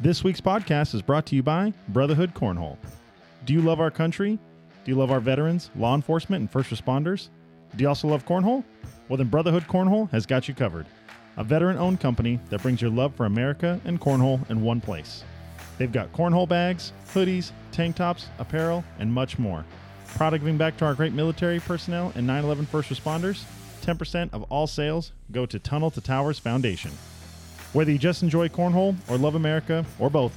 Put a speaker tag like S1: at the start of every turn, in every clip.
S1: This week's podcast is brought to you by Brotherhood Cornhole. Do you love our country? Do you love our veterans, law enforcement, and first responders? Do you also love cornhole? Well, then Brotherhood Cornhole has got you covered. A veteran owned company that brings your love for America and cornhole in one place. They've got cornhole bags, hoodies, tank tops, apparel, and much more. Product giving back to our great military personnel and 9 11 first responders. 10% of all sales go to Tunnel to Towers Foundation. Whether you just enjoy cornhole or love America or both,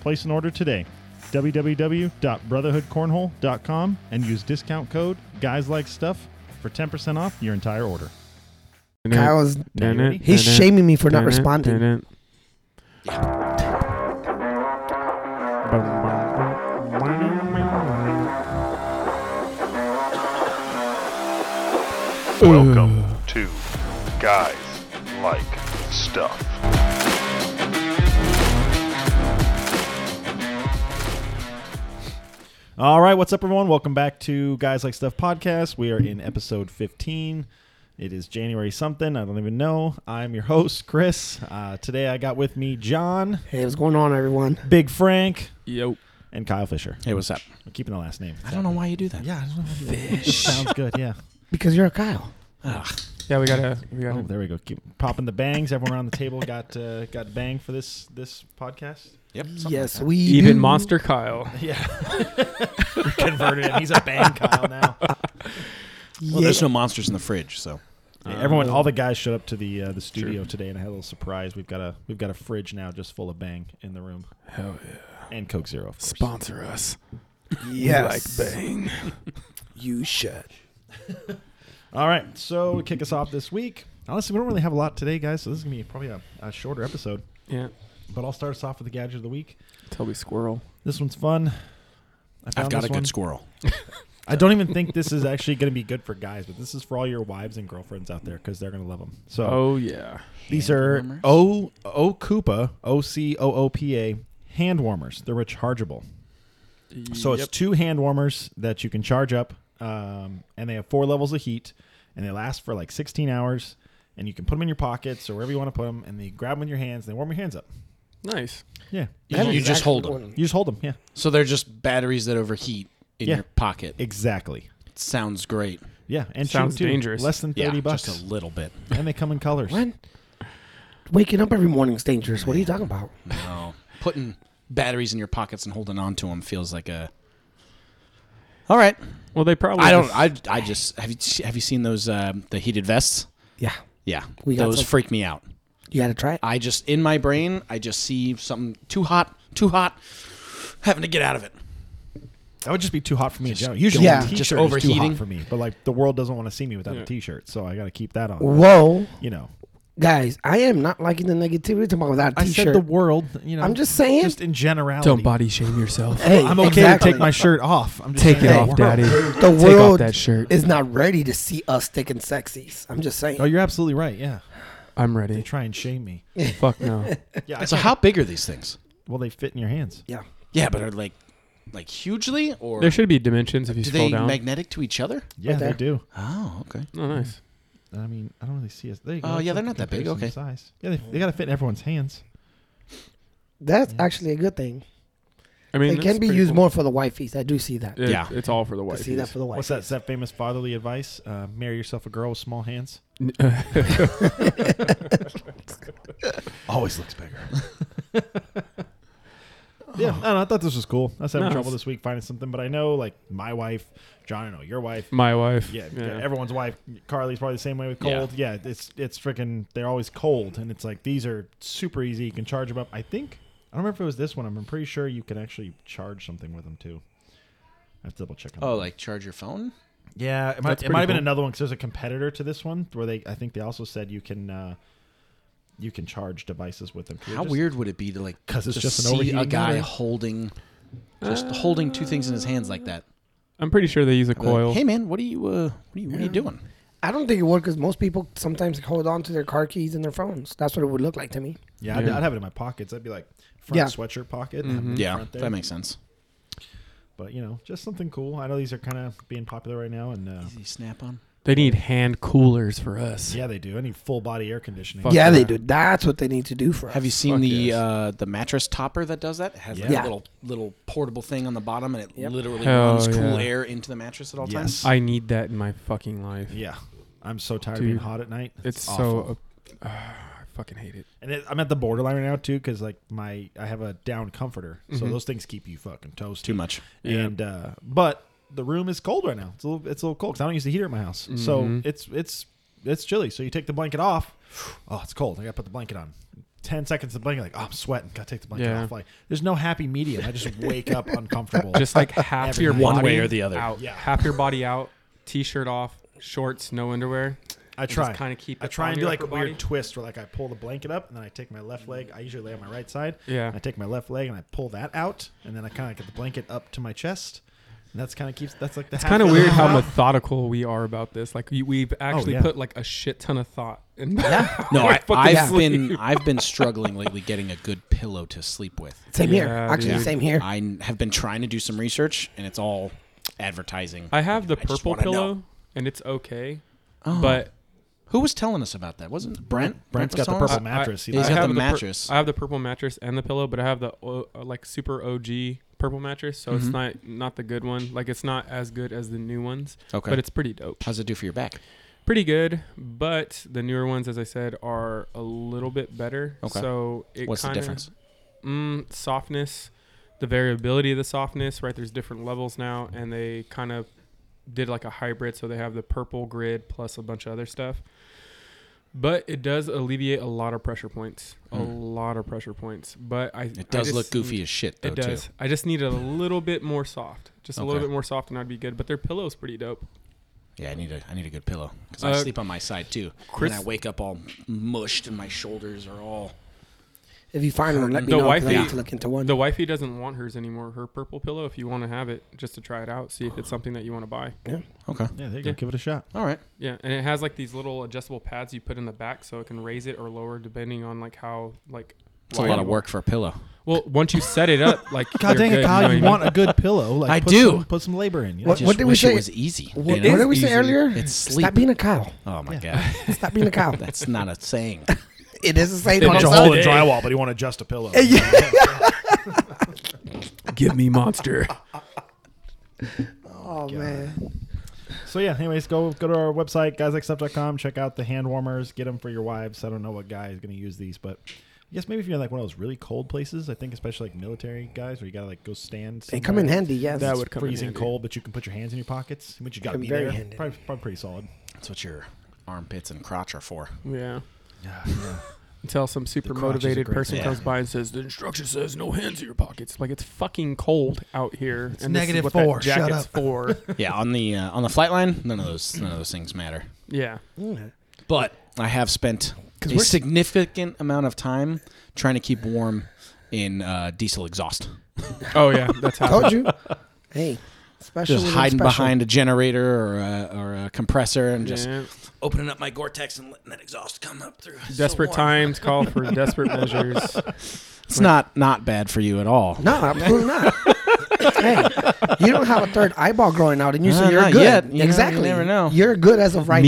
S1: place an order today. www.brotherhoodcornhole.com and use discount code guys like stuff for 10% off your entire order.
S2: Kyle's
S1: Now you ready?
S2: he's shaming me for not responding.
S3: Welcome to Guys Like Stuff.
S1: All right, what's up, everyone? Welcome back to Guys Like Stuff podcast. We are in episode 15. It is January something. I don't even know. I'm your host, Chris. Uh, today I got with me John,
S2: Hey, what's going on, everyone?
S1: Big Frank,
S4: Yo.
S1: and Kyle Fisher.
S4: Hey, what's up?
S1: I'm keeping the last name.
S4: I don't know why you do that. Yeah.
S1: Fish. Sounds good, yeah.
S2: Because you're a Kyle.
S5: Yeah, we gotta. We
S1: Oh,
S5: gotta.
S1: there we go. Keep popping the bangs. Everyone around the table got uh, got bang for this this podcast.
S4: Yep.
S2: yes, we
S5: Even
S2: do.
S5: Monster Kyle.
S1: Yeah, we converted him. He's a bang Kyle now.
S2: Yeah.
S4: Well, there's no monsters in the fridge, so
S1: Yeah, everyone, all the guys showed up to the uh, the studio today, and I had a little surprise. We've got a we've got a fridge now just full of bang in the room.
S5: Hell yeah.
S1: and Coke Zero. Of course.
S5: Sponsor us.
S2: yes,
S5: Like bang.
S2: you should.
S1: All right, so we kick us off this week. Honestly, we don't really have a lot today, guys. So this is gonna be probably a, a shorter episode.
S5: Yeah.
S1: But I'll start us off with the gadget of the week.
S5: Toby Squirrel.
S1: This one's fun. I
S4: I've
S1: found
S4: got
S1: this
S4: a good
S1: one.
S4: squirrel.
S1: I don't even think this is actually going to be good for guys, but this is for all your wives and girlfriends out there because they're going to love them. So
S5: Oh yeah.
S1: these
S4: Hand
S1: are
S4: warmers?
S1: O O Koopa O C O O P A hand warmers. They're rechargeable, so it's two hand warmers that you can charge up, um, and they have four levels of heat, and they last for like 16 hours. And you can put them in your pockets or wherever you want to put them, and then you grab them in your hands and they warm your hands up.
S5: nice.
S1: Yeah,
S4: You, you just hold them.
S1: you just hold them. Yeah,
S4: So they're just batteries that overheat in
S1: Yeah.
S4: your pocket. It
S1: exactly.
S4: sounds great.
S1: Yeah, and
S5: Sounds
S1: cheap, too.
S5: dangerous.
S1: Less than 30
S4: yeah,
S1: bucks,
S4: just a little bit.
S1: and they come in colors.
S2: What? Waking up every morning is dangerous. What are you talking about?
S4: No, putting batteries in your pockets and holding on to them feels like a. All right,
S5: Well, they probably.
S4: I don't.
S5: just-
S4: I I just have you have you seen those um, the heated vests?
S2: Yeah,
S4: Yeah,
S2: We got
S4: those
S2: some-
S4: freak me out.
S2: you got to try it.
S4: I just in my brain, I just see something too hot, too hot, having to get out of it.
S1: That would just be too hot for me in general. Usually,
S2: yeah.
S1: a t-shirt
S4: Just
S1: is too hot
S4: overheating.
S1: for me. But like the world doesn't want to see me without a
S5: Yeah.
S1: t-shirt, so I got to keep that on.
S2: Whoa,
S1: You know,
S2: guys, I am not liking the negativity talking about without a
S1: I
S2: t-shirt.
S1: said the world. You know,
S2: I'm just saying.
S1: just in generality.
S5: Don't e- body shame yourself.
S2: hey,
S1: I'm okay
S2: exactly.
S1: to take my shirt off. I'm just
S5: Take it
S1: saying the
S5: off,
S1: world.
S5: Daddy. Take
S2: The
S5: off
S2: world
S5: that shirt.
S2: is not ready to see us taking sexies. I'm just saying.
S1: Oh, you're absolutely right. Yeah,
S5: I'm
S1: they
S5: ready.
S1: try and shame me.
S5: Fuck no.
S1: Yeah. I
S4: So
S1: can't-
S4: how big are these things?
S1: well, they fit in your hands.
S2: Yeah,
S4: Yeah, but are like like hugely or
S5: There should be dimensions if you
S4: do
S5: scroll
S4: they
S5: down.
S4: magnetic to each other?
S1: Yeah, they
S2: there.
S1: do.
S4: Oh, okay.
S5: oh, nice.
S1: I mean, I don't really see it. There you go.
S4: Oh,
S1: It's
S4: yeah, they're
S1: like
S4: not that big.
S1: comparison
S4: Okay.
S1: Size. Yeah, they, they got to fit in everyone's hands.
S2: that's actually a good thing.
S5: I mean,
S2: it can
S5: that's
S2: be
S5: pretty
S2: used
S5: cool.
S2: more for the wifeys. I do see that.
S5: It-
S4: Yeah.
S5: It's all for the
S2: I
S5: wife.
S2: see that for the wife.
S1: What's that? Is that famous fatherly advice? Uh, marry yourself a girl with small hands. Always looks bigger. yeah, I don't know. I thought this was cool. I was having
S5: No,
S1: trouble
S5: it's-
S1: this week finding something, but I know like my wife, John, I know your wife.
S5: My wife.
S1: Yeah, everyone's wife. Carly's probably the same way with
S4: Yeah.
S1: cold. Yeah, it's it's freaking. They're always cold, and it's like these are super easy. You can charge them up. I think I don't remember if it was this one. I'm pretty sure you can actually charge something with them too. I have to double check. On
S4: Oh,
S1: that.
S4: like charge your phone?
S1: Yeah, it might,
S5: That's
S1: it might have been
S5: pretty cool.
S1: another one because there's a competitor to this one where they I think they also said you can uh, you can charge devices with them.
S4: How weird would it be to like
S1: 'Cause it's
S4: to
S1: just an
S4: see a
S1: overheating
S4: guy
S1: matter.
S4: holding just holding two things in his hands like that?
S5: I'm pretty sure they use a
S4: Be like,
S5: coil.
S4: hey man, what are you uh, what are you, what are you doing?
S2: I don't think it would because most people sometimes hold on to their car keys and their phones. That's what it would look like to me.
S1: Yeah, I'd,
S5: Yeah.
S1: I'd have it in my pockets. I'd be like front
S2: Yeah.
S1: sweatshirt pocket. and have it in
S4: Yeah,
S1: front there.
S4: that makes sense.
S1: But you know, just something cool. I know these are kind of being popular right now, and uh,
S4: Easy snap on.
S5: They need hand coolers for us.
S1: Yeah, they do. I need full body air conditioning.
S5: Fuck
S2: yeah, they
S5: yeah.
S2: do. That's what they need to do for us.
S4: Have you seen
S5: Fuck
S4: the
S5: yes.
S4: uh, the mattress topper that does that? It has like
S2: Yeah.
S4: a little little portable thing on the bottom, and it
S2: Yep.
S4: literally
S5: Hell
S4: runs cool
S5: yeah.
S4: air into the mattress at all
S1: Yes.
S4: times.
S5: I need that in my fucking life.
S1: Yeah. I'm so tired
S5: Dude,
S1: of being hot at night.
S5: It's,
S1: awful.
S5: so. Uh, I fucking hate it.
S1: And it, I'm at the borderline right now too, because like my I have a down comforter, so those things keep you fucking toasty.
S4: Too much.
S1: And uh, but the room is cold right now. It's a little it's a little cold because I don't use the heater at my house, so
S5: Mhm.
S1: it's it's it's chilly. So you take the blanket off. Oh, it's cold. I got to put the blanket on. Ten seconds of the blanket, like oh, I'm sweating. Got to take the blanket
S5: Yeah.
S1: off. Like there's no happy medium. I just wake up uncomfortable.
S5: Just like half
S1: Every
S5: your
S1: night.
S5: body
S4: One way or the other.
S5: out.
S1: Yeah.
S5: Half your body out. T-shirt off. Shorts. No underwear.
S1: I try
S5: kinda keep
S1: I
S5: it
S1: try
S5: on
S1: and do
S5: your
S1: like a
S5: upper body.
S1: weird twist where like I pull the blanket up and then I take my left leg. I usually lay on my right side.
S5: Yeah.
S1: I take my left leg and I pull that out and then I kind of get the blanket up to my chest. And that's kind of keeps that's like the
S5: It's kind of weird how methodical we are about this. Like we, we've actually
S1: Oh, yeah.
S5: put like a shit ton of thought in.
S4: No, I,
S5: fucking
S4: I've
S5: sleep.
S4: been I've been struggling lately getting a good pillow to sleep with.
S2: Same here.
S5: Yeah,
S2: Actually,
S5: dude.
S2: same here.
S4: I n- have been trying to do some research, and it's all advertising.
S5: I have the
S4: I just
S5: purple
S4: wanna know.
S5: pillow, and it's okay, but
S4: Oh. Who was telling us about that? Wasn't Brent?
S1: Brent's got
S4: was
S1: the
S4: telling us?
S1: purple mattress. He
S4: he's
S1: likes
S5: I
S4: got
S5: have
S4: the
S5: pur-
S4: mattress.
S5: I have the purple mattress and the pillow, but I have the o- uh, like super OG purple mattress, so it's
S4: Mm-hmm.
S5: not not the good one. Like it's not as good as the new ones.
S4: Okay.
S5: but it's pretty dope.
S4: How's it do for your back?
S5: Pretty good, but the newer ones, as I said, are a little bit better.
S4: Okay.
S5: So it
S4: What's
S5: kinda-
S4: the difference?
S5: mm, softness, the variability of the softness, right? There's different levels now, and they kind of did like a hybrid, so they have the purple grid plus a bunch of other stuff. But it does alleviate a lot of pressure points, a lot of pressure points. But I
S4: Hmm.
S5: mm,
S4: It does look goofy as shit, though.
S5: It does.
S4: Too.
S5: I just need a little bit more soft, just a little
S4: Okay.
S5: bit more soft, and I'd be good. But their pillow's pretty dope.
S4: Yeah, I need a I need a good pillow because
S5: Uh,
S4: I sleep on my side too.
S5: Chris-
S4: and I wake up all mushed, and my shoulders are all.
S2: If you find one, let me
S5: The
S2: know. 'cause I
S5: wifey-
S2: need to look into one.
S5: The wifey doesn't want hers anymore. Her purple pillow, if you want to have it, just to try it out, see if it's something that you want to buy.
S4: Okay.
S1: Yeah, there you go.
S5: Yeah.
S1: Give it a shot.
S4: All right.
S5: Yeah, and it has like these little adjustable pads you put in the back, so it can raise it or lower depending on like how like.
S4: It's a
S5: wide
S4: lot
S5: you
S4: of
S5: want-
S4: work for a pillow.
S5: Well, once you set it up, like
S1: God
S5: they're
S1: dang it,
S5: good,
S1: Kyle!
S5: know
S1: You
S5: what I
S1: want a good pillow? Like
S4: I
S1: put
S4: do.
S1: Some, put some labor in. You know?
S2: What-
S4: Just
S2: did we
S4: wish
S2: say-
S4: It was easy.
S2: what,
S4: you know?
S2: what did we say
S5: easy.
S2: earlier?
S4: It's
S2: Stop
S4: sleep.
S2: being a cow.
S4: Oh my god,
S2: Stop being a cow.
S4: that's not a saying.
S2: it is the same.
S1: Punch a
S2: concept.
S1: hole in drywall, but you want to adjust a pillow.
S5: mean? Give me monster.
S2: Oh man.
S1: So yeah, anyways, go go to our website, guyslikesstuff.com. Check out the hand warmers. Get them for your wives. I don't know what guy is going to use these, but I guess maybe if you're in like one of those really cold places, I think especially like military guys, where you got to like go stand.
S2: They come in
S1: somewhere.
S2: handy. Yes.
S5: That
S1: It's
S5: would come in
S1: freezing
S5: handy.
S1: cold, but you can put your hands in your pockets. Which you got to
S2: Come
S1: be
S2: very
S1: there.
S2: handy.
S1: Probably, probably pretty solid.
S4: That's what your armpits and crotch are for.
S5: Yeah.
S1: Yeah,
S5: Until some super
S1: crotch is a
S5: motivated
S1: great
S5: person
S1: thing.
S5: comes by and says, "The instruction says no hands in your pockets." Like it's fucking cold out here, it's and
S1: negative
S5: this is what
S1: four,
S5: That
S1: shut
S5: jacket's
S1: up.
S5: for.
S4: Yeah, on the uh, on the flight line, none of those none of those things matter.
S5: Yeah.
S2: Mm,
S4: But I have spent a
S2: we're-
S4: significant amount of time trying to keep warm in uh, diesel exhaust.
S5: Oh yeah, that's how.
S2: Told you. Hey. Special.
S4: Just
S2: is
S4: hiding
S2: special.
S4: behind a generator or a, or a compressor and just
S5: Yeah.
S4: opening up my Gore-Tex and letting that exhaust come up through. It's so
S5: Desperate
S4: warm.
S5: times call for desperate measures.
S4: It's not not bad for you at all.
S2: No, absolutely not. hey, you don't have a third eyeball growing out, and you
S4: Uh,
S2: say you're
S4: not
S2: good.
S4: yet. You know, you
S2: exactly.
S4: never know.
S2: You're good as of right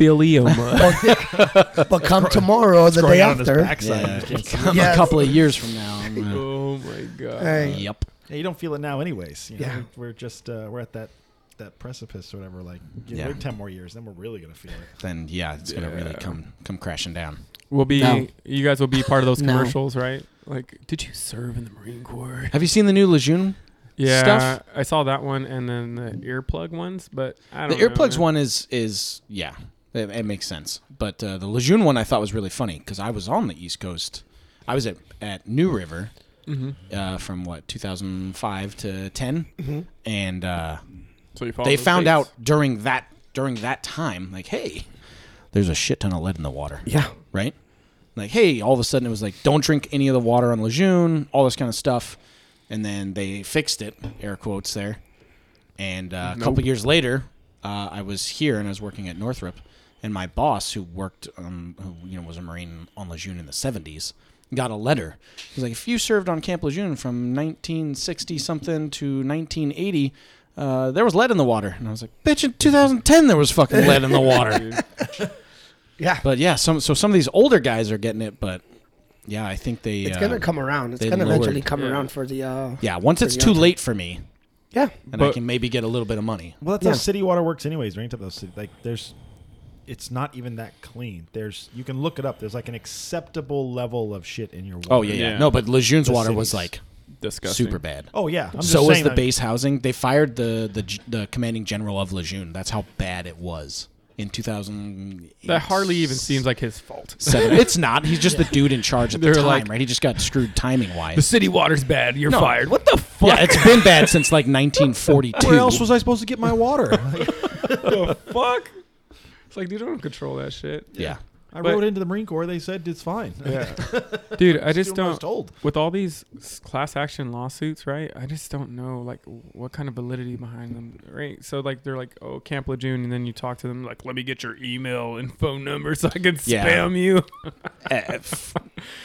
S5: Mesothelioma.
S2: now. But come tomorrow, Oh, the day
S1: Growing out on this
S2: after.
S1: backside.
S4: Yeah.
S1: You can't see it.
S4: Come
S2: Yes.
S4: A couple of years from now. I'm gonna-
S5: oh my god.
S2: Hey.
S4: yep.
S1: Yeah, you don't feel it now, anyways. You know,
S2: Yeah.
S1: we're, we're just uh, we're at that that precipice or whatever. Like, you
S4: Yeah.
S1: wait ten more years, then we're really gonna feel it.
S4: Then yeah, it's gonna really
S5: Yeah.
S4: come come crashing down.
S5: We'll be
S2: No.
S5: you guys will be part of those
S2: No.
S5: commercials, right? Like, did you serve in the Marine Corps?
S4: Have you seen the new Lejeune
S5: Yeah,
S4: stuff?
S5: I saw that one and then the earplug ones, but I
S4: The
S5: don't. know,
S4: earplugs
S5: man.
S4: one is is yeah, it, it makes sense. But uh, the Lejeune one I thought was really funny because I was on the East Coast. I was at at New River
S5: Mm-hmm.
S4: uh, from what 2005 to 10, and uh,
S5: So you follow
S4: they
S5: those
S4: found
S5: tapes.
S4: out during that during that time like hey, there's a shit ton of lead in the water.
S2: Yeah.
S4: right? Like, hey, all of a sudden it was like, don't drink any of the water on Lejeune, all this kind of stuff. And then they fixed it, air quotes there. And uh, a couple years later, uh, I was here and I was working at Northrop, and my boss, who worked, um, who you know was a Marine on Lejeune in the '70s, got a letter. He's like, if you served on Camp Lejeune from 1960 something to 1980. uh, there was lead in the water, and I was like, bitch, in 2010 there was fucking lead in the water.
S2: Yeah.
S4: but yeah, some so some of these older guys are getting it, but yeah, I think they.
S2: It's
S4: uh,
S2: gonna come around. It's
S4: they
S2: gonna
S4: lowered-
S2: eventually come
S5: yeah.
S2: around for the. uh
S4: Yeah, once it's too late for me,
S2: Yeah.
S4: and I
S5: But-
S4: can maybe get a little bit of money.
S1: Well, that's how
S2: Yeah.
S1: city water works, anyways. Right? Up those city, like there's, it's not even that clean. There's you can look it up. There's like an acceptable level of shit in your water.
S4: Oh yeah, yeah.
S5: Yeah.
S4: No, but Lejeune's
S1: The
S4: water was
S1: cities.
S4: like
S5: Disgusting.
S4: super bad.
S1: Oh yeah. I'm
S4: so
S1: just
S4: was
S1: saying,
S4: the
S1: like,
S4: base housing. They fired the the g- the commanding general of Lejeune. That's how bad it was in 2000.
S5: That hardly even seems like his fault.
S4: Seven. It's not. He's just the dude in charge at the
S5: They're
S4: time,
S5: like-
S4: right? He just got screwed timing wise.
S5: The city water's bad. You're
S4: No.
S5: fired. What the fuck?
S4: Yeah, it's been bad since like 1942.
S1: Where else was I supposed to get my water?
S5: the fuck? It's like, dude, I don't control that shit.
S4: yeah.
S1: I
S5: But-
S1: wrote into the Marine Corps. They said it's fine.
S5: Yeah. dude, I just
S1: Doing what I was
S5: don't.
S1: told.
S5: With all these s- class action lawsuits, right? I just don't know like what kind of validity behind them, right? So like they're like, oh, Camp Lejeune, and then you talk to them like, let me get your email and phone number so I can
S4: Yeah.
S5: spam you.
S4: Eh, f-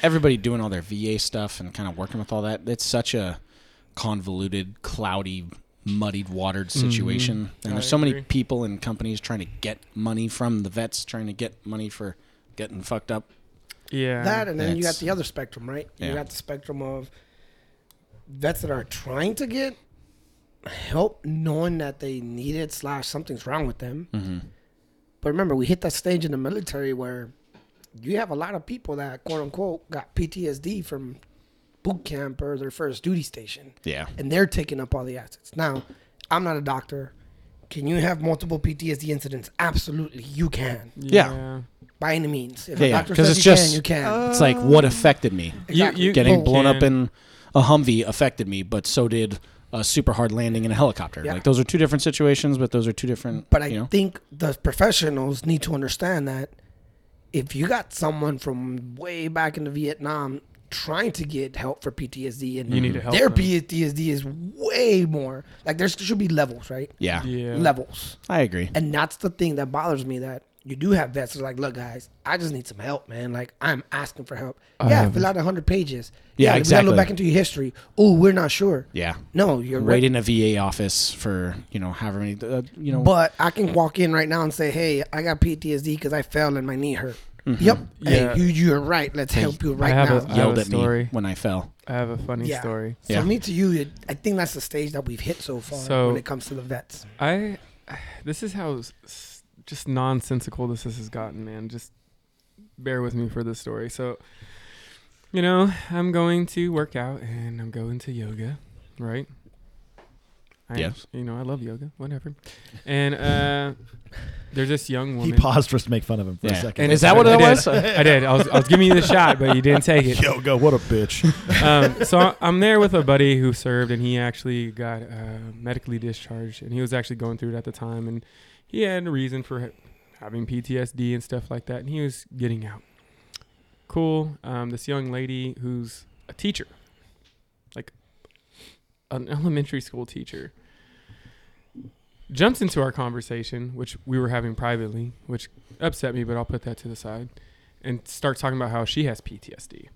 S4: Everybody doing all their VA stuff and kind of working with all that. It's such a convoluted, cloudy, muddied, watered
S2: Mm-hmm.
S4: situation. And
S5: I
S4: there's so many
S5: agree.
S4: people and companies trying to get money from the vets, trying to get money for getting fucked up.
S5: Yeah,
S2: That and then you got
S4: That's-
S2: the other spectrum, right?
S4: Yeah.
S2: You got the spectrum of vets that are trying to get help, knowing that they need it slash something's wrong with them. But remember, we hit that stage in the military where you have a lot of people that quote unquote got PTSD from boot camp or their first duty station,
S4: Yeah.
S2: and they're taking up all the assets. Now, I'm not a doctor. Can you have multiple PTSD incidents? Absolutely, you can.
S4: Yeah.
S2: By any means, if
S4: Yeah,
S2: a
S4: yeah,
S2: doctor
S4: 'cause
S2: says
S4: it's
S2: you
S4: just-
S2: can, you can.
S4: It's like what affected me.
S2: Exactly.
S5: you-
S4: Getting
S5: Oh.
S4: blown up
S5: Can-
S4: in a Humvee affected me, but so did a super hard landing in a helicopter.
S2: Yeah.
S4: Like those are two different situations, but those are two different.
S2: But I
S4: you know?
S2: think the professionals need to understand that if you got someone from way back into Vietnam trying to get help for PTSD and
S5: You need to help
S2: their
S5: them.
S2: PTSD is way more like there should be levels, right?
S4: yeah,
S5: yeah,
S2: Levels.
S4: I agree.
S2: And that's the thing that bothers me that you do have vets that are like, look, guys, I just need some help, man. Like, I'm asking for help. yeah, fill out 100 pages.
S4: Yeah,
S2: We gotta
S4: exactly.
S2: look back into your history. Oh, we're not sure.
S4: Yeah.
S2: No, you're
S4: Wait
S2: right.
S4: in a VA office for you know however many uh, you know.
S2: But I can walk in right now and say, "Hey, I got PTSD because I fell and my knee hurt." Yep.
S5: Yeah.
S2: Hey, you, you're right. Let's help you right
S5: have
S2: now.
S5: a- I have
S4: mm-hmm. yelled
S5: a
S4: at me
S5: story.
S4: when I fell.
S5: I have a funny
S2: Yeah.
S5: story.
S2: so
S4: Yeah.
S2: me to you, it, I think that's the stage that we've hit so far
S5: So-
S2: when it comes to the vets.
S5: I, this is how s- just nonsensical this, this has gotten, man. Just bear with me for this story. So, you know, I'm going to work out and I'm going to yoga, right? I,
S4: Yes.
S5: You know, I love yoga, whatever. And uh, there's this young woman.
S1: He paused for us to make fun of him for
S4: Yeah.
S1: a second.
S5: And
S4: Is that what
S5: I
S4: it
S5: did.
S4: was?
S5: I did. I was, I was giving you the shot, but you didn't take it.
S1: Yoga, what a bitch.
S5: um, so I- I'm there with a buddy who served, and he actually got uh, medically discharged, and he was actually going through it at the time, and he had a reason for ha- having PTSD and stuff like that, and he was getting out. Cool. Um, this young lady who's a teacher, like an elementary school teacher, jumps into our conversation, which we were having privately, which upset me, but I'll put that to the side, and starts talking about how she has PTSD.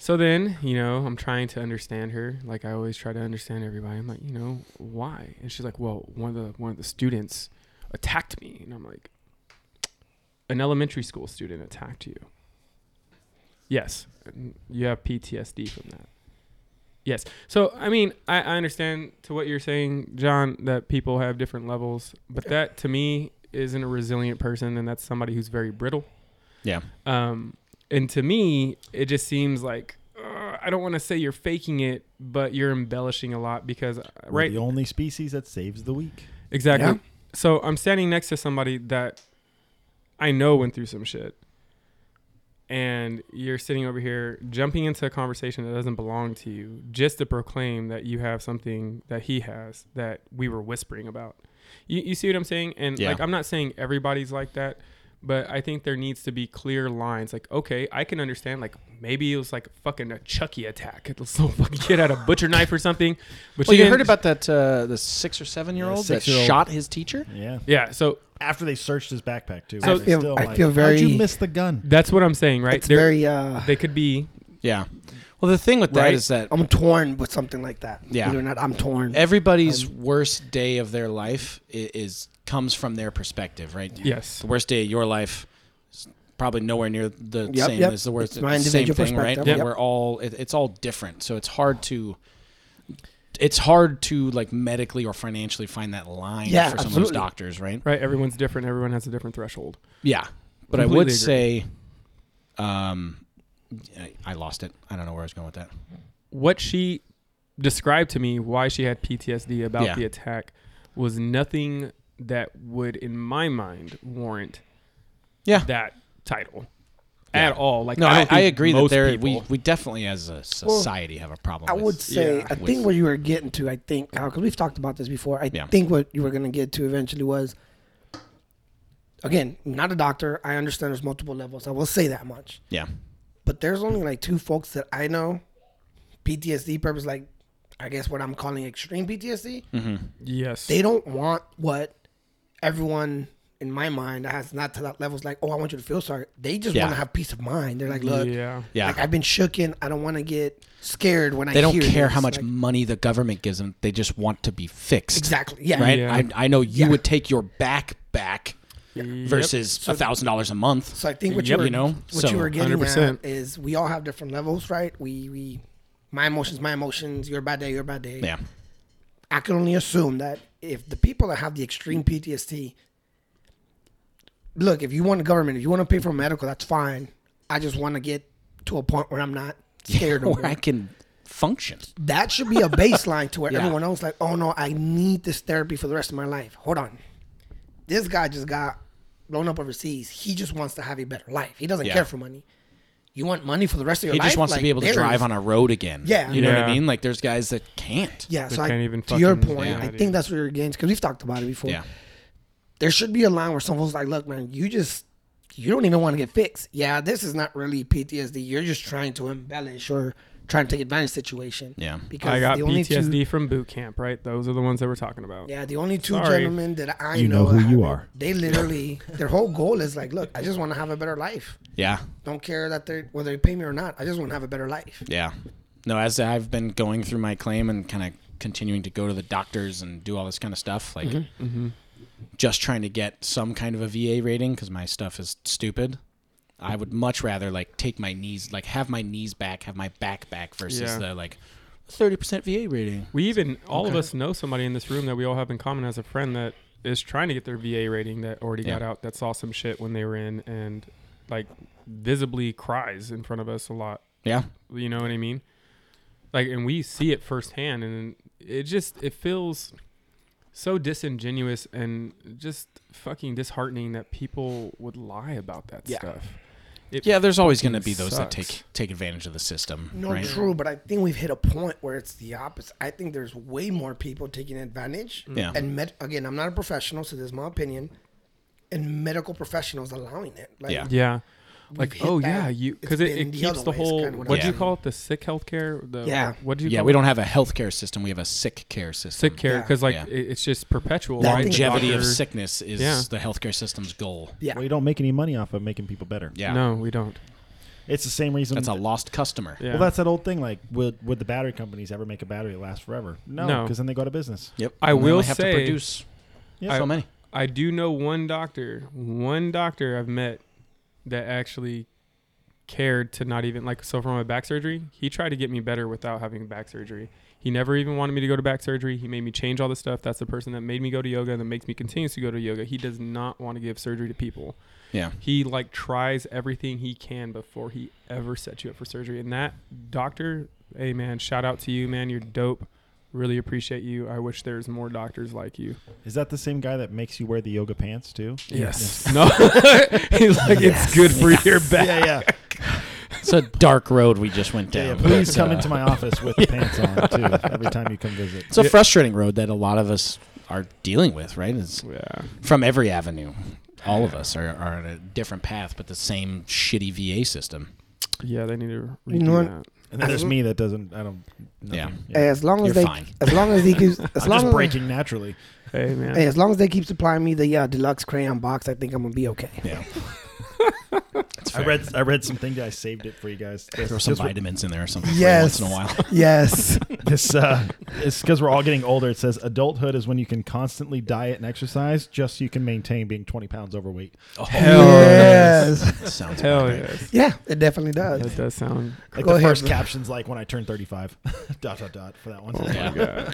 S5: So then, you know, I'm trying to understand her, like I always try to understand everybody. I'm like, you know, why? And she's like, well, one of the one of the students attacked me, and I'm like, an elementary school student attacked you. Yes, and you have PTSD from that. Yes. So I mean, I, I understand to what you're saying, John, that people have different levels, but that to me isn't a resilient person, and that's somebody who's very brittle.
S4: Yeah.
S5: Um, and to me, it just seems like uh, I don't want to say you're faking it, but you're embellishing a lot because uh,
S1: We're
S5: right,
S1: the only species that saves the week.
S5: exactly.
S2: Yeah.
S5: So I'm standing next to somebody that I know went through some shit, and you're sitting over here jumping into a conversation that doesn't belong to you just to proclaim that you have something that he has that we were whispering about. You, you see what I'm saying? And
S4: Yeah.
S5: like, I'm not saying everybody's like that, but I think there needs to be clear lines. Like, okay, I can understand. Like, maybe it was like fucking a Chucky attack. This little fucking kid had a butcher knife or something. But
S4: Well,
S5: she
S4: you heard
S5: didn't-
S4: about that uh, the six or seven year old that
S1: six-year-old.
S4: shot his teacher.
S1: Yeah.
S5: Yeah. So
S1: After they searched his backpack too.
S5: So-
S1: They're
S2: I feel- I feel
S1: How'd
S2: very-
S1: you miss the gun?
S5: that's what I'm saying, right?
S2: It's
S5: There-
S2: very uh,
S5: They could be
S4: Yeah. Well, the thing with that Right. is that
S2: I'm torn with something like that.
S4: Yeah.
S2: Believe it or not, I'm torn.
S4: everybody's
S2: Um,
S4: worst day of their life is, is comes from their perspective, right?
S5: Yes.
S4: The worst day of your life is probably nowhere near the
S2: Yep,
S4: same
S2: yep.
S4: as the worst.
S2: It's my
S4: the same
S2: individual
S4: thing, right?
S2: perspective, yep.
S4: Where We're all it, it's all different, so it's hard to. It's hard to like medically or financially find that line
S2: Yeah,
S4: for some of those
S2: absolutely.
S4: doctors, right?
S5: Right. Everyone's different. Everyone has a different threshold.
S4: Yeah, but I
S5: Completely
S4: would
S5: agree.
S4: say, um, I- I lost it. I don't know where I was going with that.
S5: what she described to me why she had PTSD about
S4: Yeah.
S5: the attack was nothing that would, in my mind, warrant
S4: Yeah.
S5: that title
S4: Yeah.
S5: at all. Like,
S4: No,
S5: I,
S4: I,
S5: don't
S4: I
S5: think
S4: agree that
S5: most
S4: there we,
S5: people-
S4: we definitely as a society have a problem.
S2: I
S4: with,
S2: would say
S5: yeah,
S2: I
S4: with-
S2: think where you were getting to, I think, because we've talked about this before. I
S4: Yeah.
S2: think what you were going to get to eventually was, again, not a doctor. I understand there's multiple levels. I will say that much.
S4: yeah,
S2: But there's only like two folks that I know, PTSD purpose, like I guess what I'm calling extreme PTSD.
S4: Hmm.
S5: yes,
S2: They don't want what everyone in my mind that has not to that levels like, oh, I want you to feel sorry. They just
S4: Yeah.
S2: want to have peace of mind. They're like, look,
S5: yeah,
S4: yeah.
S2: like I've been shooken. I don't want to get scared when I.
S4: they don't
S2: hear
S4: care
S2: this."
S4: how much
S2: Like,
S4: money the government gives them. They just want to be fixed.
S2: Exactly. Yeah.
S4: Right.
S5: Yeah.
S4: I, I know you
S2: Yeah.
S4: would take your back back
S5: Yep.
S4: versus a thousand dollars a month.
S2: So I think what
S4: Yep.
S2: you were,
S4: You know?
S2: what
S4: So,
S2: you were getting
S5: 100%.
S2: at is we all have different levels, right? We we my emotions, my emotions, your bad day, your bad day.
S4: Yeah.
S2: I can only assume that if the people that have the extreme PTSD, look, if you want the government, if you want to pay for medical, that's fine. I just want to get to a point where I'm not scared. no
S4: Where
S2: more.
S4: I can function.
S2: that should be a baseline to where
S4: Yeah.
S2: everyone else like, oh no, I need this therapy for the rest of my life. Hold on, this guy just got blown up overseas. He just wants to have a better life. He doesn't
S4: Yeah.
S2: care for money. You want money for the rest of your
S4: He
S2: life.
S4: just wants to
S2: Like,
S4: be able to
S2: there's-
S4: drive on a road again.
S2: Yeah.
S4: You know what I
S5: Yeah.
S4: mean? Like there's guys that can't.
S2: Yeah, so I,
S5: can't even
S2: to your
S5: fucking-
S2: point,
S5: yeah,
S2: I
S5: dude.
S2: think that's where you're against because we've talked about it before.
S4: Yeah.
S2: There should be a line where someone's like, look, man, you just you don't even want to get fixed. Yeah, this is not really PTSD. You're just trying to embellish or trying to take advantage of the situation.
S4: Yeah.
S2: Because
S5: I got
S2: the only two-
S5: PTSD from boot camp. Right, those are the ones that we're talking about.
S2: Yeah, the only two
S5: Sorry.
S2: gentlemen that I
S1: You know
S2: know,
S1: who
S2: that
S1: you
S2: have it,
S1: are.
S2: They literally their whole goal is like, look, I just want to have a better life.
S4: Yeah.
S2: Don't care that they whether they pay me or not. I just want to have a better life.
S4: Yeah. No, as I've been going through my claim and kind of continuing to go to the doctors and do all this kind of stuff, like
S5: Mm-hmm,
S4: just trying to get some kind of a VA rating because my stuff is stupid. I would much rather like take my knees, like have my knees back, have my back back versus
S5: Yeah.
S4: the like 30% VA rating.
S5: We even all of us know somebody in this room that we all have in common as a friend that is trying to get their VA rating that already got
S4: Yeah.
S5: out that saw some shit when they were in and like visibly cries in front of us a lot.
S4: Yeah.
S5: You know what I mean? Like, and we see it firsthand, and it just it feels so disingenuous and just fucking disheartening that people would lie about that
S2: Yeah.
S5: stuff. It
S4: Yeah, there's always going to be
S5: fucking
S4: those that
S5: sucks.
S4: take take advantage of the system.
S2: No,
S4: right?
S2: true, but I think we've hit a point where it's the opposite. I think there's way more people taking advantage.
S4: Mm. Yeah.
S2: And med- again, I'm not a professional, so this is my opinion. And medical professionals allowing it. Like,
S4: Yeah.
S5: Yeah. Like,
S2: hit
S5: oh,
S2: that.
S5: yeah, you,
S2: It's
S5: because it,
S2: been
S5: it
S2: the
S5: keeps
S2: other
S5: the
S2: way, is
S5: whole,
S2: kinda what I'm
S5: what do you
S2: saying.
S5: call it? The sick healthcare? The,
S2: Yeah.
S5: What do you
S4: Yeah,
S5: call it?
S4: we don't have a healthcare system. We have a sick care system.
S5: sick care
S2: Yeah.
S5: because like
S4: Yeah.
S5: it- it's just perpetual right? The
S4: Longevity of
S5: doctor-
S4: sickness is
S5: Yeah.
S4: the healthcare system's goal.
S2: Yeah.
S1: Well, you don't make any money off of making people better.
S4: Yeah.
S5: No, we don't.
S1: It's the same reason.
S4: That's a lost customer.
S5: Yeah.
S1: Well, that's that old thing. Like, would would the battery companies ever make a battery that lasts forever? No,
S5: No.
S1: because then they go out of business.
S4: Yep.
S5: I
S4: And they
S5: will
S4: only have
S5: say-
S4: to produce
S1: Yeah.
S4: so many.
S5: I do know one doctor, one doctor I've met that actually cared to not even like so for my back surgery, he tried to get me better without having back surgery. He never even wanted me to go to back surgery. He made me change all this stuff. That's the person that made me go to yoga and that makes me continue to go to yoga. He does not want to give surgery to people.
S4: Yeah.
S5: He like tries everything he can before he ever sets you up for surgery. And that doctor, hey man, shout out to you, man. You're dope. Really appreciate you. I wish there's more doctors like you.
S1: Is that the same guy that makes you wear the yoga pants too?
S5: Yes. No. He's like, it's good for your back.
S1: Yeah, yeah.
S4: It's a dark road we just went
S1: yeah,
S4: down.
S1: yeah.
S4: but,
S1: Please come
S4: uh,
S1: into my office with the pants on too. Every time you come visit.
S4: It's a frustrating road that a lot of us are dealing with, right? It's
S5: Yeah.
S4: from every avenue. All of us are, are on a different path, but the same shitty VA system.
S5: Yeah, they need to redo
S2: You know what?
S5: that.
S1: And then there's me that doesn't. I don't.
S4: Yeah.
S1: nothing.
S2: As long as
S4: You're
S2: they,
S4: fine.
S2: as long as he keeps, as
S1: I'm
S2: long
S1: just
S2: as,
S1: breaking naturally.
S5: Hey man.
S2: Hey, as long as they keep supplying me the uh, deluxe crayon box, I think I'm gonna be okay.
S4: Yeah.
S1: I read I read something that I saved it for you guys. This,
S4: Throw some
S1: this-
S4: vitamins in there or something every
S6: Yes.
S4: once in a while.
S6: yes.
S1: this uh, it's because we're all getting older. It says adulthood is when you can constantly diet and exercise just so you can maintain being 20 pounds overweight.
S5: Hell
S6: yes.
S4: That Oh, sounds
S5: Hell
S4: about right.
S5: yes.
S6: Yeah, it definitely
S5: That
S6: does.
S5: does sound.
S1: Like
S6: Go
S1: the
S6: ahead,
S1: first
S6: bro.
S1: caption's like when I turn 35. dot dot dot for that one.
S5: Oh,
S4: Yeah.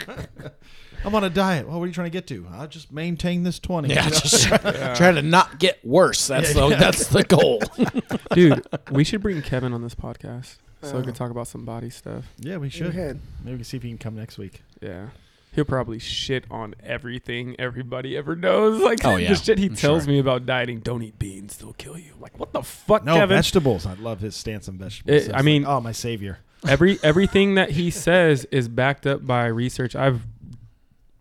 S1: I'm on a diet. Well, what are you trying to get to? I'll just maintain this 20.
S4: Yeah,
S1: you know?
S4: just try to not get worse. That's the that's the goal.
S5: Dude, we should bring Kevin on this podcast so we can talk about some body stuff.
S1: yeah, we
S6: Go
S1: should.
S6: ahead.
S1: Maybe we can see if he can come next week.
S5: Yeah. He'll probably shit on everything everybody ever knows. Like
S4: Oh, yeah.
S5: the shit he
S4: I'm
S5: tells
S4: sure.
S5: me about dieting. Don't eat beans, they'll kill you. Like what the fuck,
S1: No
S5: Kevin?
S1: vegetables. I love his stance on vegetables.
S5: It-
S1: It's
S5: I
S1: like,
S5: mean-
S1: oh my savior.
S5: Every everything that he says is backed up by research. I've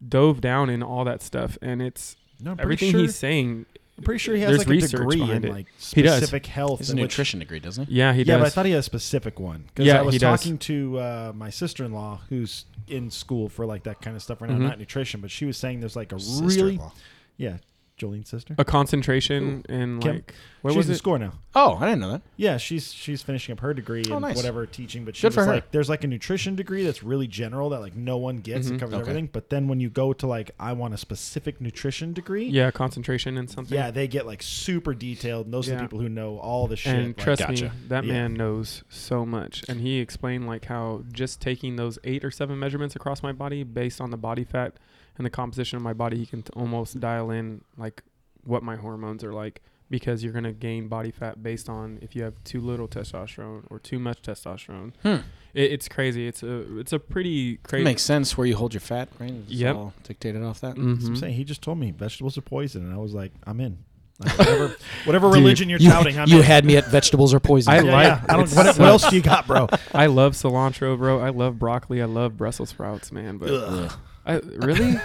S5: dove down in all that stuff and it's
S1: No, I'm pretty
S5: everything
S1: sure-
S5: he's saying.
S1: I'm pretty sure he has
S5: there's
S1: like a
S5: research
S1: degree in
S5: behind it.
S1: like
S5: He does.
S1: specific health.
S4: He's a
S1: in which-
S4: nutrition degree, doesn't he?
S5: Yeah, he
S1: yeah,
S5: does.
S1: but I thought he had a specific one because
S5: Yeah,
S1: I was
S5: he does.
S1: talking to uh, my sister in law who's in school for like that kind of stuff right now,
S5: Mhm.
S1: not nutrition, but she was saying there's like a really,
S6: Sister-in-law.
S1: yeah, Jolene's sister.
S5: a concentration in
S1: Kim?
S5: like what
S1: she's
S5: was
S1: in
S5: it?
S1: school now.
S4: Oh, I didn't know that.
S1: Yeah, she's she's finishing up her degree
S4: Oh,
S1: and
S4: nice.
S1: whatever teaching, but she
S4: Good for
S1: was
S4: her.
S1: like, there's like a nutrition degree that's really general that like no one gets. It
S5: Mhm.
S1: covers
S4: Okay.
S1: everything, but then when you go to like I want a specific nutrition degree,
S5: Yeah, concentration in something.
S1: yeah, they get like super detailed. And those are the
S5: Yeah.
S1: people who know all the shit.
S5: and
S1: like-
S5: trust me,
S4: Gotcha.
S5: that
S1: Yeah.
S5: man knows so much. And he explained like how just taking those eight or seven measurements across my body, based on the body fat and the composition of my body, he can t- almost dial in like what my hormones are like because you're gonna gain body fat based on if you have too little testosterone or too much testosterone.
S4: Hmm.
S5: It, it's crazy. It's a it's a pretty crazy.
S4: Makes sense where you hold your fat, right? It's
S5: Yep.
S4: all dictated off that.
S1: That's what
S5: Mhm.
S1: I'm saying he just told me vegetables are poison, and I was like, I'm in. Like, whatever, whatever
S4: Dude,
S1: religion you're
S4: you,
S1: touting, I'm
S4: you
S1: in.
S4: had me at vegetables are poison.
S5: I
S1: yeah,
S5: like-
S1: yeah. I don't,
S5: it's
S1: what,
S5: such-
S1: what else do you got, bro?
S5: I love cilantro, bro. I love broccoli. I love Brussels sprouts, man. But
S4: Ugh.
S5: I, really,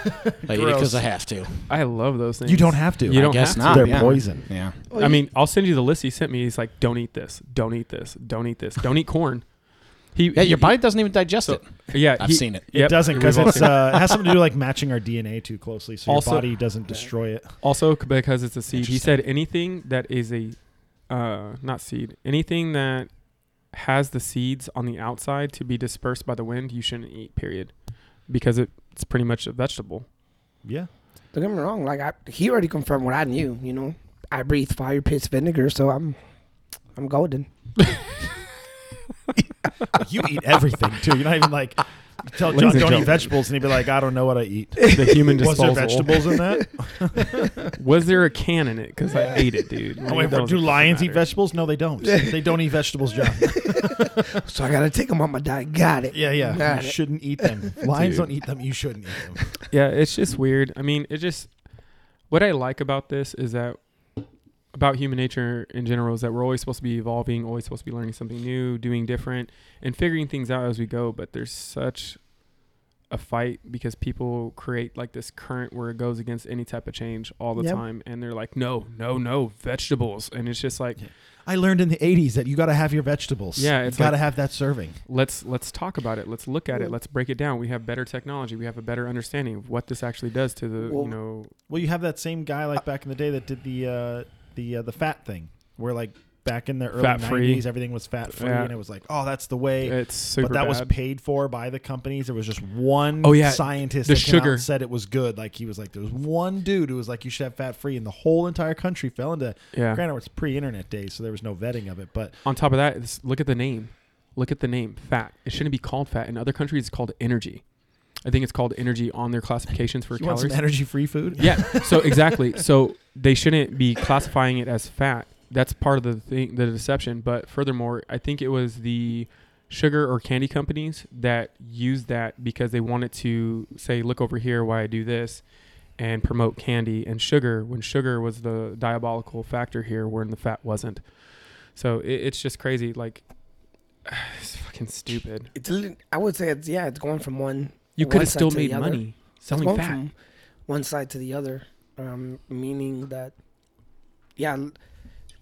S4: I eat it because I have to.
S5: I love those things.
S1: You don't have to.
S5: You
S4: I
S5: don't have
S4: guess
S5: to.
S4: not.
S1: They're
S4: yeah.
S1: poison.
S4: Yeah.
S6: Oh,
S5: I
S6: you-
S5: mean, I'll send you the list he sent me. He's like, "Don't eat this. Don't eat this. Don't eat this. Don't eat corn." He,
S4: Yeah, your
S5: he-
S4: body doesn't even digest
S5: So-
S4: it.
S5: Yeah,
S4: I've
S5: he-
S4: seen it.
S1: It
S5: yep,
S1: doesn't
S5: we've
S1: because
S5: all
S1: it's
S5: seen it.
S1: uh, it has something to do with, like matching our DNA too closely, so
S5: Also-
S1: your body doesn't destroy it.
S5: also c- because it's a seed. He
S4: uh, Interesting.
S5: said anything that is a, uh, not seed. Anything that has the seeds on the outside to be dispersed by the wind, you shouldn't eat. Period, because it, it's pretty much a vegetable.
S1: Yeah,
S2: Don't get me wrong. Like I, he already confirmed what I knew. You know, I breathe fire pits vinegar, so I'm, I'm golden.
S1: you eat everything too. You're not even like you tell
S5: Ladies
S1: John
S5: and
S1: don't eat
S5: gentlemen.
S1: vegetables, and he'd be like, I don't know what I eat.
S5: The human
S1: Was
S5: disposal.
S1: there vegetables in that?
S5: Was there a can in it? Because I ate it, dude.
S1: Oh,
S5: Like,
S1: wait,
S5: it doesn't
S1: do lions eat
S5: matter.
S1: vegetables? No, they don't. they don't eat vegetables, John.
S6: So I gotta take them on my diet. Got it.
S1: Yeah, yeah.
S6: Got
S1: you
S6: it.
S1: shouldn't eat them. Lions
S5: Dude.
S1: don't eat them. You shouldn't eat them.
S5: yeah, it's just weird. I mean, it just what I like about this is that about human nature in general is that we're always supposed to be evolving, always supposed to be learning something new, doing different, and figuring things out as we go. But there's such a fight because people create like this current where it goes against any type of change all the
S6: Yep.
S5: time, and they're like, no, no, no, vegetables, and it's just like,
S1: I learned in the '80s that you got to have your vegetables.
S5: Yeah,
S1: you
S5: it's
S1: got to
S5: like-
S1: have that serving.
S5: let's let's talk about it, let's look at
S6: Yeah.
S5: it, let's break it down. We have better technology, we have a better understanding of what this actually does to the
S6: Well,
S5: you know
S1: Well, you have that same guy like back in the day that did the uh, the uh, the fat thing, where like back in the early
S5: Fat-free.
S1: '90s everything was fat free,
S5: Yeah.
S1: and it was like, oh, that's the way.
S5: it's super
S1: but that was
S5: bad.
S1: paid for by the companies. There was just one
S5: Oh, yeah.
S1: scientist
S5: The
S1: that came out
S5: sugar.
S1: and said it was good. Like he was like, there was one dude who was like, you should have fat free, and the whole entire country fell into.
S5: yeah.
S1: Granted, it's pre-internet days, so there was no vetting of it, but
S5: on top of that, it's, look at the name. Look at the name, fat. It shouldn't be called fat. In other countries, it's called energy. I think it's called energy on their classifications for
S1: you want some
S5: calories.
S1: energy-free food?
S5: yeah. So exactly. So they shouldn't be classifying it as fat. That's part of the thing, the deception. But furthermore, I think it was the sugar or candy companies that used that because they wanted to say, "Look over here, why I do this," and promote candy and sugar when sugar was the diabolical factor here, when the fat wasn't. So it, it's just crazy. Like it's fucking stupid.
S2: It's. a lit- I would say it's yeah. It's going from one.
S5: You
S2: one
S5: could have
S2: side
S5: still
S2: to the
S5: made
S2: other.
S5: money
S2: It's
S5: selling
S2: going
S5: fat.
S2: from one side to the other, um, meaning that, yeah, l-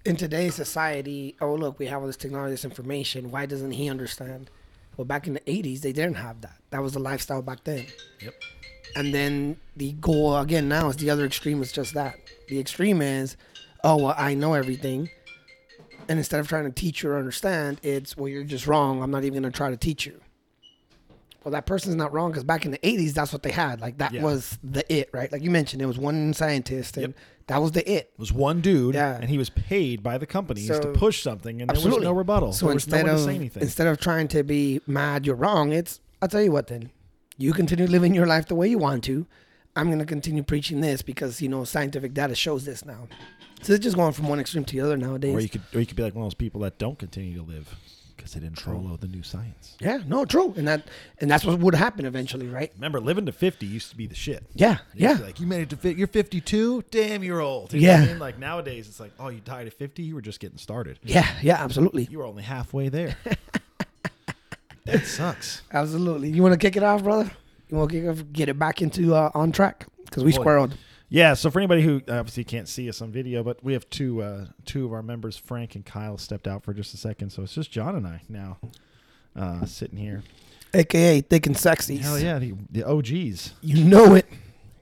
S2: in today's society, oh look, we have all this technology, this information. Why doesn't he understand? Well, back in the '80s, they didn't have that. That was the lifestyle back then.
S1: Yep.
S2: And then the goal again now is the other extreme is just that. The extreme is, oh well, I know everything. And instead of trying to teach you or understand, it's, well, you're just wrong. I'm not even going to try to teach you. Well, that person's not wrong because back in the 80s, that's what they had. Like, that
S1: Yeah.
S2: was the it, right? Like you mentioned, there was one scientist and
S1: Yep.
S2: that was the it.
S1: It was one dude,
S2: Yeah.
S1: and he was paid by the companies to
S2: So-
S1: push something, and
S2: Absolutely.
S1: there was no rebuttal.
S2: So
S1: there was no
S2: instead
S1: one
S2: of
S1: to say anything.
S2: instead of trying to be mad, you're wrong. It's I'll tell you what. Then you continue living your life the way you want to. I'm gonna continue preaching this because you know scientific data shows this now. So it's just going from one extreme to the other nowadays.
S1: or you could, or you could be like one of those people that don't continue to live because they didn't follow the new science.
S2: yeah, no, true, and that and that's what would happen eventually, right?
S1: Remember, living to fifty used to be the shit. It
S2: Yeah,
S1: used to
S2: yeah,
S1: be Like you made it to fit. You're 52. Damn, you're old. You
S2: Yeah.
S1: I mean? Like nowadays, it's like, oh, you died at 50. You were just getting started.
S2: yeah, yeah, absolutely,
S1: You were only halfway there. that sucks.
S2: absolutely. You want to kick it off, brother? You want to kick off, get it back into uh, on track because we
S1: Boy.
S2: squirreled.
S1: Yeah. So for anybody who obviously can't see us on video, but we have two uh, two of our members, Frank and Kyle, stepped out for just a second. So it's just John and I now uh, sitting here.
S2: AKA thick and sexy.
S1: Hell yeah, the, the OGs.
S2: You know it.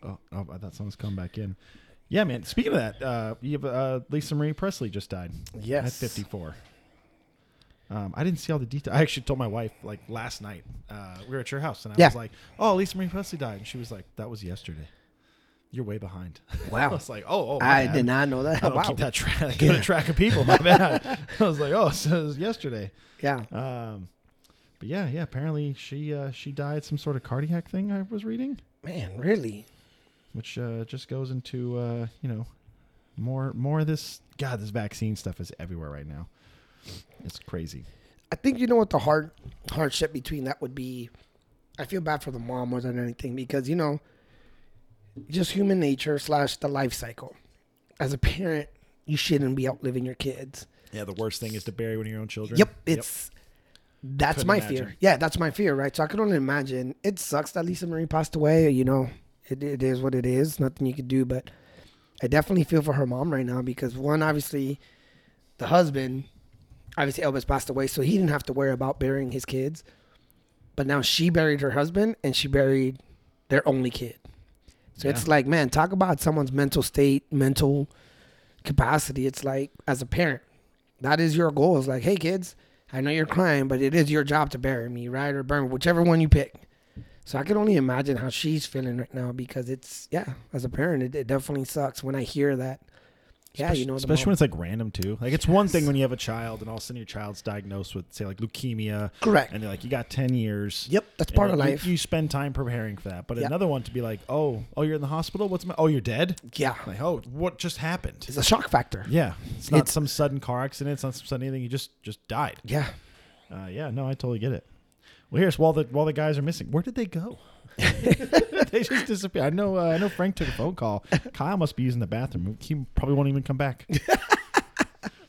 S1: Oh, oh, I thought someone's come back in. Yeah, man. Speaking of that, uh, you have uh, Lisa Marie Presley just died.
S2: Yes.
S1: at 54. Um, I didn't see all the details. I actually told my wife like last night. Uh, we were at your house, and I
S2: Yeah.
S1: was like, "Oh, Lisa Marie Presley died," and she was like, "That was yesterday. You're way behind." I
S2: Wow.
S1: was like, "Oh, oh, my
S2: I
S1: bad.
S2: did not know that.
S1: I don't
S2: wow.
S1: keep that track. I keep track of people. My bad. I was like, "Oh, so it was yesterday."
S2: Yeah.
S1: Um, but yeah, yeah. Apparently, she uh, she died some sort of cardiac thing. I was reading
S2: Man, really?
S1: which uh, just goes into uh, you know more more of this god this vaccine stuff is everywhere right now it's crazy
S2: I think you know what the hard hardship between that would be. I feel bad for the mom more than anything because you know, just human nature slash the life cycle. As a parent, you shouldn't be outliving your kids.
S1: yeah the worst thing is to bury one of your own children
S2: Yep, it's that's
S1: Couldn't
S2: my
S1: imagine.
S2: fear. Yeah, that's my fear, right? So I can only imagine. It sucks that Lisa Marie passed away. You know, it, it is what it is. Nothing you could do. But I definitely feel for her mom right now because one, obviously, the husband, obviously Elvis passed away, so he didn't have to worry about burying his kids. But now she buried her husband and she buried their only kid. So it's like, man, talk about someone's mental state, mental capacity. It's like as a parent, that is your goal. It's like, hey kids, I know you're crying, but it is your job to bury me, right? Or burn me, whichever one you pick. So I can only imagine how she's feeling right now because it's yeah, as a parent, it, it definitely sucks when I hear that. Yeah, you know, the
S1: especially when
S2: mom-
S1: it's like random too like it's one thing when you have a child and all of a sudden your child's diagnosed with say like leukemia
S2: Correct.
S1: and they're like you got 10 years
S2: Yep, that's
S1: And
S2: part of
S1: you-
S2: life.
S1: you, spend time preparing for that but
S2: Yeah.
S1: another one to be like oh oh you're in the hospital what's my oh you're dead
S2: yeah,
S1: like oh what just happened
S2: it's a shock factor.
S1: yeah it's not
S2: It's-
S1: some sudden car accident it's not some sudden anything you just just died
S2: Yeah.
S1: Uh, yeah, no, I totally get it. Well, here's while the while the guys are missing. Where did they go? they just disappeared. I know. Uh, I know. Frank took a phone call. Kyle must be using the bathroom. He probably won't even come back.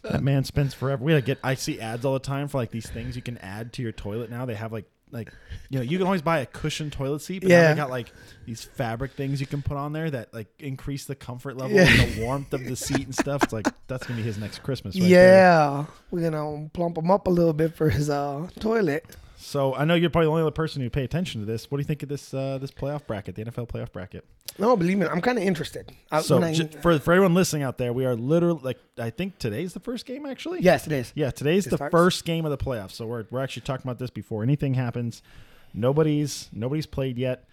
S1: that man spends forever. We gotta get. I see ads all the time for like these things you can add to your toilet now. They have like like you know you can always buy a cushion toilet seat, but now
S2: Yeah.
S1: they got like these fabric things you can put on there that like increase the comfort level and the warmth of the seat and stuff. It's like that's gonna be his next Christmas. Right there.
S2: yeah, we're gonna plump him up a little bit for his uh, toilet.
S1: So I know you're probably the only other person who pay attention to this. What do you think of this uh, this playoff bracket, the NFL playoff bracket?
S2: No, believe me, I'm kind of interested. I,
S1: so
S2: Uh, when I-
S1: ju- for for everyone listening out there, we are literally like I think today's the first game actually.
S2: yes, it is.
S1: yeah, today's
S2: It
S1: the
S2: starts?
S1: first game of the playoffs. So we're we're actually talking about this before anything happens. Nobody's nobody's played yet.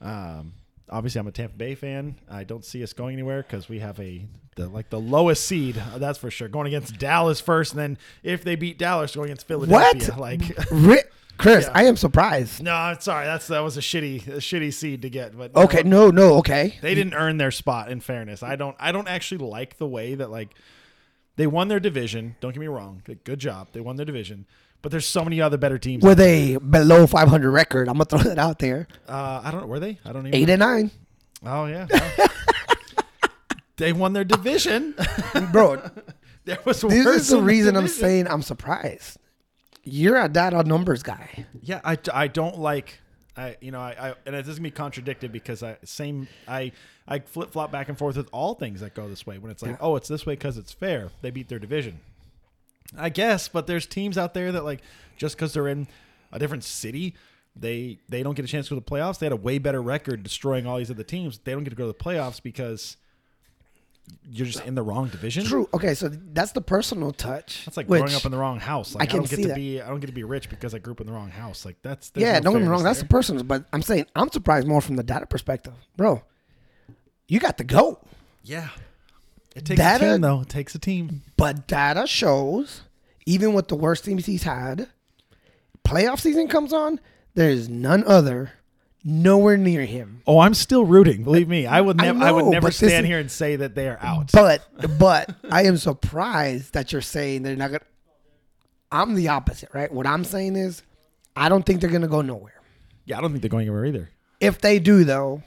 S1: Um, obviously, I'm a Tampa Bay fan. I don't see us going anywhere because we have a the, like the lowest seed. That's for sure. Going against Dallas first, and then if they beat Dallas, going against Philadelphia. Like
S2: Ri- Chris,
S1: Yeah.
S2: I am surprised.
S1: No, I'm sorry. That's that was a shitty a shitty seed to get. But
S2: Okay, no, no, okay.
S1: they didn't earn their spot. In fairness, I don't I don't actually like the way that like they won their division. Don't get me wrong. Good- Good job. They won their division. But there's so many other better teams.
S2: With a below 500 record, I'm gonna throw that out there.
S1: Uh, I don't know. Were they? I don't even.
S2: Eight and nine,
S1: Oh yeah. Well, they won their division.
S2: bro.
S1: there was
S2: This
S1: worse
S2: is the
S1: in
S2: reason I'm
S1: division.
S2: saying I'm surprised. You're a data numbers guy.
S1: Yeah, I, I don't like I you know I, I and this is gonna be contradicted because I same I I flip flop back and forth with all things that go this way when it's like oh it's this way because it's fair they beat their division I guess but there's teams out there that like just because they're in a different city they they don't get a chance to go to the playoffs they had a way better record destroying all these other teams they don't get to go to the playoffs because you're just in the wrong division.
S2: True. Okay, so that's the personal touch.
S1: That's like
S2: which,
S1: growing up in the wrong house. Like,
S2: I
S1: I,
S2: can
S1: don't get
S2: see
S1: to
S2: that.
S1: be I don't get to be rich because I grew up in the wrong house. Like that's there's
S2: yeah,
S1: no
S2: don't get me wrong.
S1: fairness
S2: That's the personal, but I'm saying I'm surprised more from the data perspective, bro. You got the goat.
S1: there. yeah. It takes
S2: That
S1: a team
S2: a-
S1: though. It takes a team.
S2: But data shows, even with the worst teams he's had, playoff season comes on, there's none other nowhere near him.
S1: Oh, I'm still rooting. Believe me, I would
S2: I
S1: never I, would
S2: know,
S1: never
S2: but this
S1: stand
S2: is-
S1: here and say that they are out.
S2: But but I am surprised that you're saying they're not gonna I'm the opposite, right? What I'm saying is I don't think they're gonna go nowhere.
S1: yeah, I don't think they're going anywhere either.
S2: If they do though,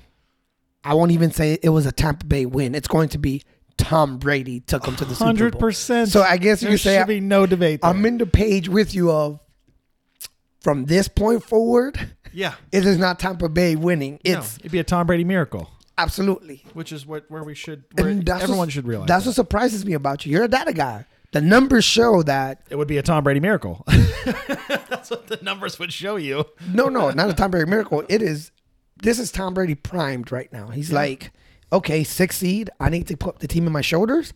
S2: I won't even say it was a Tampa Bay win. It's going to be Tom Brady took them to the Super
S1: Hundred
S2: Bowl.
S1: percent.
S2: So I guess you
S1: there
S2: could say
S1: should be no debate. there.
S2: I'm in the page with you of from this point forward,
S1: yeah,
S2: it is not Tampa Bay winning.
S1: no,
S2: It's
S1: it'd be a Tom Brady miracle,
S2: absolutely.
S1: which is what where we should. Where
S2: And that's
S1: everyone
S2: what,
S1: should realize
S2: That's
S1: that.
S2: what surprises me about you. You're a data guy. The numbers show that
S1: it would be a Tom Brady miracle. that's what the numbers would show you.
S2: no, no, not a Tom Brady miracle. It is this is Tom Brady primed right now. He's like, okay, six seed. I need to put the team in my shoulders.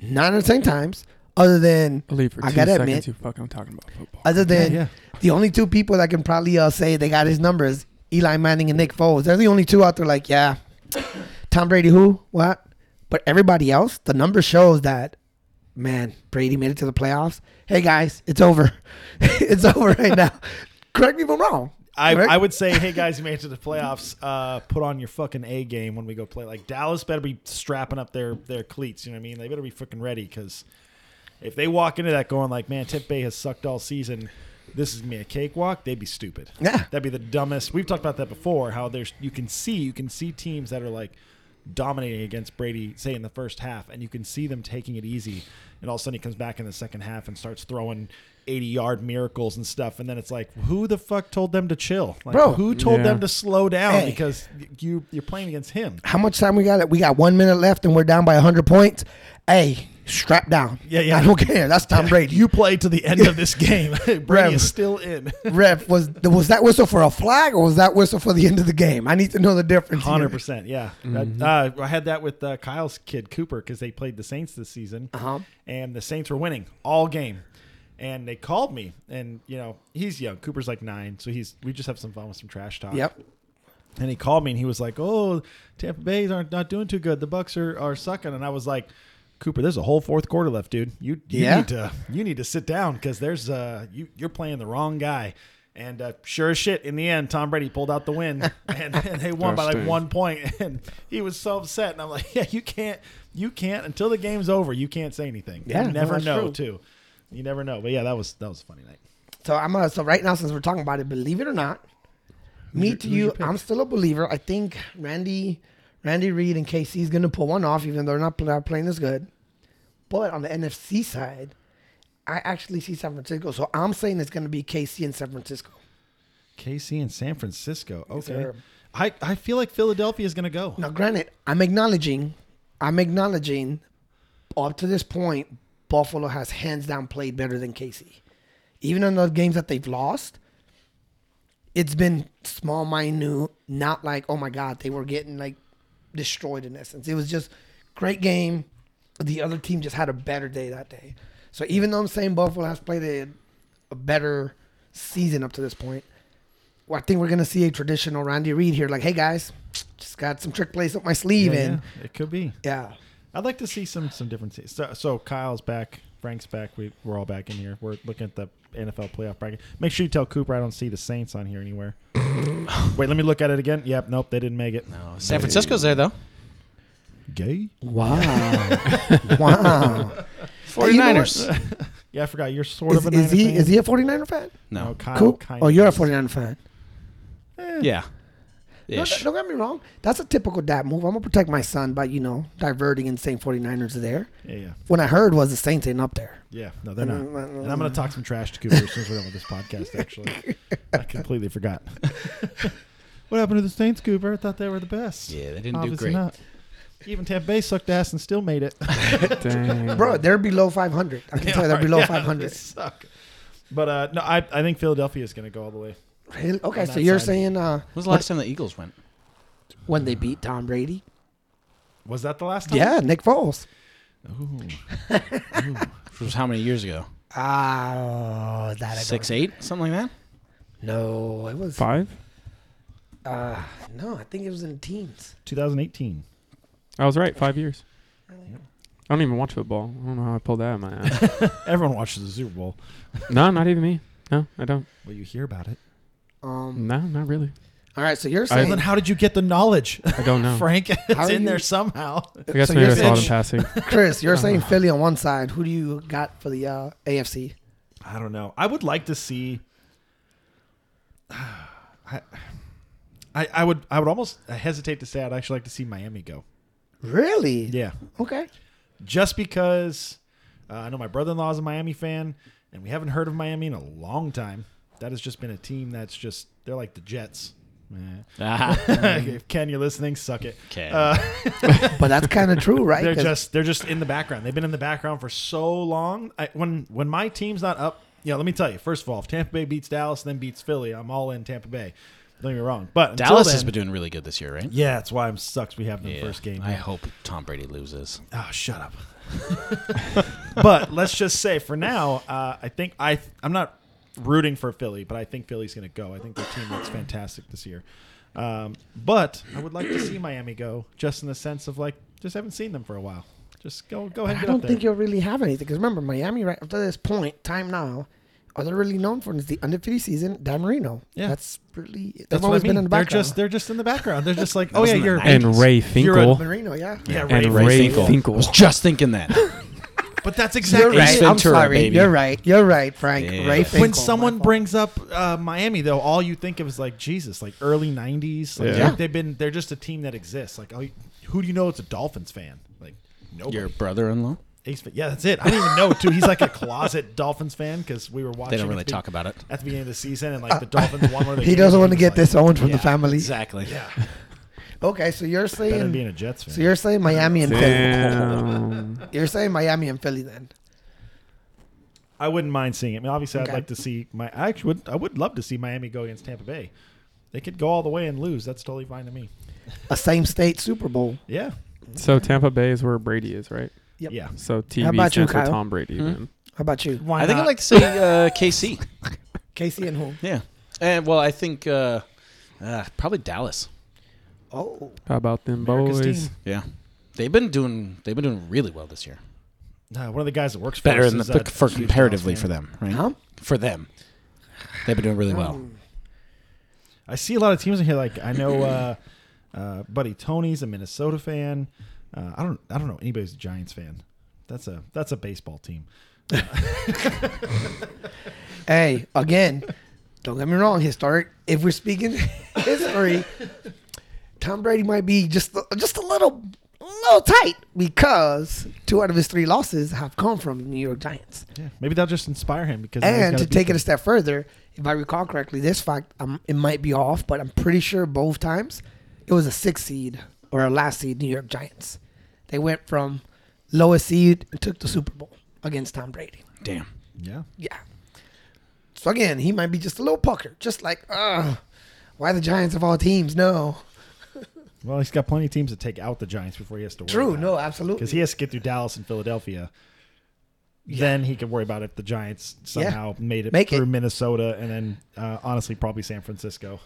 S2: Nine out of ten times, other than
S5: Leave for two
S2: I gotta
S5: seconds.
S2: admit,
S5: You fuck, I'm talking about football.
S2: other than
S1: yeah.
S2: the only two people that can probably uh, say they got his numbers, Eli Manning and Nick Foles. They're the only two out there. Like, yeah, Tom Brady, who, what? But everybody else, the number shows that. Man, Brady made it to the playoffs. Hey guys, it's over. it's over right now. Correct me if I'm wrong.
S1: I,
S2: Correct?
S1: I would say, hey guys, you made it to the playoffs. Uh, put on your fucking A game when we go play. Like Dallas better be strapping up their their cleats. You know what I mean? They better be fucking ready because if they walk into that going like, man, Tip Bay has sucked all season. This is gonna be a cakewalk. They'd be stupid.
S2: Yeah.
S1: that'd be the dumbest. We've talked about that before. How there's you can see you can see teams that are like dominating against Brady, say in the first half, and you can see them taking it easy, and all of a sudden he comes back in the second half and starts throwing. 80 yard miracles and stuff and then it's like who the fuck told them to chill like
S2: Bro.
S1: who told
S5: Yeah.
S1: them to slow down
S2: Hey.
S1: because you you're playing against him
S2: How much time we got? We got one minute left, and we're down by 100 points. Hey, strap down.
S1: Yeah, yeah.
S2: I don't care. That's Tom Brady.
S1: you play to the end of this game Brady
S2: Rev.
S1: is still in
S2: Ref, was was that whistle for a flag or was that whistle for the end of the game? I need to know the difference. here.
S1: Hundred percent, yeah. That- uh, I had that with uh, Kyle's kid Cooper because they played the Saints this season,
S2: Uh-huh.
S1: and the Saints were winning all game. And they called me, and you know he's young. Cooper's like nine, so he's we just have some fun with some trash talk.
S2: Yep.
S1: And he called me, and he was like, "Oh, Tampa Bay's aren't not doing too good. The Bucks are are sucking." And I was like. Cooper, there's a whole fourth quarter left, dude. You, you
S2: Yeah.
S1: need to you need to sit down because there's uh you you're playing the wrong guy, and uh, sure as shit in the end, Tom Brady pulled out the win, and, and they won by like
S5: Dusty.
S1: one point, and he was so upset. And I'm like, yeah, you can't, you can't until the game's over. You can't say anything.
S2: Yeah,
S1: you
S2: no,
S1: never
S2: that's
S1: know
S2: true.
S1: too. You never know. But yeah, that was that was a funny night.
S2: So I'm uh, so right now since we're talking about it, believe it or not, me to you, I'm still a believer. I think Randy, Randy Reed and KC is going to pull one off, even though they're not, pl- not playing as good. But on the NFC side, I actually see San Francisco. So I'm saying it's going to be KC and San Francisco.
S1: KC and San Francisco. Okay,
S2: sir.
S1: I I feel like Philadelphia is gonna go.
S2: Now, granted, I'm acknowledging, I'm acknowledging, up to this point, Buffalo has hands down played better than Casey. Even in the games that they've lost, it's been small, minute, not like, oh my God, they were getting like destroyed in essence. It was just great game. The other team just had a better day that day. So even though I'm saying Buffalo has played a, a better season up to this point, well, I think we're gonna see a traditional Randy Reed here. Like, hey guys, just got some trick plays up my sleeve,
S1: Yeah,
S2: and
S1: yeah, it could be.
S2: yeah,
S1: I'd like to see some some differences. So, so Kyle's back, Frank's back. We we're all back in here. We're looking at the NFL playoff bracket. Make sure you tell Cooper I don't see the Saints on here anywhere. Wait, let me look at it again. Yep, nope, they didn't make it. No,
S4: San Francisco's there though.
S1: gay.
S2: wow, wow. Hey, you know
S4: 49ers.
S1: Yeah, I forgot. You're sort of
S2: Is,
S1: a
S2: is
S1: Niner
S2: he
S1: fan.
S2: is he a 49er fan?
S1: No,
S4: no.
S1: Kyle
S2: Cool.
S1: kind
S2: Oh,
S1: of
S2: you're a
S1: is. Eh,
S2: 49er fan.
S4: Yeah.
S2: No,
S4: Ish.
S2: don't get me wrong. That's a typical dad move. I'm gonna protect my son by you know diverting and saying 49ers are there.
S1: Yeah, yeah,
S2: When I heard was the Saints ain't up there.
S1: yeah. No, they're not. And I'm gonna talk some trash to Cooper as soon as we're done with this podcast. Actually, I completely forgot. what happened to the Saints, Cooper? I thought they were the best.
S4: Yeah, they didn't do
S1: Obviously
S4: great.
S1: not. Even Tampa Bay sucked ass and still made it.
S5: Dang.
S2: Bro, they're below 500. I can tell you they're below
S1: Yeah,
S2: 500.
S1: they suck. But uh, no, I, I think Philadelphia is going to go all the way.
S2: Really? Okay,
S1: On
S2: so
S1: that
S2: you're
S1: side.
S2: saying uh,
S4: When's the last time the Eagles went?
S2: when they beat Tom Brady,
S1: Was that the last time?
S6: Yeah, Nick Foles.
S4: Which was how many years ago?
S2: oh,
S6: Ah, that I don't-
S4: Six, eight, something like that.
S6: No, it was.
S5: Five?
S6: Uh, no, I think it was in the teens.
S1: 2018.
S5: I was right. Five years. I don't even watch football. I don't know how I pulled that out of my ass.
S1: Everyone watches the Super Bowl.
S5: no, not even me. No, I don't.
S1: Well, you hear about it.
S6: Um.
S5: No, not really.
S2: All right, so you're
S1: Well,
S2: saying
S1: then how did you get the knowledge,
S5: I don't know.
S1: Frank? It's
S2: do
S1: in there
S2: Um, you-
S1: somehow.
S5: I guess
S2: so
S5: maybe
S2: you're
S5: I saw it in
S2: saying-
S5: passing.
S2: Chris, you're saying Philly on one side. Who do you got for the uh, AFC?
S1: I don't know. I would like to see. I, I, I would, I would almost hesitate to say I'd actually like to see Miami go.
S2: Really?
S1: Yeah,
S2: Okay.
S1: just because uh, I know my brother-in-law is a Miami fan, and we haven't heard of Miami in a long time. That has just been a team that's just they're like the Jets. Eh.
S4: Ah,
S1: if Ken, you're listening, suck it.
S4: okay.
S2: But that's kind of true, right?
S1: They're
S2: 'Cause
S1: just they're just in the background. They've been in the background for so long. I, when when my team's not up, yeah. Let me tell you. First of all, if Tampa Bay beats Dallas, then beats Philly, I'm all in Tampa Bay. Don't get me wrong, but until
S4: Dallas has
S1: then-
S4: been doing really good this year, right?
S1: Yeah, that's why I'm sucks. We have them first game.
S4: I hope Tom Brady loses.
S1: Oh, shut up. but let's just say for now, uh, I think I I'm not rooting for Philly, but I think Philly's going to go. I think their team looks fantastic this year. Um, but I would like to see Miami go, just in the sense of like just haven't seen them for a while. Just go go ahead. And
S2: I
S1: get
S2: don't
S1: up
S2: think
S1: there.
S2: you'll really have anything because remember, Miami right up to this point, time now, all they're really known for is the undefeated season. Dan Marino.
S1: Yeah.
S2: that's really they've
S1: That's what
S2: always
S1: I mean.
S2: been in the
S1: they're
S2: background.
S1: just they're just in the background. They're just like,
S4: That
S1: oh
S4: was
S1: yeah,
S4: in the
S1: you're
S4: 90s.
S5: And Ray
S1: You're a-
S5: Finkel.
S2: Marino, yeah.
S1: yeah, Ray,
S5: and Ray
S1: Finkel.
S5: Finkel.
S4: I was just thinking that.
S1: But that's
S2: You're
S1: exactly
S2: right. I'm
S4: Ventura,
S2: sorry.
S4: baby.
S2: You're right. You're right, Frank.
S4: Yeah.
S2: Ray
S4: When
S2: Finkel,
S1: when
S2: my
S1: someone
S2: fault.
S1: brings up uh, Miami, though, all you think of is like Jesus, like early '90s. Like,
S5: Yeah.
S1: like, they've been they're just a team that exists. Like, oh, who do you know? It's a Dolphins fan. Like nobody.
S4: Your brother-in-law?
S1: Ace fan. Yeah, that's it. I didn't even know too. He's like a closet Dolphins fan because we were watching.
S4: They don't really
S1: at the,
S4: talk about it.
S1: at the beginning of the season, and like the Dolphins won. One of the
S6: He
S1: games,
S6: doesn't
S1: and
S6: want to
S1: was
S6: get
S1: like,
S6: disowned from the family.
S4: Exactly. Yeah.
S2: Okay, so you're
S1: Better than being
S2: saying
S1: a Jets fan.
S2: so you're saying Miami and Philly.
S5: Damn.
S2: You're saying Miami and Philly then.
S1: I wouldn't mind seeing it. I mean, obviously,
S2: Okay.
S1: I'd like to see my. I actually would. I would love to see Miami go against Tampa Bay. They could go all the way and lose. That's totally fine to me.
S2: A same state Super Bowl.
S1: Yeah.
S5: so Tampa Bay is where Brady is, right?
S2: Yep.
S1: Yeah.
S5: So
S2: How
S5: TV
S2: about
S5: stands
S2: you,
S5: for
S2: Kyle? Hmm?
S5: Tom Brady. Then.
S2: How about you?
S1: Why
S4: I think
S1: not?
S4: I'd like to say uh, KC.
S2: KC and who?
S4: Yeah. And well, I think uh, uh, probably Dallas.
S2: Oh,
S5: How about them
S1: America's
S5: boys?
S1: team.
S4: Yeah. They've been doing they've been doing really well this year.
S1: Uh, one of the guys that works for
S4: Better
S1: us
S4: than
S1: is,
S4: the,
S1: uh,
S4: for
S1: huge
S4: comparatively
S1: Dallas
S4: for
S1: fan.
S4: them, right?
S2: Huh?
S4: For them. They've been doing really well.
S1: I see a lot of teams in here. Like I know, uh, uh, buddy Tony's a Minnesota fan. Uh, I don't. I don't know anybody's a Giants fan. That's a that's a baseball team.
S2: hey, again, don't get me wrong. Historic. If we're speaking history, Tom Brady might be just just a little little tight because two out of his three losses have come from the New York Giants.
S1: Yeah, maybe that'll just inspire him because now he's
S2: And
S1: gotta
S2: to
S1: beat
S2: take it
S1: them.
S2: a step further, if I recall correctly, this fact um, it might be off, but I'm pretty sure both times it was a six seed or a last seed New York Giants. They went from lowest seed and took the Super Bowl against Tom Brady.
S4: Damn.
S1: yeah,
S2: Yeah. So again, he might be just a little pucker, just like, uh, why the Giants of all teams? No,
S1: well, he's got plenty of teams to take out the Giants before he has to. Worry
S2: true,
S1: about
S2: no,
S1: it.
S2: absolutely.
S1: because he has to get through Dallas and Philadelphia. Then he can worry about if the Giants somehow made it
S2: Make
S1: through
S2: it.
S1: Minnesota and then uh, honestly probably San Francisco.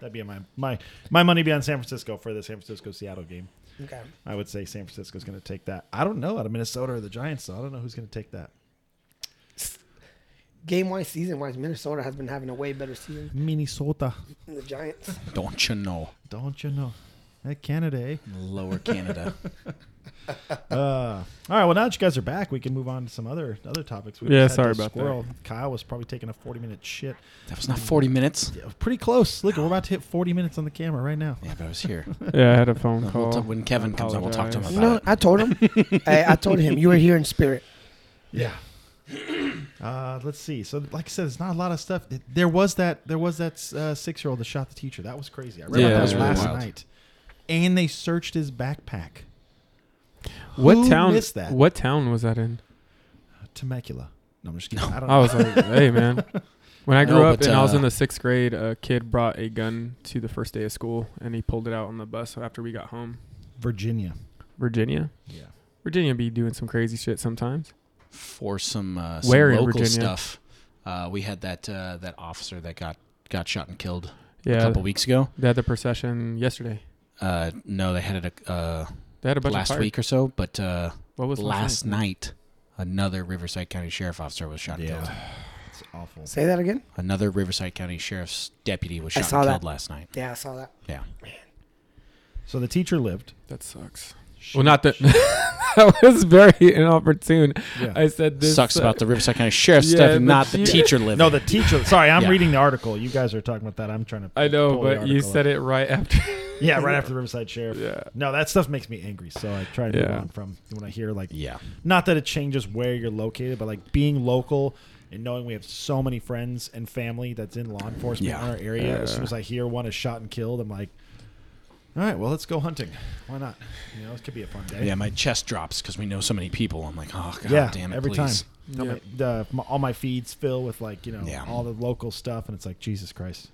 S1: That'd be my my my money be on San Francisco for the San Francisco Seattle game.
S2: okay.
S1: I would say San Francisco's going to take that. I don't know out of Minnesota or the Giants, so I don't know who's going to take that.
S2: Game wise, season wise, Minnesota has been having a way better season
S1: Minnesota,
S2: than the Giants.
S4: Don't you know?
S1: don't you know? At Canada, eh?
S4: Lower Canada.
S1: Uh, All right, well, now that you guys are back, we can move on to some other other topics. We
S5: Yeah,
S1: just had
S5: sorry
S1: the
S5: about that.
S1: Kyle was probably taking a 40 minute shit.
S4: that was not 40 minutes.
S1: Yeah, pretty close. Look, we're about to hit 40 minutes on the camera right now.
S4: Yeah, but I was here.
S5: Yeah, I had a phone
S4: We'll
S5: call.
S4: talk- when Kevin comes on, we'll talk to him about
S2: No,
S4: it.
S2: I told him. I, I told him you were here in spirit.
S1: Yeah. Uh, let's see. So, like I said, it's not a lot of stuff. Th- There was that. There was that uh, six-year-old that shot the teacher. That was crazy. I read
S5: Yeah,
S1: about that
S5: that was really
S1: last
S4: wild.
S1: night. And they searched his backpack.
S5: What
S1: Who
S5: town?
S1: missed that?
S5: What town was that in?
S1: Temecula. No, I'm just kidding. I don't
S5: I was like, hey man. When I
S4: No,
S5: grew up
S4: but,
S5: and I was
S4: uh,
S5: in the sixth grade, a kid brought a gun to the first day of school and he pulled it out on the bus after we got home.
S1: Virginia.
S5: Virginia.
S1: Yeah.
S5: Virginia be doing some crazy shit sometimes.
S4: for some, uh, some
S5: Where in
S4: local
S5: Virginia?
S4: stuff. Uh, we had that uh, that officer that got got shot and killed a
S5: Yeah,
S4: couple weeks ago.
S5: they had the procession yesterday.
S4: Uh, no, they had it uh,
S5: They had a bunch of
S4: last
S5: fire-
S4: week or so, but uh,
S5: What was
S4: last night another Riverside County sheriff officer was shot and
S1: Yeah.
S4: killed.
S1: It's awful.
S2: Say that again.
S4: Another Riverside County sheriff's deputy was
S2: I
S4: shot and
S2: saw
S4: killed
S2: that.
S4: last night.
S2: Yeah, I saw that.
S4: Yeah,
S1: So the teacher lived.
S5: That sucks. Well, not that. that was very inopportune.
S1: Yeah.
S5: I said this
S4: sucks
S5: uh,
S4: about the Riverside County sheriff's
S5: Yeah,
S4: stuff and
S5: but
S4: not the
S5: you-
S4: teacher living.
S1: No, the teacher. Sorry, I'm
S4: Yeah.
S1: reading the article. You guys are talking about that. I'm trying to.
S5: I know,
S1: pull the
S5: but you
S1: article
S5: said it right after.
S1: up. Yeah, right after the Riverside Sheriff.
S5: yeah.
S1: No, that stuff makes me angry. So I try to move
S5: Yeah.
S1: on from when I hear like,
S4: yeah,
S1: not that it changes where you're located, but like being local and knowing we have so many friends and family that's in law enforcement
S4: Yeah.
S1: in our area. as soon as I hear one is shot and killed, I'm like, all right, well, let's go hunting. Why not? You know, this could be a fun day.
S4: yeah. My chest drops because we know so many people. I'm like, oh god,
S1: yeah,
S4: damn it,
S1: every
S4: please.
S1: time. Tell me- the- my- all my feeds fill with like you know
S4: Yeah.
S1: all the local stuff, and it's like Jesus Christ.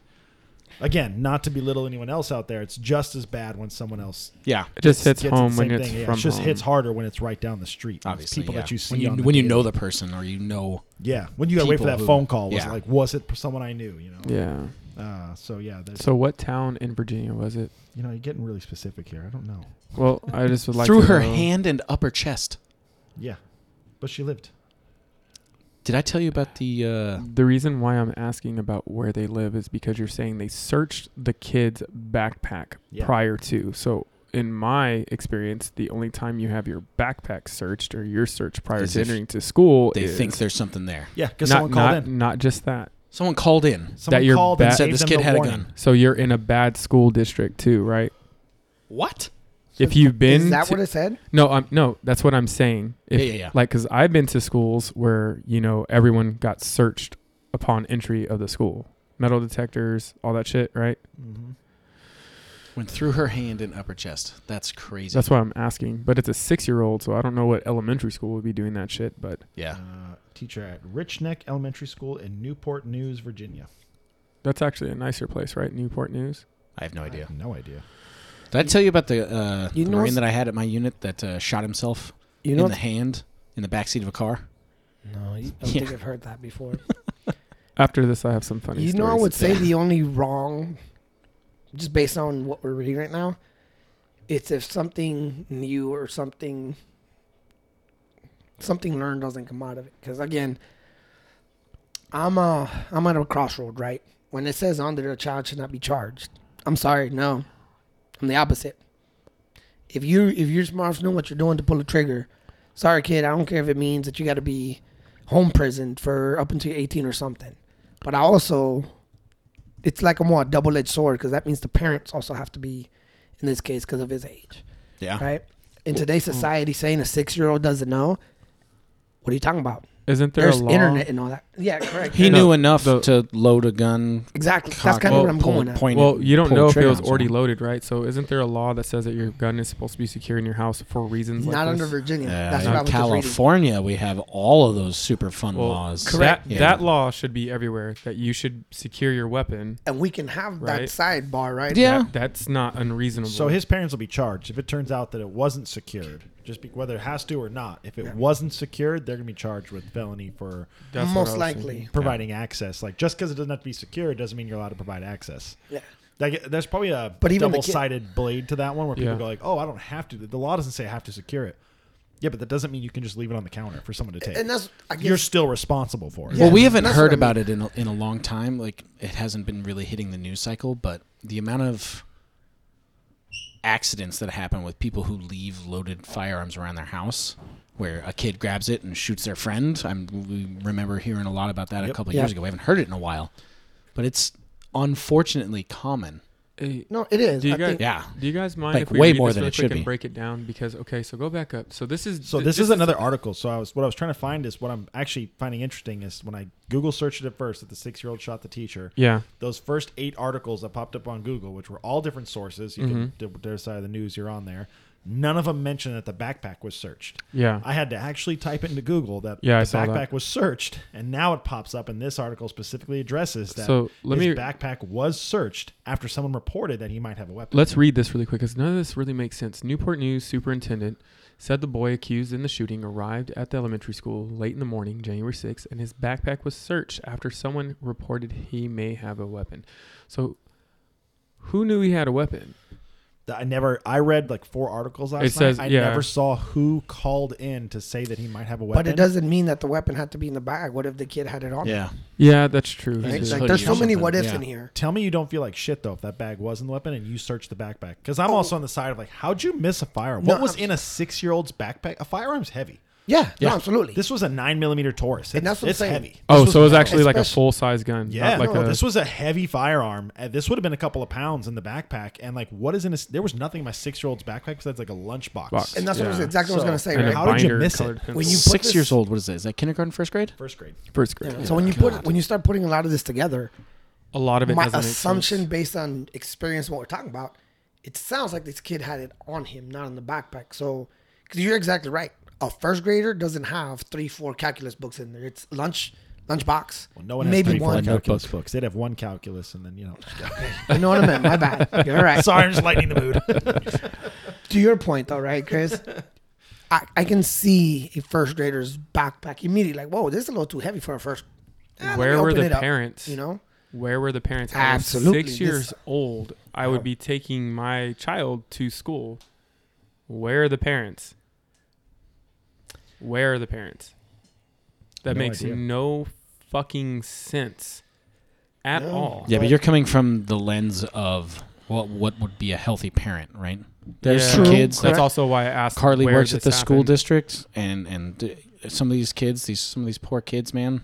S1: Again, not to belittle anyone else out there, it's just as bad when someone else
S4: Yeah,
S5: It just hits
S1: gets the
S5: home when
S1: same
S5: it's
S1: thing. Yeah,
S5: from
S1: it just
S5: home.
S1: hits harder when it's right down the street. It's
S4: obviously.
S1: people
S4: yeah.
S1: that you see
S4: when you
S1: on the
S4: when you
S1: daily.
S4: know the person or you know
S1: Yeah, when you got to wait for
S4: people
S1: that
S4: who-
S1: phone call, was
S4: yeah.
S1: it like was it someone I knew? You know.
S5: Yeah.
S1: Uh, so yeah, there's,
S5: So what town in Virginia was it?
S1: you know, you're getting really specific here. I don't know.
S5: Well, I just would like
S4: through
S5: to
S4: her
S5: know-
S4: hand and upper chest.
S1: Yeah, but she lived.
S4: Did I tell you about the? Uh,
S5: The reason why I'm asking about where they live is because you're saying they searched the kid's backpack
S1: Yeah.
S5: prior to. So, in my experience, the only time you have your backpack searched or your search prior
S4: Is
S5: to
S4: if
S5: entering to school
S4: they
S5: is
S4: think there's something there.
S1: Yeah, because
S5: not,
S1: someone called
S5: not,
S1: in.
S5: not just that.
S4: Someone called in.
S1: Someone
S5: your
S1: called and
S5: bat-
S4: Said
S1: gave
S4: this
S1: them
S4: kid
S1: the
S4: had a
S1: warning.
S4: gun.
S5: So, you're in a bad school district too, right?
S4: What?
S5: if you've been
S2: Is that
S5: to-
S2: what it said?
S5: No, I'm no. That's what I'm saying. If,
S4: Yeah, yeah, yeah.
S5: Like, cause I've been to schools where you know everyone got searched upon entry of the school, metal detectors, all that shit, right?
S1: Mm-hmm.
S4: Went through her hand and upper chest. That's crazy.
S5: That's what I'm asking. But it's a six-year-old, so I don't know what elementary school would be doing that shit. But
S4: yeah.
S1: Uh, teacher at Rich Neck Elementary School in Newport News, Virginia.
S5: that's actually a nicer place, right? Newport News.
S4: I have no
S1: I
S4: idea.
S1: have no idea.
S4: Did I tell you about the, uh,
S2: You
S4: the
S2: know
S4: Marine
S2: what's-
S4: that I had at my unit that uh, shot himself
S2: You know.
S4: in the hand in the backseat of a car?
S2: no, you, I don't think I've heard that before.
S5: After this, I have some funny.
S2: you know, I
S5: stories.
S2: would say the only wrong, just based on what we're reading right now, it's if something new or something something learned doesn't come out of it. Because again, I'm uh I'm at a crossroad, right? When it says on there a child should not be charged, I'm sorry, no, I'm the opposite. If you if you're smart enough to know what you're doing to pull a trigger, sorry kid, I don't care if it means that you got to be home prison for up until you're 18 or something. But I also, it's like a more double edged sword because that means the parents also have to be, in this case, because of his age,
S4: Yeah.
S2: right? In
S4: Mm.
S2: today's society, saying a six year old doesn't know, what are you talking about?
S5: Isn't there
S2: There's
S5: a law?
S2: internet and all that. Yeah, correct.
S4: He
S5: No,
S4: knew enough
S5: the-
S4: to load a gun.
S2: exactly. That's
S4: cock
S2: kind
S4: it,
S2: of what I'm
S4: pull-
S2: going at.
S4: point it,
S5: Well, you don't
S4: pull
S5: know
S4: the
S5: if it
S4: trigger
S5: was
S4: on
S5: already
S4: someone.
S5: loaded, right? So, isn't there a law that says that your gun is supposed to be secure in your house for reasons like
S2: Not under
S5: this?
S2: Virginia.
S4: Uh,
S2: That's
S4: in
S2: what I was just reading.
S4: California, we have all of those super fun
S5: Well,
S4: laws.
S5: That,
S4: Yeah.
S5: that law should be everywhere. That you should secure your weapon.
S2: And we can have
S5: Right.
S2: that sidebar, right?
S4: Yeah.
S5: That- that's not unreasonable.
S1: So his parents will be charged if it turns out that it wasn't secured. Just be, whether it has to or not, if it wasn't secured, they're gonna be charged with felony for
S5: That's what I
S2: Most
S5: was
S2: likely.
S5: thinking.
S1: providing access. Like just because it doesn't have to be secured doesn't mean you're allowed to provide access.
S2: Yeah.
S1: Like, there's probably a
S2: But even the kid-
S1: double-sided blade to that one where people
S5: Yeah.
S1: go like, "Oh, I don't have to." The law doesn't say I have to secure it. Yeah, but that doesn't mean you can just leave it on the counter for someone to take.
S2: And that's, I guess,
S1: you're still responsible for it.
S4: Well, we haven't
S2: that's what
S4: heard
S2: I mean.
S4: about it in a, in a long time. Like it hasn't been really hitting the news cycle, but the amount of accidents that happen with people who leave loaded firearms around their house, where a kid grabs it and shoots their friend. I'm, we remember hearing a lot about that a couple of years ago. We haven't heard it in a while, but it's unfortunately common.
S5: Hey,
S2: no, it is.
S5: Do you
S2: I
S5: guys-
S2: think-
S4: Yeah,
S5: do you guys mind
S4: Like,
S5: if we
S4: way
S5: read
S4: more
S5: this
S4: than
S5: real
S4: it
S5: quick
S4: should
S5: and
S4: be.
S5: break it down? Because okay, so go back up. So this is
S1: So
S5: th-
S1: this is another article. So I was what I was trying to find is what I'm actually finding interesting is when I Google searched it at first that the six year old shot the teacher.
S5: yeah.
S1: Those first
S5: Mm-hmm.
S1: eight articles that popped up on Google, which were all different sources, you can d- decide the news you're on there. None of them mentioned that the backpack was searched.
S5: Yeah.
S1: I had to actually type into Google that
S5: Yeah, I
S1: the
S5: saw
S1: backpack
S5: that.
S1: was searched, and now it pops up. And this article specifically addresses that
S5: So, let
S1: his
S5: me-
S1: backpack was searched after someone reported that he might have a weapon.
S5: Let's read this really quick because none of this really makes sense. Newport News superintendent said the boy accused in the shooting arrived at the elementary school late in the morning, January 6th, and his backpack was searched after someone reported he may have a weapon. So, who knew he had a weapon?
S1: That I never. I read like four articles last night.
S5: says-
S1: I
S5: yeah.
S1: never saw who called in to say that he might have a weapon.
S2: But it doesn't mean that the weapon had to be in the bag. What if the kid had it on?
S4: Yeah.
S5: Yeah, that's true.
S4: Right?
S2: Right?
S4: His
S2: Like,
S4: hoodie
S2: there's
S4: or
S2: so many
S4: something,
S2: what ifs
S4: yeah.
S2: in here.
S1: Tell me you don't feel like shit though if that bag wasn't the weapon and you searched the backpack. Because I'm also on the side of like, how'd you miss a firearm? What
S2: Oh. No,
S1: was
S2: I'm-
S1: in a six year old's backpack? A firearm's heavy.
S2: Yeah, no, absolutely.
S1: This was a nine millimeter Taurus. It's,
S2: And that's what I'm
S1: it's
S2: saying.
S1: heavy.
S5: Oh, so it was actually like a
S2: Especially-
S5: full size gun.
S1: Yeah,
S5: not like
S1: no,
S5: a,
S1: this was a heavy firearm. Uh, This would have been a couple of pounds in the backpack, and like, what is in a? There was nothing in my six-year-old's backpack besides like a lunchbox.
S5: Box.
S2: and that's what I was
S5: Yeah.
S2: exactly what I was
S1: So-
S2: gonna say.
S5: and
S2: Right?
S5: a
S1: How did you
S5: binder
S1: miss it?
S5: colored pencil.
S2: When you put
S4: Six
S2: this-
S4: years old. What is that? Is that kindergarten, first grade?
S1: First grade.
S5: first grade.
S2: so when you put when you start putting a lot of this together,
S5: A lot of it
S2: my
S5: doesn't make
S2: assumption
S5: sense.
S2: based on experience what we're talking about it sounds like this kid had it on him not in the backpack so because you're exactly right a first grader doesn't have three four calculus books in there it's lunch lunch box
S1: Well, no one has
S2: maybe
S1: three full
S2: one
S1: calculus books. They'd have one calculus, and then you know.
S2: you know what i meant my bad you're right
S1: Sorry, I'm just lightening the mood.
S2: to your point though right chris I, I can see a first grader's backpack immediately like whoa this is a little too heavy for a first Eh, let
S5: Where
S2: me
S5: were
S2: open
S5: the
S2: it up,
S5: parents?
S2: you know
S5: Where were the parents? I was
S2: Absolutely,
S5: Six
S2: this-
S5: years old, I would be taking my child to school. Where are the parents? Where are the parents? That
S1: No
S5: makes
S1: idea.
S5: no fucking sense at all.
S4: Yeah, but you're coming from the lens of what what would be a healthy parent, right? There's
S5: Yeah.
S4: some
S2: True,
S4: kids.
S5: That's
S4: That's all.
S5: also why I asked.
S4: Carly
S5: where
S4: works at
S5: this
S4: the school
S5: happened.
S4: district, and and d- some of these kids, these some of these poor kids, man.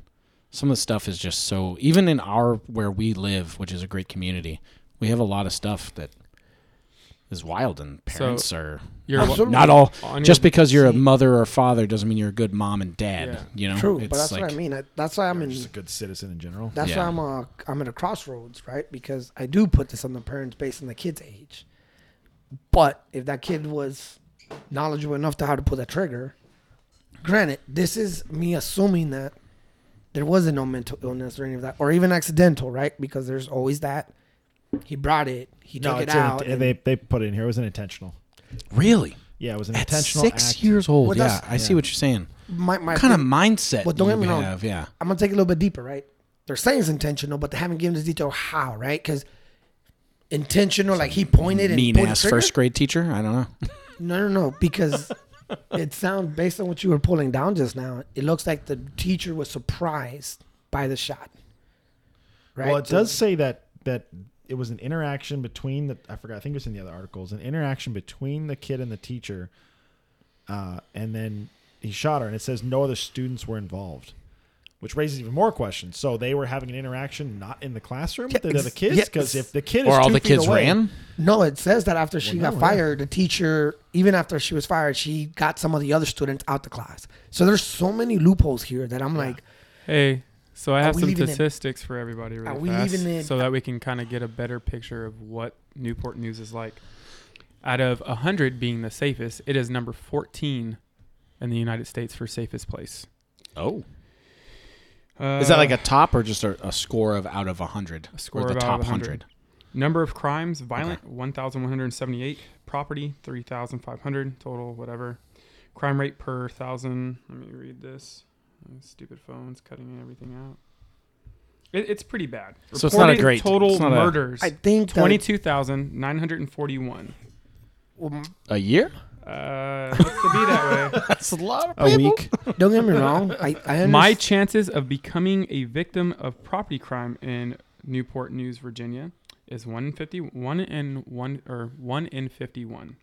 S4: Some of the stuff is just so. Even in our where we live, which is a great community, we have a lot of stuff that is wild, and
S5: So,
S4: parents are
S5: You're
S2: Absolutely.
S4: not all.
S5: on
S4: Just
S5: your-
S4: because you're a mother or father doesn't mean you're a good mom and dad.
S5: Yeah.
S4: You know,
S2: true but that's what i mean I, that's why i'm in
S1: just a good citizen in general.
S2: That's
S4: Yeah.
S2: why I'm a, I'm at a crossroads, right? Because I do put this on the parents based on the kid's age. But if that kid was knowledgeable enough to how to pull that trigger, granted, this is me assuming that there wasn't no mental illness or any of that, or even accidental, right? Because there's always that. He brought it. He
S1: No,
S2: took it
S1: it's an-
S2: out. and-
S1: they they put it in here. It was an intentional.
S4: Really,
S1: Yeah, it was an
S4: at
S1: intentional.
S4: six
S1: act.
S4: years old,
S2: Well,
S4: yeah,
S2: that's-
S4: I see what you're saying.
S2: my, my
S4: What kind of
S2: thing-
S4: mindset
S2: Well,
S4: do
S2: don't
S4: you
S2: get me wrong.
S4: have? Yeah,
S2: I'm gonna take it a little bit deeper, right? They're saying it's intentional, but they haven't given us detail how, right? Because intentional, like he pointed and
S4: mean
S2: pulled the
S4: ass
S2: trigger?
S4: first grade teacher. I don't know.
S2: No, no, no. Because it sounds based on what you were pulling down just now. It looks like the teacher was surprised by the shot. Right.
S1: Well, it
S2: So-
S1: does say that that it was an interaction between the. I forgot. I think it was in the other articles. An interaction between the kid and the teacher, uh, and then he shot her. And it says no other students were involved, which raises even more questions. So they were having an interaction not in the classroom with the
S2: ex-
S1: other kids
S2: yeah,
S1: because
S2: ex-
S1: if the kid is
S4: or all
S1: two
S4: the
S1: feet
S4: kids
S1: away-
S4: ran.
S2: No, it says that after she
S1: Well,
S2: got
S1: no, yeah.
S2: fired, the teacher, even after she was fired, she got some of the other students out the class. So there's so many loopholes here that I'm like,
S5: Hey, so I have
S2: we
S5: some
S2: leaving it-
S5: statistics for everybody really
S2: Are we
S5: fast,
S2: leaving it-
S5: so that we can kind of get a better picture of what Newport News is like. Out of 100 being the safest, it is number 14 in the United States for safest place.
S4: Oh,
S5: Uh,
S4: is that like a top or just a, a score of out of hundred?
S5: A score
S4: or the
S5: of out
S4: top
S5: of 100. number of crimes violent 1,178, property 3,500 total, whatever. Crime rate per thousand. Let me read this. My Stupid phones cutting everything out. It, it's pretty bad.
S4: So it's not a
S5: Reported
S4: great-
S5: total
S4: it's not a-
S5: murders.
S2: I think that-
S5: 22,941.
S2: well,
S4: A year?
S5: Uh, looks to be that way.
S4: That's a lot
S1: a week.
S2: don't get me wrong. I, I
S5: My
S2: understand.
S5: chances of becoming a victim of property crime in Newport News, Virginia, is one fifty one in one or one in fifty one.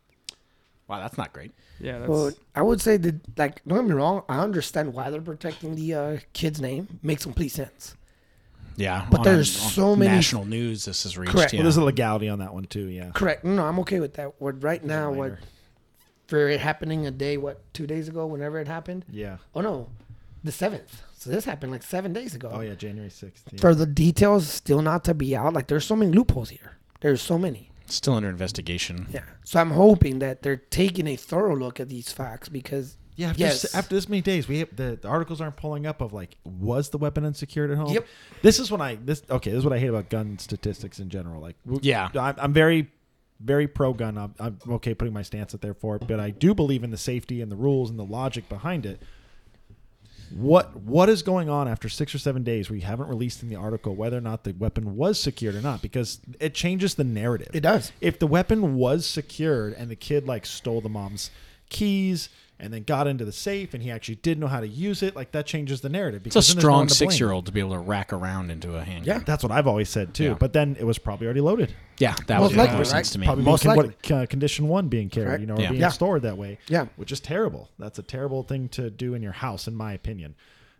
S4: Wow, that's not great.
S5: Yeah, that's
S2: Well, I would say that, like, don't get me wrong. I understand why they're protecting the uh, kid's name. Makes complete sense.
S4: Yeah,
S2: But
S4: on
S2: there's
S4: a- on
S2: so many-
S4: national news. This is reached.
S2: Correct.
S4: Yeah.
S1: Well, there's a legality on that one too. Yeah.
S2: Correct. No, I'm okay with that. What right now? What
S1: minor.
S2: for it happening a day? What two days ago? Whenever it happened?
S1: Yeah.
S2: Oh no, the seventh. So this happened like seven days ago.
S1: Oh yeah, January sixth. Yeah.
S2: For the details still not to be out. Like there's so many loopholes here. There's so many.
S4: Still under investigation.
S2: Yeah. So I'm hoping that they're taking a thorough look at these facts because
S1: Yeah, after,
S2: yes,
S1: s- after this many days, we have, the, the articles aren't pulling up of like was the weapon unsecured at home.
S2: Yep.
S1: This is when I this okay. This is what I hate about gun statistics in general. Like w-
S4: Yeah.
S1: I'm, I'm very very pro gun. I'm, I'm okay putting my stance out there for it, but I do believe in the safety and the rules and the logic behind it. What what is going on after six or seven days where you haven't released in the article whether or not the weapon was secured or not? Because it changes the narrative
S2: it does.
S1: if the weapon was secured and the kid like stole the mom's keys and then got into the safe and he actually did know how to use it, like that changes the narrative.
S4: It's a
S1: then there's no one
S4: strong
S1: to blame.
S4: six year old to be able to rack around into a handgun.
S1: That's what I've always said too.
S4: Yeah.
S1: But then it was probably already loaded.
S4: Yeah. That
S2: Most
S4: was what
S2: likely,
S4: makes sense
S2: right?
S4: to me.
S1: Probably
S2: Most
S1: being con-
S2: likely.
S1: what, uh, condition one being carried,
S2: Correct.
S1: you know, or
S4: Yeah.
S1: being
S2: Yeah.
S1: stored that way.
S2: Yeah.
S1: Which is terrible. That's a terrible thing to do in your house, in my opinion.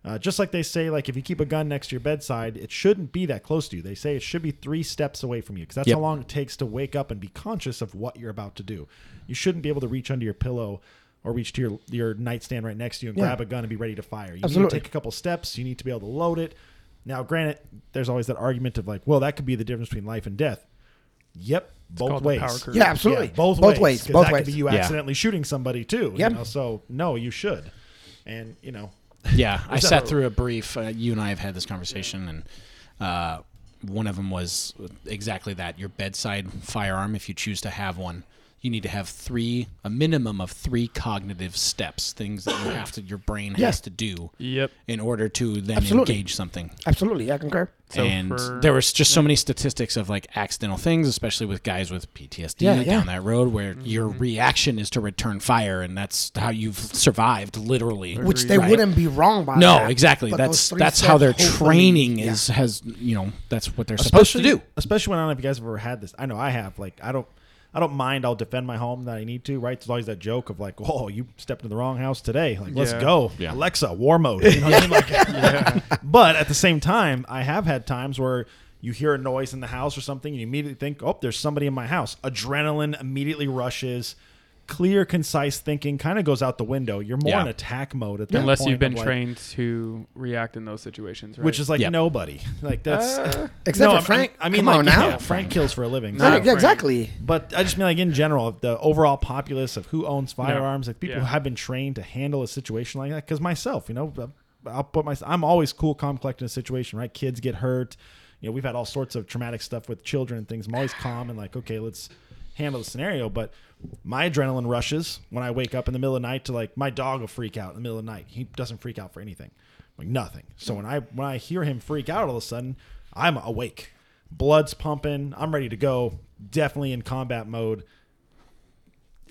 S1: Uh, just like they say, like if you keep a gun next to your bedside, it shouldn't be that close to you. They say it should be three steps away from you because that's
S4: Yep.
S1: how long it takes to wake up and be conscious of what you're about to do. You shouldn't be able to reach under your pillow or reach to your your nightstand right next to you and
S2: Yeah.
S1: grab a gun and be ready to fire. You need to
S2: Absolutely.
S1: take a couple steps. You need to be able to load it. Now, granted, there's always that argument of like, well, that could be the difference between life and death. Yep, both
S5: called the
S1: ways.
S5: power curve.
S2: Yeah, absolutely.
S1: both,
S2: Both
S1: ways.
S2: ways,
S1: 'cause
S2: both
S1: that
S2: ways.
S1: could be you
S4: Yeah.
S1: accidentally shooting somebody too.
S2: Yep.
S1: You know? So no, you should. And you know,
S4: Yeah, I
S1: that
S4: sat
S1: a-
S4: through a brief. Uh, you and I have had this conversation, and uh, one of them was exactly that. Your bedside firearm, if you choose to have one, you need to have three, a minimum of three cognitive steps, things that you have to, your brain has to do
S5: Yep.
S4: in order to then
S2: Absolutely.
S4: engage something.
S2: Absolutely, I concur.
S5: So
S4: and
S5: for-
S4: there was just so many statistics of like accidental things, especially with guys with PTSD
S2: Yeah, Mm-hmm.
S4: down
S2: yeah.
S4: that road, where your reaction is to return fire, and that's how you've survived, literally.
S2: Which they
S4: Right.
S2: wouldn't be wrong by.
S4: No,
S2: that,
S4: exactly.
S2: but
S4: That's
S2: those three
S4: that's how their
S2: steps, hopefully-
S4: training
S2: Yeah.
S4: is has you know that's what they're supposed to do.
S1: Especially when I don't know if you guys have ever had this. I know I have. Like I don't. I don't mind. I'll defend my home that I need to. Right? There's always that joke of like, "Whoa, you stepped into the wrong house today." Like, let's
S5: Yeah.
S1: go,
S4: Yeah.
S1: Alexa, war mode. You know what I mean? Like, But at the same time, I have had times where you hear a noise in the house or something, and you immediately think, "Oh, there's somebody in my house." Adrenaline immediately rushes. Clear, concise thinking kind of goes out the window. You're more
S4: Yeah.
S1: in attack mode at that
S5: Unless
S1: point
S5: you've been
S1: of, like,
S5: trained to react in those situations, right?
S1: which is like
S4: Yep.
S1: nobody. Like that's
S2: Uh, except
S1: No,
S2: for Frank.
S1: I mean,
S2: Come
S1: like,
S2: on now.
S1: yeah, Frank kills for a living.
S2: No,
S1: so-
S2: yeah, exactly.
S1: But I just mean like in general, the overall populace of who owns firearms, like people
S5: Yeah.
S1: who have been trained to handle a situation like that. Because myself, you know, I'll put my I'm always cool, calm, collected in a situation. Right, kids get hurt. You know, we've had all sorts of traumatic stuff with children and things. I'm always calm and like, okay, let's handle the scenario. But my adrenaline rushes when I wake up in the middle of the night to like my dog will freak out in the middle of the night. He doesn't freak out for anything, like nothing. So when I when I hear him freak out all of a sudden, I'm awake blood's pumping. I'm ready to go. Definitely in combat mode.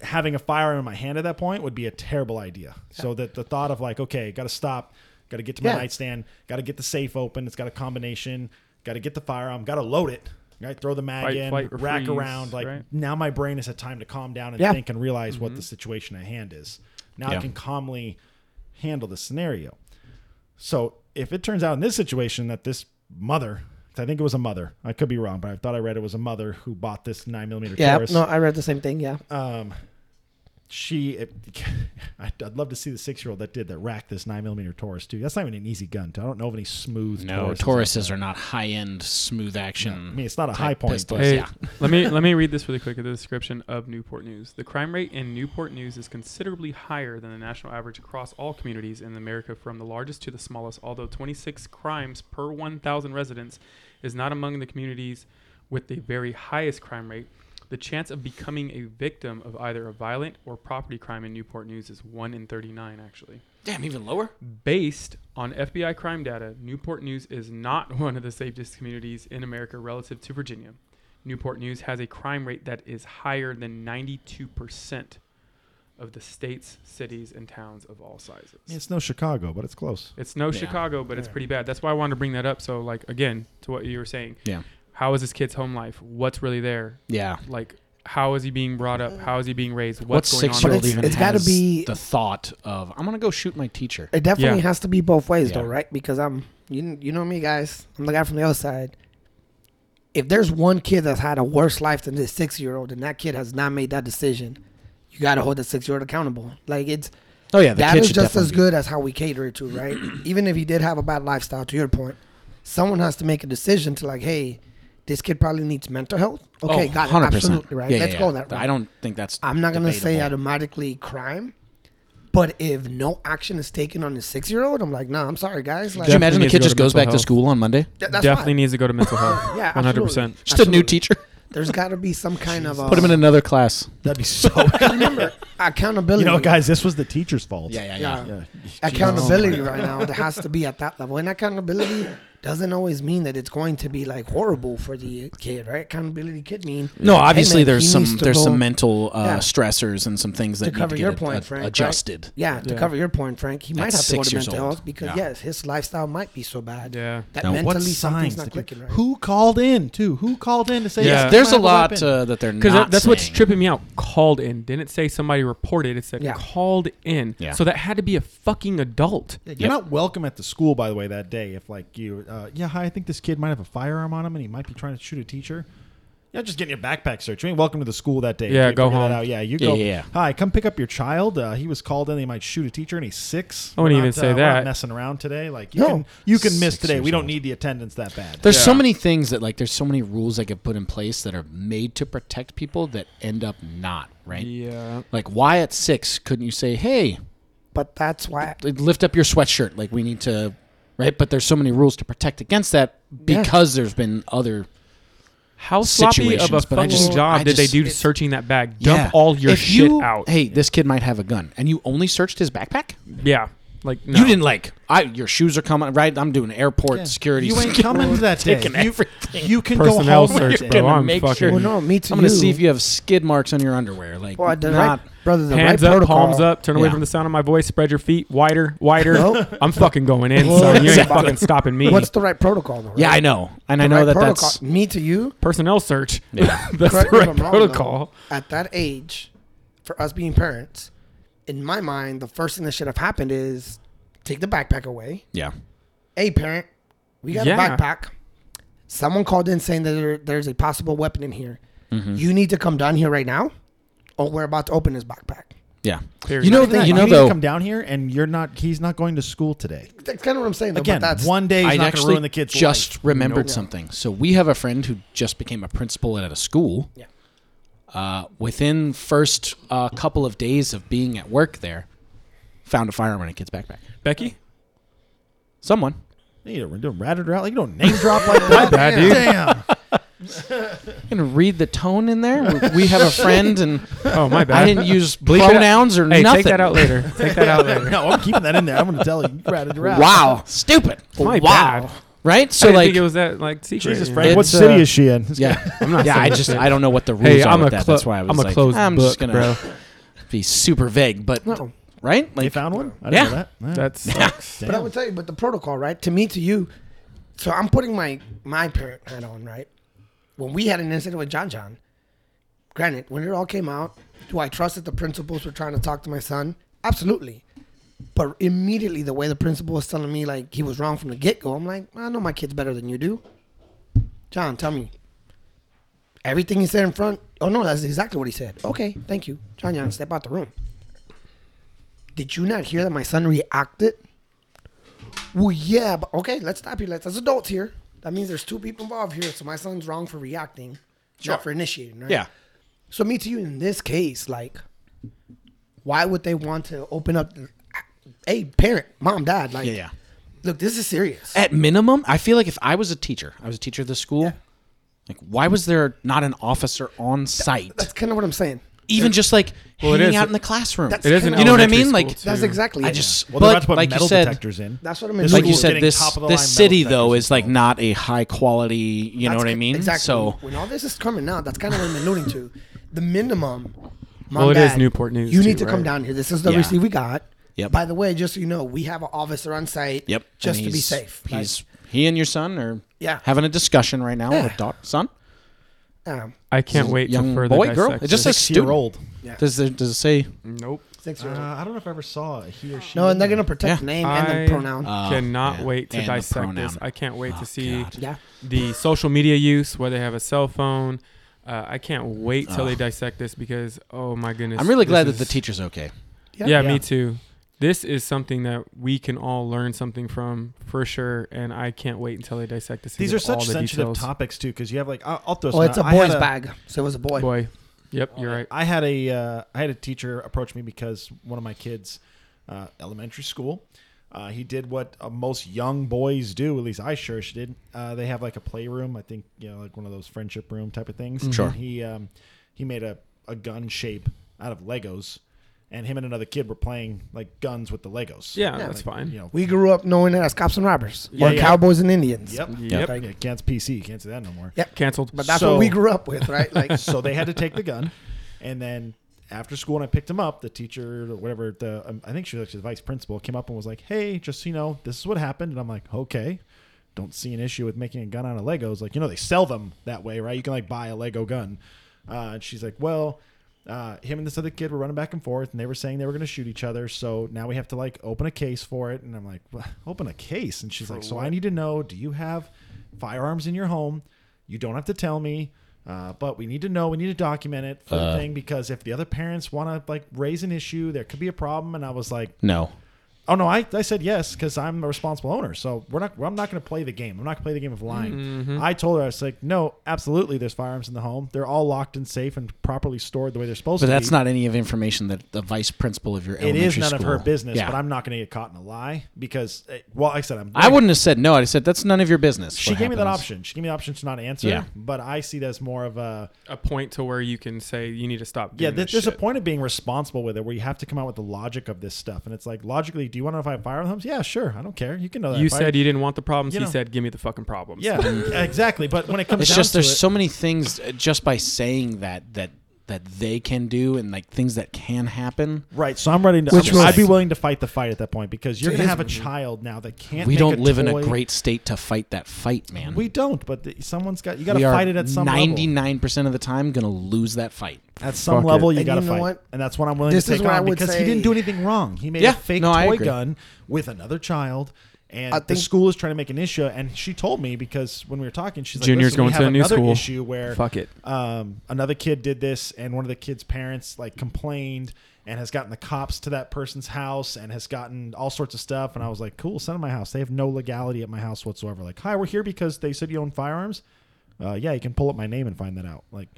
S1: Having a firearm in my hand at that point would be a terrible idea. So that the thought of like, okay, got to stop, got to get to my
S2: Yeah.
S1: nightstand, got to get the safe open. It's got a combination. Got to get the firearm. Got to load it. Right, throw the mag
S5: Fight,
S1: in,
S5: flight, or
S1: rack
S5: freeze,
S1: around. Like
S5: right? Mm-hmm.
S1: now, my brain has had time to calm down and
S2: Yeah.
S1: think and realize what the situation at hand is. Now
S4: Yeah.
S1: I can calmly handle the scenario. So if it turns out in this situation that this mother, 'cause I think it was a mother, I could be wrong, but I thought I read it was a mother who bought this nine millimeter
S2: Yeah,
S1: Taurus.
S2: no, I read the same thing. Yeah,
S1: Um, she, it, I'd I'd love to see the six year old that did that rack this nine millimeter Taurus too. That's not even an easy gun. To, I don't know of any smooth.
S4: No,
S1: Tauruses.
S4: Tauruses are not high end smooth action.
S1: I mean, it's not a high point.
S4: pistols.
S1: but-
S5: Hey,
S4: Yeah.
S5: let me let me read this really quick. The description of Newport News: The crime rate in Newport News is considerably higher than the national average across all communities in America, from the largest to the smallest. Although 26 crimes per 1,000 residents is not among the communities with the very highest crime rate, the chance of becoming a victim of either a violent or property crime in Newport News is one in 39, actually.
S4: Damn, even lower.
S5: Based on FBI crime data, Newport News is not one of the safest communities in America relative to Virginia. Newport News has a crime rate that is higher than 92% of the state's cities and towns of all sizes.
S1: It's no Chicago, but it's close.
S5: It's no
S4: Yeah.
S5: Chicago, but it's pretty bad. That's why I wanted to bring that up. So, like, again, to what you were saying,
S4: Yeah,
S5: how is this kid's home life? What's really there?
S4: yeah.
S5: Like, how is he being brought up? How is he being raised?
S4: What
S5: What's going
S4: six
S5: on?
S4: year
S5: over
S4: old
S2: Uh, But it's-
S5: there?
S4: even
S2: it's gotta
S4: has
S2: be-
S4: the thought of I'm gonna go shoot my teacher?
S2: it definitely
S5: Yeah.
S2: has to be both ways though,
S4: Yeah.
S2: right? Because I'm you you know me guys. I'm the guy from the other side. If there's one kid that's had a worse life than this six year old, and that kid has not made that decision, you gotta hold the six year old accountable. Like it's
S4: Oh yeah, the
S2: that
S4: kid
S2: is
S4: should
S2: just as
S4: definitely be-
S2: good as how we cater it to, right? Even if he did have a bad lifestyle, to your point, someone has to make a decision to like, hey, this kid probably needs mental health. Okay,
S4: oh,
S2: got it.
S4: 100%.
S2: Absolutely right.
S4: Yeah,
S2: Let's
S4: yeah,
S2: go
S4: yeah.
S2: that route.
S4: I don't think that's.
S2: I'm not gonna say
S4: debatable.
S2: automatically crime, but if no action is taken on the six year old, I'm like, nah, I'm sorry, guys. Like,
S4: Could you imagine the
S5: Definitely
S4: kid
S5: needs to
S4: just
S5: go to
S4: goes
S5: mental
S4: back to
S5: health.
S4: school on Monday?
S2: th- that's
S5: Definitely
S2: fine.
S5: needs to go to mental health.
S2: Yeah,
S5: one hundred percent.
S4: Just a new
S2: Absolutely.
S4: teacher.
S2: There's got to be some kind of uh,
S4: Put him in another class.
S1: That'd be so.
S2: remember accountability.
S1: you know, guys, this was the teacher's fault.
S2: Yeah.
S1: Yeah.
S4: oh
S2: Accountability right now that has to be at that level, and accountability doesn't always mean that it's going to be like horrible for the kid, right? Accountability could mean
S4: No,
S2: hey,
S4: obviously
S2: man,
S4: there's
S2: he
S4: some
S2: needs to
S4: there's
S2: go-
S4: some mental uh,
S2: Yeah.
S4: stressors and some things that
S2: to cover
S4: need to get
S2: your
S4: ad-
S2: point,
S4: ad-
S2: Frank. right?
S4: adjusted.
S2: Yeah, to
S5: Yeah.
S2: cover your point, Frank, he might
S4: At
S2: have to go
S4: six
S2: to
S4: years
S2: mental
S4: old.
S2: health because
S4: Yeah.
S2: yes, his lifestyle might be so bad
S5: Yeah.
S2: that
S4: Now, what
S1: What
S2: mentally something's
S1: signs?
S2: not
S1: did
S2: clicking
S1: you-
S2: right.
S1: Who called in too? Who called in to say?
S5: Yeah.
S1: yes,
S4: There's
S1: I
S4: a
S1: have
S4: lot
S1: weapon?
S4: uh, that they're not.
S5: Because that, that's what's
S4: saying.
S5: tripping me out. Called in. Didn't say somebody reported. It said
S2: Yeah.
S5: called in.
S4: Yeah.
S5: So that had to be a fucking adult.
S1: Yeah, You're not welcome at the school, by the way, that day. If like you, uh, yeah, hi, I think this kid might have a firearm on him, and he might be trying to shoot a teacher. You're not just getting your backpack searched. You ain't welcome to the school that day.
S5: Yeah,
S1: You
S5: go
S1: figure that
S5: home.
S1: out. Yeah, you
S4: Yeah,
S1: go.
S4: yeah, yeah.
S1: Hi, come pick up your child. Uh, he was called in. They might shoot a teacher, and he's six.
S5: I wouldn't
S1: We're
S5: even say
S1: we're not
S5: that.
S1: messing around today. Like you
S2: No.
S1: can, you can miss
S4: Six
S1: today.
S4: years
S1: We don't
S4: old.
S1: need the attendance that bad.
S4: There's so
S5: Yeah.
S4: many things that like there's so many rules that get put in place that are made to protect people that end up not right.
S5: Yeah.
S4: Like why at six couldn't you say, hey,
S2: But that's why
S4: like, lift up your sweatshirt? Like we need to, right? But there's so many rules to protect against that because there's been other.
S5: How sloppy of a
S4: Situations, but I
S5: fucking
S4: just-
S5: job
S4: I
S5: did they
S4: just-
S5: do to
S4: it's-
S5: searching that bag? Dump
S4: Yeah.
S5: all your
S4: If
S5: shit
S4: you-
S5: out.
S4: Hey, this kid might have a gun, and you only searched his backpack.
S5: Yeah. Like no.
S4: You didn't like. I your shoes are coming right. I'm doing airport
S1: Yeah.
S4: security.
S1: You ain't coming to that day.
S4: Taking
S1: You,
S4: everything.
S1: you can go
S5: Personnel
S1: home.
S5: search,
S4: You're
S5: bro.
S4: gonna
S5: I'm
S4: make
S5: fucking.
S4: sure-
S2: Well, no, me too.
S4: I'm gonna see if you have skid marks on your underwear. Like
S2: Well, the
S4: not.
S2: right, brother, the
S5: Hands
S2: right
S5: up,
S2: protocol.
S5: palms up. Turn away
S4: Yeah.
S5: from the sound of my voice. Spread your feet wider, wider.
S2: Nope.
S5: I'm fucking going in,
S2: Well,
S5: so you ain't
S2: exactly.
S5: fucking stopping me.
S2: What's the right protocol? Though, right?
S4: Yeah, I know, and I
S2: The
S4: know
S2: right
S4: that
S2: protocol.
S4: that's
S2: me to you.
S5: personnel search?
S4: yeah.
S5: That's
S2: Correct
S5: the
S2: me
S5: right
S2: if I'm wrong, though.
S5: protocol.
S2: at that age, for us being parents, in my mind, the first thing that should have happened is take the backpack away.
S4: yeah.
S2: Hey, parent, we got
S5: Yeah.
S2: a backpack. Someone called in saying that there, there's a possible weapon in here. You need to come down here right now, or we're about to open this backpack.
S4: Yeah.
S5: Period.
S4: You know,
S5: Not
S4: the, you
S1: You
S4: know
S1: need to
S4: though.
S1: come down here, and you're not. He's not going to school today.
S2: That's kind of what I'm saying. Though,
S1: Again,
S2: but that's,
S1: one day he's
S4: I
S1: not going to
S4: actually
S1: ruin the kid's
S4: just
S1: life.
S4: remembered something. So we have a friend who just became a principal at a school.
S2: Yeah.
S4: Uh, within first uh, couple of days of being at work there, found a firearm in a kid's backpack.
S5: Becky,
S4: Someone.
S1: You don't, don't ratted her out. Like, you don't name drop like that.
S5: bad, dude.
S1: Damn.
S4: gonna read the tone in there. We- We have a friend, and
S5: Oh my bad.
S4: I didn't use
S5: Bleep it out.
S4: pronouns or
S5: Hey,
S4: nothing.
S5: take that out later. Take that out later.
S1: no, I'm keeping that in there. I'm going to tell you. You ratted her out.
S4: Wow, stupid.
S5: My
S4: wow,
S5: bad.
S4: right?
S5: So
S4: So
S5: Oh, I didn't
S4: like,
S5: think it was that like secret.
S1: Jesus,
S5: you
S1: Frank.
S5: know?
S1: What
S4: It's,
S1: city
S4: uh,
S1: is she in?
S4: yeah, I'm not yeah. I just I don't know what the rules
S5: Hey,
S4: are
S5: I'm
S4: with
S5: a
S4: that.
S5: clo-
S4: That's why I was
S5: I'm a
S4: like,
S5: closed
S4: I'm just
S5: book, bro.
S4: gonna be super vague, but
S2: No.
S4: right?
S1: They
S4: Like,
S1: found one? I didn't
S4: Yeah.
S1: know that. Yeah.
S5: That sucks.
S2: But I would tell you, but the protocol, right? To me, to you. So I'm putting my my parent hat on, right? When we had an incident with John John, granted, when it all came out, do I trust that the principals were trying to talk to my son? Absolutely. But immediately, the way the principal was telling me like he was wrong from the get go, I'm like, "Ah, I know my kids better than you do. John, tell me. Everything he said in front. Oh no, that's exactly what he said. Okay, thank you, John. John, step out the room. Did you not hear that my son reacted? Well, yeah, but okay, let's stop here. Let's, there's adults here. That means there's two people involved here. So my son's wrong for reacting, not for initiating, right?
S4: yeah,
S2: So me to you in this case, like, why would they want to open up? Hey, parent, mom, dad, like,
S4: yeah, yeah.
S2: look, this is serious.
S4: At minimum, I feel like if I was a teacher, I was a teacher at this school. Like, why was there not an officer on site?
S2: That's kind of what I'm saying.
S4: Even just like
S5: it
S4: hanging
S5: is.
S4: out in the classroom.
S2: That's
S5: It is
S2: kinda-
S5: an
S4: You know what I
S5: elementary
S4: mean? Like,
S5: school,
S2: That's
S5: too.
S2: exactly.
S4: I
S2: it.
S4: just
S1: Well,
S4: but
S1: they're about to put
S4: like
S1: metal
S4: you said,
S1: detectors in.
S2: That's what I mean.
S1: This
S4: like you
S1: school's
S4: said,
S1: getting
S4: this
S1: top-of-the-line
S4: this
S1: metal
S4: city
S1: detectors
S4: though is like
S1: installed.
S4: not a high quality. You know
S2: That's
S4: what I
S2: ki-
S4: mean?
S2: Exactly.
S4: So
S2: when all this is coming now, that's kind of what I'm alluding to. The minimum. Mom,
S5: Well, it is
S2: Dad,
S5: Newport News,
S2: You
S5: too,
S2: need to come
S5: right?
S2: down here. This is the
S4: Yeah.
S2: receipt we got.
S4: Yep.
S2: By the way, just so you know, we have an officer on site.
S4: yep. and
S2: Just to be
S4: he's-
S2: safe. Like,
S4: He's he and your son are
S2: Yeah.
S4: having a discussion right now.
S2: Yeah.
S4: With daughter, son,
S2: um,
S5: I can't wait
S4: young
S5: to further
S4: boy, girl.
S5: dissect
S4: It just
S5: this.
S4: says student.
S1: old.
S4: Does there, does it say?
S5: nope.
S2: six
S1: Uh,
S2: years old.
S1: I don't know if I ever saw a he or she.
S2: No, and they're gonna protect
S4: Yeah.
S2: name
S5: I-
S2: and the pronoun.
S4: Uh,
S5: Cannot
S4: yeah.
S5: wait to
S4: And the
S5: dissect this.
S4: pronoun.
S5: I can't wait
S4: Oh,
S5: to see
S4: God.
S2: yeah.
S5: the social media use, where they have a cell phone. Uh, I can't wait till
S4: Ugh.
S5: they dissect this because oh my goodness.
S4: I'm really
S5: this
S4: glad
S5: is-
S4: that the teacher's okay.
S5: Yeah,
S1: Yeah.
S5: me too. this is something that we can all learn something from for sure. And I can't wait until they dissect this. and
S1: These
S5: get
S1: are such
S5: all the
S1: sensitive
S5: details.
S1: topics too, because you have like I'll, I'll throw.
S2: Oh,
S1: some
S2: it's a
S1: out. I
S2: boy's
S1: had
S2: bag. So it was a boy.
S5: Boy, yep, you're right.
S1: I had a uh, I had a teacher approach me because one of my kids, uh, elementary school, uh, he did what uh, most young boys do. At least I sure did. Uh, they have like a playroom. I think you know, like one of those friendship room type of
S5: Mm-hmm.
S1: things. Sure. he um, he made a, a gun shape out of Legos, and him and another kid were playing like guns with the Legos.
S5: Yeah, that's fine.
S1: You know.
S2: We grew up knowing that as cops and robbers
S1: Yeah,
S2: or
S1: yeah.
S2: cowboys and Indians.
S1: Yep.
S5: Yep.
S1: Yeah, can't PC. Can't say that no more.
S5: Canceled.
S2: But that's
S1: So-
S2: what we grew up with, right? Like
S1: so they had to take the gun, and then after school, when I picked him up, the teacher or whatever, the um, I think she was actually the vice principal, came up and was like, "Hey, just so you know, this is what happened." And I'm like, "Okay." Don't see an issue with making a gun out of Legos. Like, you know, they sell them that way, right? You can like buy a Lego gun. Uh, and she's like, well, uh, him and this other kid were running back and forth and they were saying they were going to shoot each other. So now we have to like open a case for it. And I'm like, "Wha- open a case. And she's like, so I need to know, do you have firearms in your home? You don't have to tell me, uh, but we need to know. We need to document it for
S4: Uh.
S1: the thing because if the other parents want to like raise an issue, there could be a problem. And I was like,
S4: No.
S1: oh no, I, I said yes because I'm a responsible owner. So we're not. I'm not going to play the game. I'm not going to play the game of lying. I told her I was like, no, absolutely. There's firearms in the home. They're all locked and safe and properly stored the way they're supposed
S4: But
S1: to.
S4: that's
S1: be.
S4: not any of information that the vice principal of your
S1: It
S4: elementary
S1: is none of her
S4: school-
S1: business.
S4: Yeah.
S1: But I'm not going to get caught in a lie because, eh, well, like I said I'm.
S4: I wouldn't have said no. I'd have said that's none of your business.
S1: She
S4: what
S1: gave me that
S4: happens.
S1: option. She gave me the option to not answer.
S4: Yeah.
S1: But I see that as more of a
S5: a point to where you can say you need to stop.
S1: yeah.
S5: doing
S1: Th-
S5: this
S1: there's a
S5: shit.
S1: point of being responsible with it where you have to come out with the logic of this stuff. And it's like logically, do you want to know if I have firearms? Yeah, sure. I don't care. You can know that.
S5: You
S1: If I-
S5: said you didn't want the problems.
S1: You
S5: he
S1: know.
S5: said, "Give me the fucking problems."
S1: Yeah, exactly. But when it comes,
S4: It's
S1: down
S4: just
S1: to
S4: there's
S1: it-
S4: so many things uh, just by saying that that that they can do and like things that can happen.
S1: Right, so I'm ready to.
S4: Which
S1: I'm- I'd be
S4: was-
S1: willing to fight the fight at that point because you're
S4: It
S1: going to
S4: is-
S1: have a child now that can't.
S4: We
S1: make
S4: don't live in a
S1: toy.
S4: great state to fight that fight, man.
S1: We don't, but the, someone's got. You got to
S4: We are
S1: fight it at some level.
S4: 99% of the time going to lose that fight.
S1: At some
S5: Fuck it.
S1: level, you
S2: And
S1: got to
S2: you know
S1: fight,
S2: what?
S1: and that's what I'm willing
S2: This
S1: to
S2: is
S1: take
S2: what I
S1: on
S2: would
S1: because he
S2: say-
S1: didn't do anything wrong. He made
S4: Yeah,
S1: a fake
S4: no, I
S1: toy
S4: agree.
S1: gun with another child. And
S2: I
S1: the
S2: think-
S1: school is trying to make an issue, and she told me because when we were talking, she's like, "Listen,
S5: Junior's going
S1: we
S5: to
S1: have
S5: a new
S1: another
S5: school.
S1: issue where
S5: Fuck it.
S1: um, another kid did this and one of the kid's parents like complained and has gotten the cops to that person's house and has gotten all sorts of stuff and i was like cool send them to my house they have no legality at my house whatsoever like hi we're here because they said you own firearms uh, yeah you can pull up my name and find that out like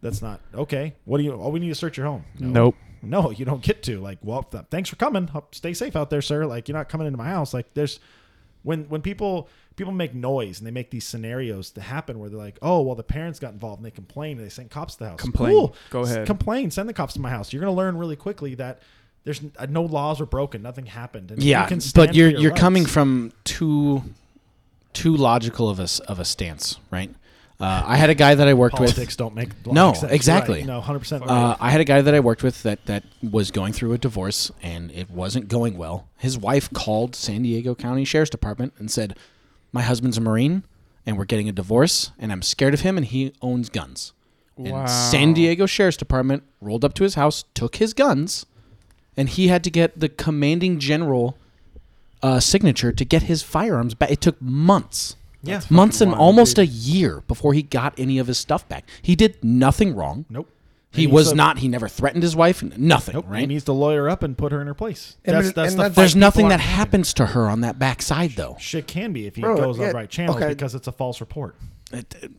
S1: that's not okay what do you oh we need to search your home no.
S5: Nope.
S1: no you don't get to like well th- thanks for coming Hope- stay safe out there sir like you're not coming into my house like there's when when people people make noise and they make these scenarios to happen where they're like, oh well, the parents got involved and they complained and they sent cops to the house.
S5: Complain. Go
S1: S-
S5: ahead.
S1: complain. Send the cops to my house. You're gonna learn really quickly that there's n- uh, no laws were broken, nothing happened. And
S4: Yeah,
S1: stand
S4: but
S1: for
S4: you're
S1: your
S4: you're
S1: rights.
S4: coming from too too logical of a s- of a stance, right? Uh, I had a guy that I worked with.
S1: politics. Don't make laws.
S4: No,
S1: Exactly.
S4: exactly.
S1: Right. No, hundred percent.
S4: Uh, I had a guy that I worked with that that was going through a divorce and it wasn't going well. His wife called San Diego County Sheriff's Department and said, "My husband's a Marine and we're getting a divorce and I'm scared of him and he owns guns."
S5: Wow.
S4: And San Diego Sheriff's Department rolled up to his house, took his guns, and he had to get the commanding general uh, signature to get his firearms back. It took months.
S1: Yeah. That's
S4: months and
S5: wild,
S4: almost a year before he got any of his stuff back. He did nothing wrong.
S1: nope.
S4: He
S1: And
S4: was
S1: he's a-
S4: not. He never threatened his wife. n- Nothing.
S1: Nope. He
S4: Right.
S1: needs to lawyer up and put her in her place.
S2: And
S1: That's
S2: it-
S1: that's
S2: and
S1: the
S2: that's-
S1: fight
S4: There's nothing
S1: people
S4: that
S1: are-
S4: happens to her on that backside, though.
S1: Shit can be if he
S2: Bro,
S1: goes on
S2: yeah,
S1: the right channels
S2: okay.
S1: because it's a false report.
S4: It- it-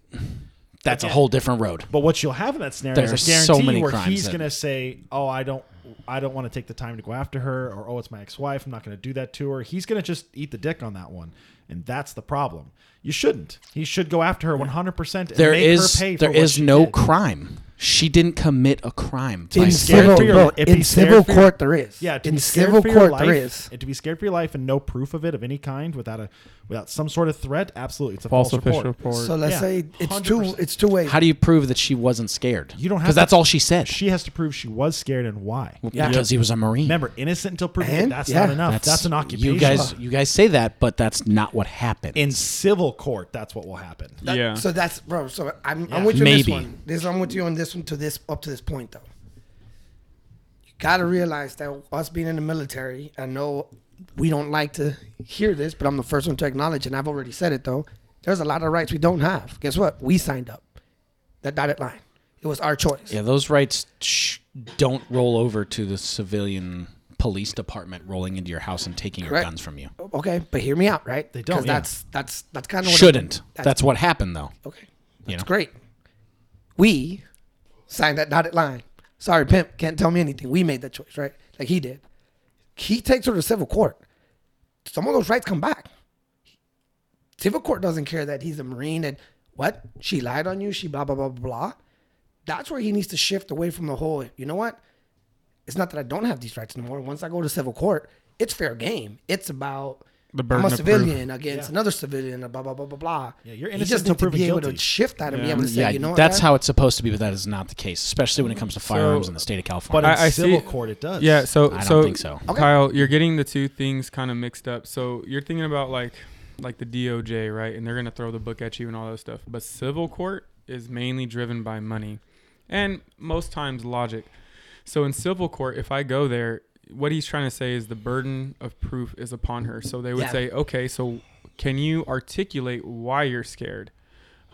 S4: that's a whole different road.
S1: But what you'll have in that scenario
S4: There
S1: is a
S4: are
S1: guarantee
S4: so many
S1: where
S4: crimes
S1: he's
S4: that-
S1: going to say, "Oh, I don't, I don't want to take the time to go after her," or "Oh, it's my ex-wife. I'm not going to do that to her." He's going to just eat the dick on that one, and that's the problem. You shouldn't. He should go after her 100. percent and
S4: There
S1: make
S4: is
S1: her pay
S4: there
S1: for what
S4: is
S1: she
S4: no
S1: did.
S4: crime. She didn't commit a crime. by
S2: in
S4: scared
S2: civil,
S1: for your-
S2: bro,
S1: if
S2: in
S1: he's
S2: civil
S1: scared for your-
S2: court there is.
S1: Yeah, to
S2: in
S1: be scared
S2: civil
S1: for your
S2: court
S1: life,
S2: there is.
S1: and to be scared for your life and no proof of it of any kind without a without some sort of threat, absolutely, it's a false,
S5: False official
S1: report.
S5: report.
S2: So let's
S1: Yeah,
S2: say it's
S1: 100%.
S2: two. It's two ways.
S4: How do you prove that she wasn't scared?
S1: You don't have
S4: because
S1: to-
S4: that's all she said.
S1: She has to prove she was scared and why.
S2: Yeah.
S4: Because he was a marine.
S1: Remember, innocent until proven guilty.
S2: And-
S1: That's
S2: yeah.
S1: not enough. That's, an occupation.
S4: You guys, you guys say that, but that's not what happened.
S1: in civil court, that's what will happen.
S2: That-
S5: yeah.
S2: So that's bro. So I'm,
S1: Yeah.
S2: I'm with you
S4: Maybe.
S2: on this one. This I'm with you on this one to this up to this point though. You gotta realize that us being in the military, I know we don't like to hear this, but I'm the first one to acknowledge, and I've already said it though. There's a lot of rights we don't have. Guess what? We signed up. That dotted line. It was our choice.
S4: yeah, those rights sh- don't roll over to the civilian police department rolling into your house and taking your
S2: Correct.
S4: guns from you.
S2: Okay, but hear me out, right?
S1: They don't,
S2: 'Cause
S1: yeah.
S2: That's that's that's kind of what it-
S4: Shouldn't. That's what happened though.
S2: okay. That's
S4: You know?
S2: great. We signed that dotted line. Sorry, pimp can't tell me anything. We made that choice, right? Like he did. He takes her to civil court. Some of those rights come back. Civil court doesn't care that he's a marine and what she lied on you. She blah blah blah blah. blah. That's where he needs to shift away from the whole. You know what? It's not that I don't have these rights anymore. Once I go to civil court, it's fair game. It's about
S5: The burden
S2: I'm a
S5: of proof.
S2: civilian against another civilian, and blah blah blah blah blah.
S1: Yeah, you're
S2: He
S1: innocent
S2: just
S1: until
S2: need to
S1: proven
S2: be able
S1: guilty.
S2: to shift that and be able to say,
S4: yeah,
S2: you know, what,
S4: that's
S2: man?
S4: how it's supposed to be, but that is not the case, especially when it comes to firearms in the state of
S1: But
S4: California.
S1: in
S5: I- I
S1: civil
S5: see-
S1: court, it does.
S5: Yeah, so
S4: I don't
S5: so,
S4: think so.
S2: Okay.
S5: Kyle, you're getting the two things kind of mixed up. So you're thinking about like like the DOJ, right? And they're gonna throw the book at you and all that stuff. But civil court is mainly driven by money, and most times logic. So in civil court, if I go there, what he's trying to say is the burden of proof is upon her. So they would
S2: Yeah.
S5: say, okay, so can you articulate why you're scared?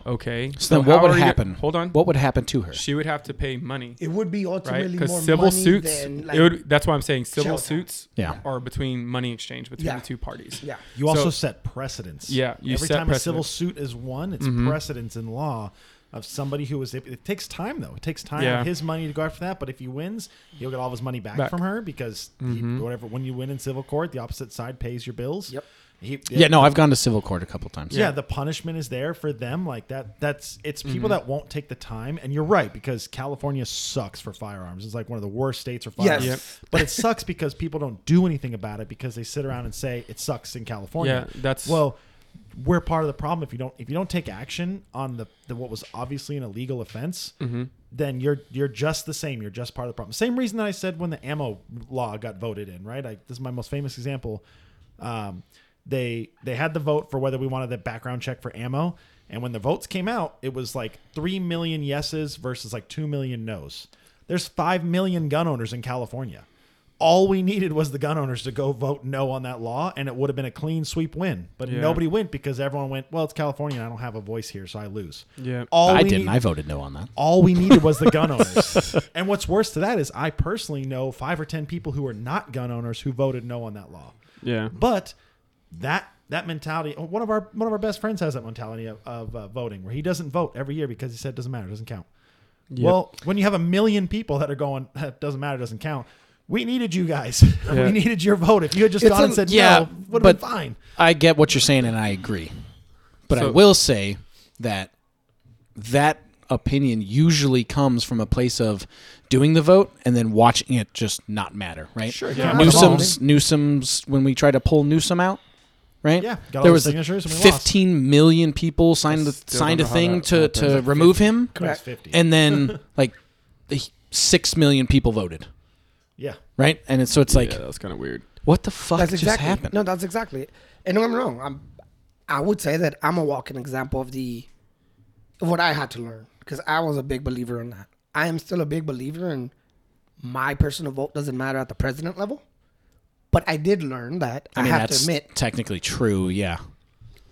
S5: Okay.
S4: so then what
S5: how
S4: would
S5: are you-
S4: happen?
S5: hold on.
S4: What would happen to her?
S5: She would have to pay money
S2: it would be
S5: right?
S2: ultimately more
S5: Because civil
S2: money
S5: suits,
S2: than like,
S5: it would, that's why I'm saying
S2: shell
S5: civil
S2: tax.
S5: suits
S4: Yeah.
S5: are between money exchange between
S2: Yeah.
S5: the two parties.
S2: yeah.
S1: You also
S5: So-
S1: set precedents.
S5: Yeah, you
S1: Every
S5: set Mm-hmm.
S1: time a civil suit is won, it's precedents in law of somebody who was. It takes time though. It takes time
S5: Yeah.
S1: of his money to go after that. But if he wins, he'll get all of his money back,
S5: Back. Mm-hmm.
S1: from her because he- whatever. When you win in civil court, the opposite side pays your bills.
S2: Yep.
S1: He,
S4: Yeah, no, I've gone to civil court a couple times.
S1: yeah. the punishment is there for them like that that's it's
S5: Mm-hmm.
S1: people that won't take the time and you're right because california sucks for firearms it's like one of the worst states for firearms
S2: Yep.
S1: but it sucks because people don't do anything about it because they sit around and say it sucks in california
S5: Yeah, that's-
S1: well we're part of the problem if you don't if you don't take action on the, the what was obviously an illegal offense then you're you're just the same you're just part of the problem same reason that i said when the ammo law got voted in right I, this is my most famous example um, they they had the vote for whether we wanted the background check for ammo and when the votes came out it was like 3 million yeses versus like 2 million nos there's 5 million gun owners in california all we needed was the gun owners to go vote no on that law and it would have been a clean sweep win but
S5: Yeah.
S1: nobody went because everyone went well it's california and i don't have a voice here so i lose
S5: Yeah.
S1: all
S4: I
S1: we
S4: didn't.
S1: need-
S4: I voted no on that.
S1: all we needed was the gun owners. and what's worse to that is I personally know five or ten people who are not gun owners who voted no on that law.
S5: Yeah.
S1: But that that mentality, oh, one of our one of our best friends has that mentality of, of uh, voting, where he doesn't vote every year because he said it doesn't matter, it doesn't count. Well, when you have a million people that are going, "It doesn't matter, it doesn't count. We needed you guys.
S5: Yeah.
S1: we needed your vote. If you had just
S2: It's
S1: gone and
S2: a-
S1: said
S4: yeah,
S1: no, would have
S4: but-
S1: been fine.
S4: I get what you're saying, and I agree. But I
S5: So-
S4: will say that that opinion usually comes from a place of doing the vote and then watching it just not matter, right? Sure.
S1: yeah.
S4: Newsom's Newsom's when we tried to pull Newsom out, right?
S1: Yeah, got all
S4: there
S1: the
S4: was
S1: signatures and we lost.
S4: 15 million people signed the,
S5: still
S4: signed a
S5: don't know how
S4: thing
S5: that-
S4: to
S5: that
S4: to remove him,
S2: Correct.
S1: Fifty.
S4: and then like the- six million people voted,
S1: yeah.
S4: right? And it's, so it's like,
S5: yeah, that was kind of weird.
S4: what the fuck
S2: That's
S4: just
S2: exactly
S4: happened?
S2: no, that's exactly it. And don't get me wrong. I'm I would say that I'm a walking example of the of what I had to learn because I was a big believer in that. I am still a big believer in my personal vote doesn't matter at the president level. But I did learn that I,
S4: I mean,
S2: have
S4: that's
S2: to admit.
S4: technically true. Yeah,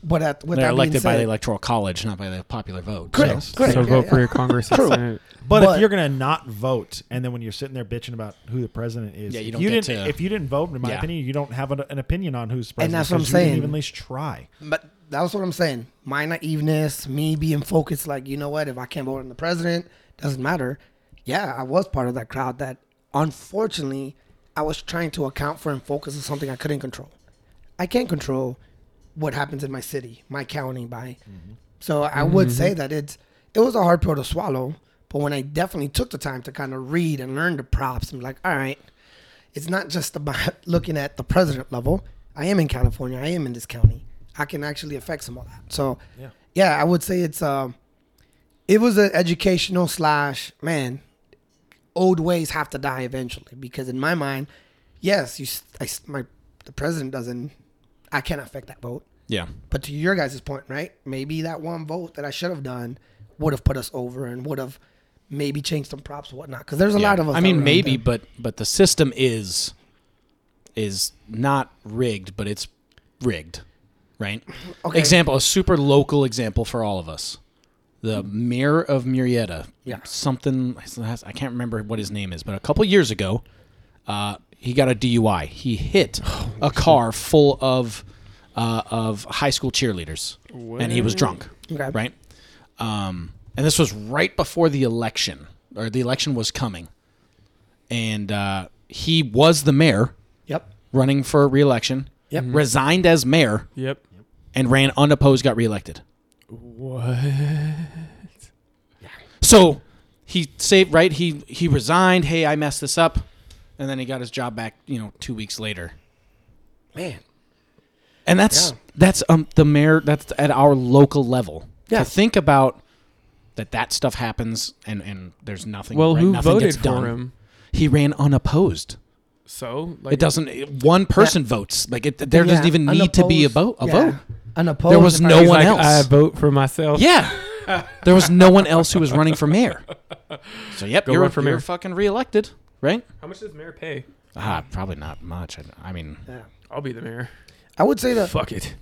S2: But at, with
S4: they're
S2: that being
S4: elected by the
S2: said,
S4: electoral college, not by the popular vote.
S2: correct,
S4: So-
S2: correct,
S5: So
S2: yeah,
S5: vote for
S2: yeah.
S5: your Congress and
S2: True.
S5: Senate.
S1: But,
S2: But-
S1: if you're gonna not vote, and then when you're sitting there bitching about who the president is,
S4: Yeah, you
S1: if
S4: don't
S1: you
S4: get
S1: didn't.
S4: to-
S1: if you didn't vote, in my
S4: Yeah.
S1: opinion, you don't have an, an opinion on who's president.
S2: And that's what I'm
S1: 'cause you didn't
S2: saying.
S1: even at least try.
S2: But that's what I'm saying. My naiveness, me being focused, like, you know what, if I can't vote on the president, doesn't matter. Yeah, I was part of that crowd that unfortunately I was trying to account for and focus on something I couldn't control. I can't control what happens in my city, my county, my so I would say that it's it was a hard pill to swallow, but when I definitely took the time to kind of read and learn the props, I'm like, all right, it's not just about looking at the president level. I am in California. I am in this county. I can actually affect some of that. So, yeah, I would say it's um, it was an educational slash man. Old ways have to die eventually because in my mind, yes, you s- I s my the president doesn't. I can't affect that vote.
S4: Yeah,
S2: But to your guys' point, right? Maybe that one vote that I should have done would have put us over and would have maybe changed some props, whatnot. Because there's a lot
S4: Yeah.
S2: of us.
S4: I
S2: out
S4: mean,
S2: around
S4: maybe,
S2: there.
S4: but but the system is is not rigged, but it's rigged, right?
S2: Okay.
S4: Example: a super local example for all of us. The mayor of Murietta,
S2: Yeah.
S4: something I can't remember what his name is, but a couple years ago, uh, he got a DUI. He hit a car full of uh, of high school cheerleaders, and he was drunk.
S2: Okay.
S4: Right. Um, and this was right before the election, or the election was coming, and uh, he was the mayor
S2: Yep.
S4: running for reelection.
S2: Yep. Mm-hmm.
S4: Resigned as mayor
S5: Yep.
S4: and ran unopposed, got reelected. What? So he saved right. He he resigned. Hey, I messed this up, and then he got his job back. You know, two weeks later.
S2: Man.
S4: And that's
S2: Yeah.
S4: that's um the mayor. That's at our local level.
S2: Yeah.
S4: To think about that that stuff happens and and there's nothing.
S5: Well,
S4: right?
S5: who
S4: nothing
S5: voted
S4: gets
S5: for
S4: done.
S5: him? Oh,
S4: He ran unopposed.
S5: So like,
S4: It doesn't. it- one person votes. Like it, there doesn't
S2: Yeah,
S4: even need to be a
S2: unopposed-
S4: vote. A
S2: yeah,
S4: vote.
S2: Unopposed.
S4: There was
S2: if I
S4: no
S5: He's
S2: remember-
S4: one
S5: like,
S4: else.
S5: I vote for myself.
S4: Yeah. There was no one else who was running for mayor. So yep,
S5: Go
S4: you're,
S5: run for
S4: you're
S5: mayor.
S4: fucking reelected, right?
S5: How much does mayor pay?
S4: Ah, probably not much. I, I mean,
S5: I'll be the mayor.
S2: I would say that
S5: Fuck it.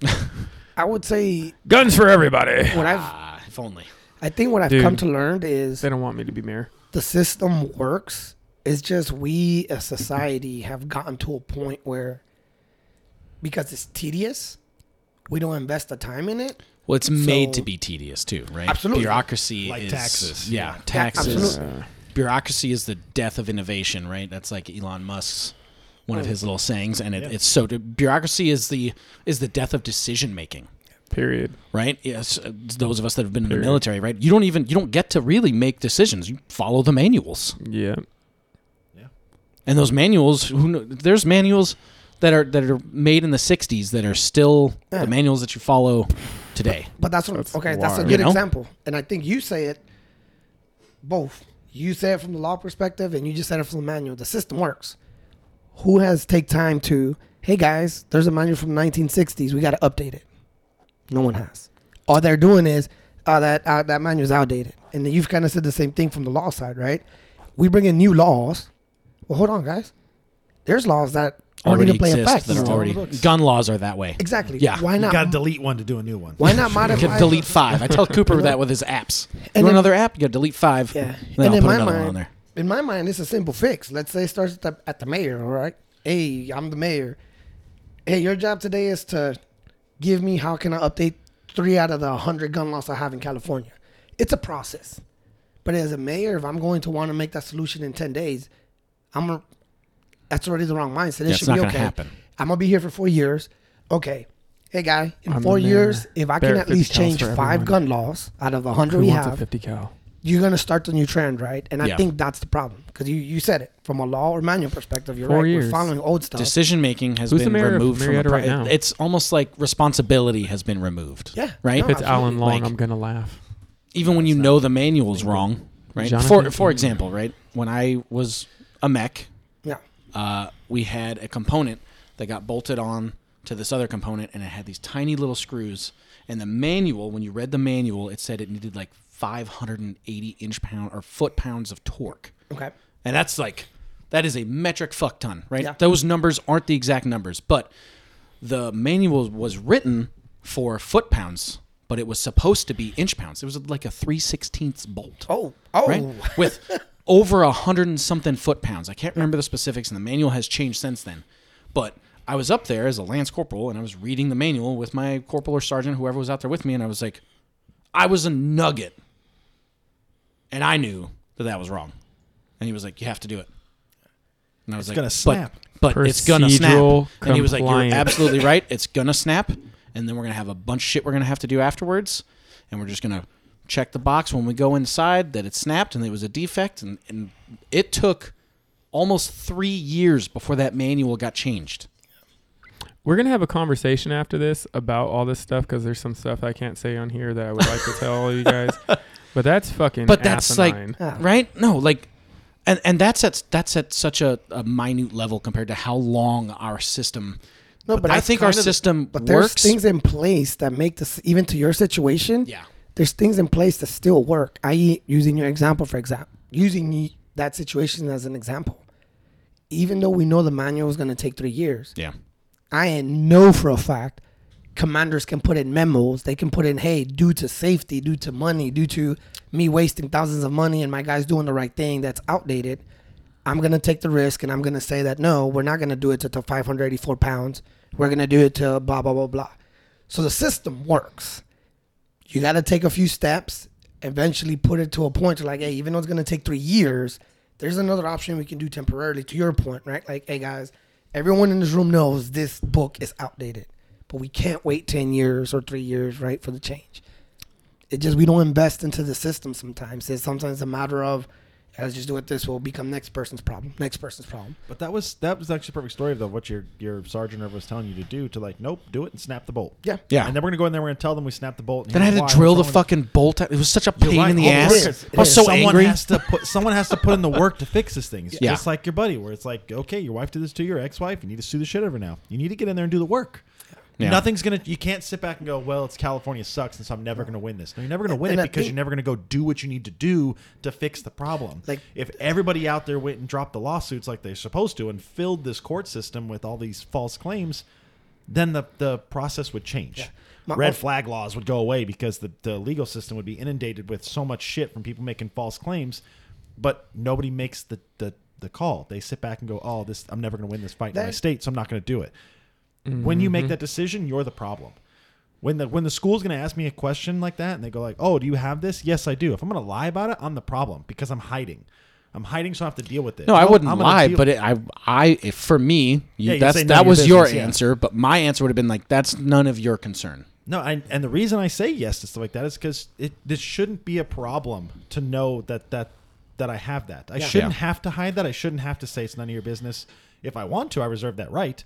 S2: I would say
S5: Guns for everybody.
S2: what I've
S4: ah, if only.
S2: I think what I've
S5: Dude.
S2: come to learn is
S5: They don't want me to be mayor.
S2: the system works. It's just we as society have gotten to a point where because it's tedious, we don't invest the time in it.
S4: Well, it's made
S2: So-
S4: to be tedious too, right?
S2: Absolutely.
S4: Bureaucracy
S1: Like
S4: is
S1: taxes.
S4: Yeah, taxes. Bureaucracy is the death of innovation, right? That's like Elon Musk's one of his little sayings, and it, it's so bureaucracy is the is the death of decision making.
S5: Period.
S4: right? Yes, uh, those of us that have been in the military, right? You don't even you don't get to really make decisions. You follow the manuals,
S5: Yeah.
S4: and those manuals. Who kn- there's manuals that are that are made in the '60s that are still
S2: Yeah.
S4: the manuals that you follow today.
S2: But that's what okay, that's a
S5: wild.
S2: good
S4: You know?
S2: example. And I think you say it both. You say it from the law perspective and you just said it from the manual. The system works. Who has take time to hey guys, there's a manual from the nineteen sixties, we gotta update it. No one has. All they're doing is uh, that uh, that manual's outdated. And then you've kind of said the same thing from the law side, right? We bring in new laws. Well, hold on, guys. There's laws that aren't
S4: Already
S2: even play
S4: exist
S2: effect.
S4: that are already gun laws are that way.
S2: exactly.
S4: Yeah.
S2: Why
S1: You gotta
S2: not?
S1: delete one to do a new one.
S2: Why not modify?
S4: You could delete five. I tell Cooper that with his apps. You want
S2: in-
S4: another app? You got to delete five.
S2: Yeah.
S4: And then I'll
S2: in
S4: put
S2: my
S4: another
S2: mind,
S4: one on there.
S2: In my mind, it's a simple fix. Let's say it starts at the, at the mayor, all right? Hey, I'm the mayor. Hey, your job today is to give me how can I update three out of the 100 gun laws I have in California. It's a process. But as a mayor, if I'm going to want to make that solution in 10 days, I'm gonna- that's already the wrong mindset. It
S4: Yeah, it's
S2: should
S4: not
S2: be
S4: gonna
S2: okay.
S4: happen.
S2: I'm going to be here for four years. Okay. Hey, guy, in
S5: I'm the
S2: four
S5: mayor.
S2: years, if I can
S5: Barrett
S2: at least
S5: 50 counts
S2: change
S5: for
S2: five
S5: everyone.
S2: gun laws out of the 100
S5: Who
S2: we
S5: wants a
S2: have,
S5: 50 cal?
S2: you're gonna start the new trend, right? And I
S4: Yeah.
S2: think that's the problem because you, you said it from a law or manual perspective. You're
S5: Four
S2: right. We're
S5: years.
S2: following old stuff.
S4: Decision making has
S5: Who's
S4: been
S5: the mayor of
S4: removed from
S5: Marietta
S4: the pro-
S5: right now?
S4: It's almost like responsibility has been removed.
S2: Yeah,
S4: Right?
S2: no,
S5: If it's Alan Long,
S4: Like-
S5: I'm gonna laugh.
S4: even when you know the manual's wrong, right?
S5: Jonathan
S4: For for
S5: Cain.
S4: example, right? When I was a mech,
S2: yeah,
S4: uh, we had a component that got bolted on to this other component, and it had these tiny little screws. And the manual, when you read the manual, it said it needed like 580 inch pound or foot pounds of torque,
S2: okay,
S4: and that's like that is a metric fuck ton, right?
S2: Yeah.
S4: Those numbers aren't the exact numbers, but the manual was written for foot pounds, but it was supposed to be inch pounds. It was like a three sixteenths bolt.
S2: Oh, oh.
S4: right? with over a hundred and something foot pounds. I can't remember the specifics, and the manual has changed since then. But I was up there as a lance corporal, and I was reading the manual with my corporal or sergeant, whoever was out there with me, and I was like, I was a nugget, and I knew that that was wrong. And he was like, "You have to do it." And I was like,
S1: gonna
S4: "But-
S1: snap.
S4: but, it's gonna snap."
S5: Procedural
S4: And he was like, "You're
S5: compliance.
S4: absolutely right. It's gonna snap, and then we're gonna have a bunch of shit we're gonna have to do afterwards, and we're just gonna check the box when we go inside that it snapped and it was a defect." And, and it took almost three years before that manual got changed.
S5: We're gonna have a conversation after this about all this stuff because there's some stuff I can't say on here that I would like to tell all you guys. But that's fucking.
S4: but that's
S5: asinine.
S4: like
S2: uh,
S4: right no like and and that's at that's at such a, a minute level compared to how long our system
S2: No, but
S4: i
S2: that's
S4: think our
S2: kind of the-
S4: system
S2: but there's
S4: works
S2: things in place that make this even to your situation.
S4: Yeah.
S2: there's things in place that still work. I.e., using your example for example, using y- that situation as an example. Even though we know the manual is gonna take three years,
S4: yeah
S2: I know for a fact commanders can put in memos. They can put in, hey, due to safety, due to money, due to me wasting thousands of money and my guys doing the right thing that's outdated, I'm gonna take the risk and I'm gonna say that no, we're not gonna do it to the 584 pounds. We're gonna do it to blah blah blah blah. So the system works. You got to take a few steps, eventually put it to a point to like, hey, even though it's gonna take three years, there's another option we can do temporarily. To your point, right? Like, hey guys, everyone in this room knows this book is outdated, but we can't wait 10 years or three years, right, for the change it just we don't invest into the system sometimes. It's sometimes a matter of "Yeah, let's just do it this will become next person's problem, next person's problem.
S1: But that was that was actually a perfect story of the- what your your sergeant or was telling you to do to like, nope, do it and snap the bolt.
S2: Yeah.
S4: Yeah.
S1: And then we're gonna go in there. We're gonna tell them we snapped the bolt. and
S4: Then I had
S1: here's
S4: to
S1: why.
S4: drill the
S1: Someone-
S4: fucking bolt out. It was such a
S1: You're
S4: pain
S1: right.
S4: in the
S1: Oh,
S4: ass.
S1: it is.
S4: I was so
S1: someone
S4: angry.
S1: Has to put, someone has to put in the work to fix these things.
S4: Yeah.
S1: Just like your buddy, where it's like, okay, your wife did this to your ex-wife. You need to sue the shit over now. You need to get in there and do the work.
S4: Yeah.
S1: Nothing's gonna. You can't sit back and go, well, it's California sucks, and so I'm never gonna win this. No, you're never gonna win
S2: And
S1: it
S2: I
S1: because
S2: think-
S1: you're never gonna go do what you need to do to fix the problem.
S2: Like-
S1: if everybody out there went and dropped the lawsuits like they're supposed to and filled this court system with all these false claims, then the, the process would change.
S2: My-
S1: Red flag laws would go away because the, the legal system would be inundated with so much shit from people making false claims, but nobody makes the, the, the call. They sit back and go, oh, this I'm never going to win this fight in my
S2: That-
S1: state, so I'm not going to do it. When you
S4: Mm-hmm.
S1: make that decision, you're the problem. When the when the school's going to ask me a question like that and they go like, "Oh, do you have this?" "Yes, I do." If I'm going to lie about it, I'm the problem because I'm hiding. I'm hiding so I have to deal with it.
S4: No, I
S1: I'm-
S4: wouldn't
S1: I'm gonna
S4: lie,
S1: deal-
S4: but it, I, I, if for me,
S1: Yeah,
S4: you,
S1: you'd
S4: that's
S1: say none
S4: that
S1: of your
S4: was your
S1: business, yeah.
S4: answer. But my answer would have been like, "That's none of your concern."
S1: No, I, and the reason I say yes to stuff like that is because it this shouldn't be a problem to know that that that I have that. I shouldn't
S4: Yeah.
S1: have to hide that. I shouldn't have to say it's none of your business. If I want to, I reserve that right,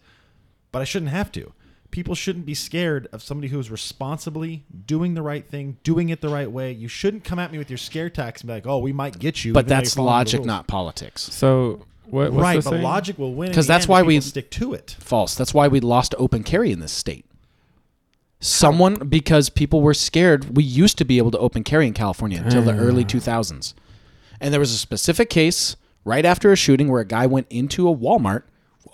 S1: but I shouldn't have to. People shouldn't be scared of somebody who is responsibly doing the right thing, doing it the right way. You shouldn't come at me with your scare tactics and be like, "Oh, we might get you."
S4: But
S1: even though
S4: that's
S1: you're following the
S4: logic,
S1: rules."
S4: not politics.
S5: So what? What's
S1: right. But
S5: the saying?
S1: logic will win
S4: 'Cause
S1: because
S4: that's why we-
S1: stick to it.
S4: False. That's why we lost open carry in this state. Someone because people were scared. We used to be able to open carry in California until the early 2000s, and there was a specific case right after a shooting where a guy went into a Walmart,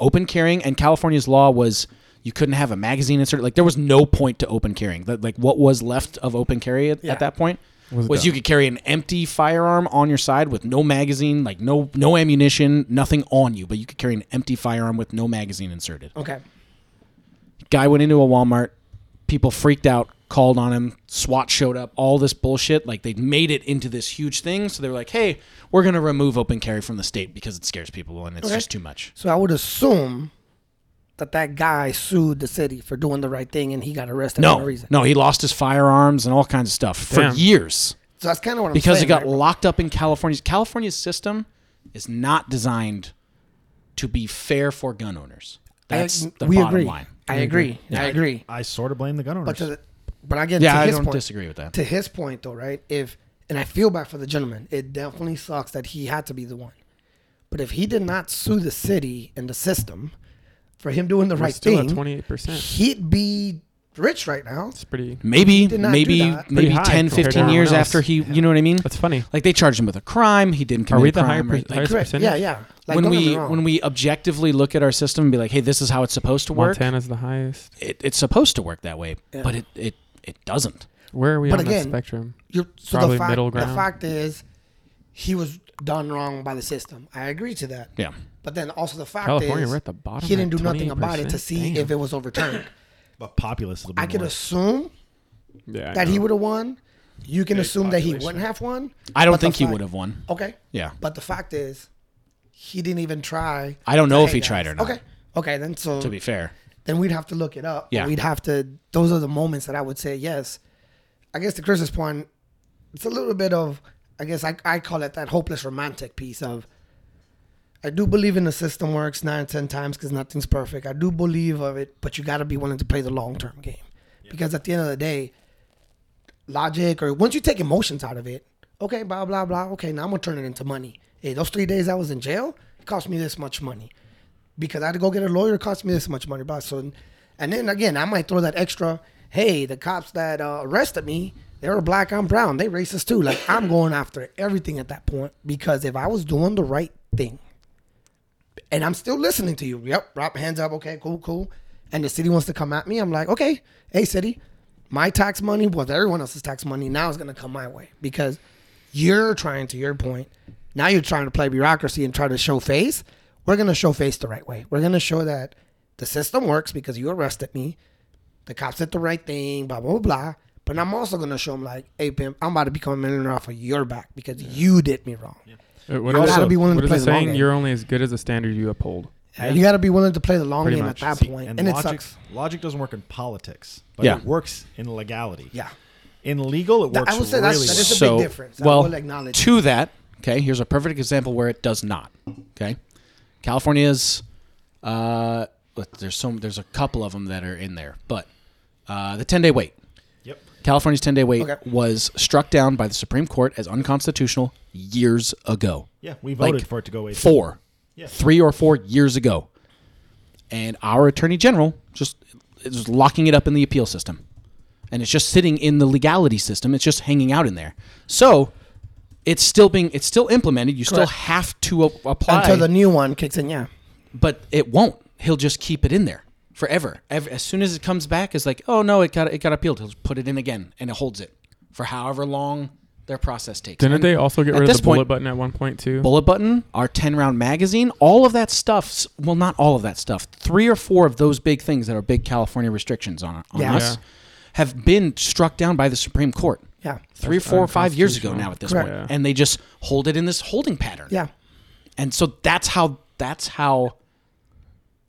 S4: open carrying, and California's law was you couldn't have a magazine insert. Like there was no point to open carrying. That- Like what was left of open carry at, at that point was, you could carry an empty firearm on your side with no magazine, like no no ammunition, nothing on you, but you could carry an empty firearm with no magazine inserted
S2: Okay.
S4: guy went into a Walmart. People freaked out, called on him. SWAT showed up. All this bullshit. Like they made it into this huge thing. So they were like, "Hey, we're gonna remove open carry from the state because it scares people and it's just too much."
S2: So I would assume that that guy sued the city for doing the right thing and he got arrested for
S4: No,
S2: no reason.
S4: no, he lost his firearms and all kinds of stuff
S5: Damn.
S4: for years
S2: So that's kind of what I'm
S4: because
S2: saying.
S4: it got
S2: right?
S4: locked up in California's California's system is not designed to be fair for gun owners. That's
S2: I,
S4: the
S2: we
S4: bottom
S2: agree.
S4: line.
S2: I agree. I agree.
S1: I sort of blame the gun owners.
S2: But to the, but I get
S4: Yeah,
S2: to
S4: I
S2: his
S4: don't
S2: point.
S4: disagree with that.
S2: To his point though, right? If and I feel bad for the gentleman. It definitely sucks that he had to be the one. But if he did not sue the city and the system for him doing the
S5: We're
S2: right
S5: still
S2: thing,
S5: at twenty eight percent.
S2: he'd be rich right now.
S5: It's pretty.
S4: Maybe,
S2: did not do
S4: maybe,
S2: that.
S4: maybe
S5: high
S4: 10,
S5: compared to
S4: 15
S5: everyone
S4: years
S5: else.
S4: after he, you know what I mean?
S5: That's funny.
S4: Like they charged him with a crime. He didn't commit
S5: Are we
S4: a
S5: the higher
S4: crime.
S5: per-
S4: or- like,
S5: highest
S2: Correct.
S5: percentage?
S2: Yeah, yeah. Like,
S4: when
S2: don't get me
S4: we
S2: wrong.
S4: when we objectively look at our system and be like, hey, this is how it's supposed to work.
S5: Montana's the highest.
S4: It, it's supposed to work that way, but it, it it doesn't.
S5: Where are we
S2: But
S5: on
S2: again,
S5: the spectrum?
S2: You're, so
S5: Probably
S2: the fact,
S5: middle
S2: The
S5: ground.
S2: fact is, he was done wrong by the system. I agree to that.
S4: Yeah.
S2: But then also the fact
S5: California,
S2: is,
S5: we're at the bottom
S2: he
S5: at
S2: didn't do nothing about it to
S5: 28%.
S2: see
S5: Damn.
S2: if it was overturned.
S1: but populace will be
S2: I could
S1: more.
S2: assume
S5: Yeah,
S2: that he would have won. You can assume that he wouldn't have won.
S4: I don't
S2: But the
S4: think he
S2: fact-
S4: would have won.
S2: Okay.
S4: Yeah.
S2: But the fact is, he didn't even try.
S4: I don't know if
S2: Hey,
S4: he tried
S2: guys.
S4: or not.
S2: Okay. Okay. Then so
S4: To be fair.
S2: then we'd have to look it up.
S4: Yeah.
S2: We'd have to. Those are the moments that I would say yes. I guess to Chris's point, it's a little bit of. I guess I, I call it that hopeless romantic piece of. I do believe in the system works nine ten times because nothing's perfect. I do believe of it, but you got to be willing to play the long term game, because at the end of the day, logic or once you take emotions out of it, okay, blah blah blah. Okay, now I'm gonna turn it into money. Hey, those three days I was in jail it cost me this much money because I had to go get a lawyer. It cost me this much money, blah. So, and then again, I might throw that extra. Hey, the cops that uh, arrested me, they were black. I'm brown. They racist too. Like I'm going after everything at that point because if I was doing the right thing, and I'm still listening to you. Yep, Rob, hands up. Okay, cool, cool. And the city wants to come at me. I'm like, okay, hey, city, my tax money was everyone else's tax money. Now it's gonna come my way because you're trying, to your point, Now you're trying to play bureaucracy and try to show face. We're gonna show face the right way. We're gonna show that the system works because you arrested me. The cops did the right thing. Blah blah blah. blah. But I'm also gonna show them like, hey pimp, I'm about to become a millionaire off of your back because you did me wrong.
S5: Uh, What
S2: You
S5: is-
S2: gotta be willing
S5: what
S2: to
S5: is
S2: play
S5: it
S2: the long
S5: saying?
S2: game.
S5: You're only as good as the standard you uphold.
S2: Uh, You got to be willing to play the long
S5: Pretty
S2: game
S5: much.
S2: at that
S5: See,
S2: point,
S1: And,
S2: and, it
S1: logic,
S2: sucks.
S1: logic doesn't work in politics, but
S4: Yeah.
S1: it works in legality.
S2: Yeah.
S1: In legal, it
S2: Th-
S1: works
S2: I would say that's-
S1: really
S2: that
S1: well.
S2: is a big
S4: so,
S2: difference. I
S4: Well,
S2: will acknowledge
S4: to that, okay, here's a perfect example where it does not. Okay, California's uh, look, there's some there's a couple of them that are in there, but uh, the 10 day wait.
S1: Yep.
S4: California's 10 day wait
S2: Okay.
S4: was struck down by the Supreme Court as unconstitutional years ago.
S1: Yeah, we
S4: Like,
S1: voted for it to go away. too.
S4: Four, three or four years ago. And our attorney general just is locking it up in the appeal system. And it's just sitting in the legality system. It's just hanging out in there. So it's still being, it's still implemented. You still
S2: Correct.
S4: have to a- apply
S2: Until the new one kicks in, yeah.
S4: but it won't. He'll just keep it in there forever. Ev as soon as it comes back, it's like, oh no, it got it got appealed. He'll just put it in again, and it holds it for however long their process takes.
S5: Didn't
S4: And
S5: they also get
S4: at
S5: rid of
S4: this
S5: the bullet
S4: point-
S5: button at one point too?
S4: Bullet button, our ten round magazine, all of that stuff. s- Well, not all of that stuff. Three or four of those big things that are big California restrictions on, on
S2: Yeah.
S4: us
S5: Yeah.
S4: have been struck down by the Supreme Court.
S2: Yeah.
S4: Three, four, or five years ago now at this
S2: Correct.
S4: point,
S5: Yeah.
S4: and they just hold it in this holding pattern.
S2: Yeah.
S4: And so that's how that's how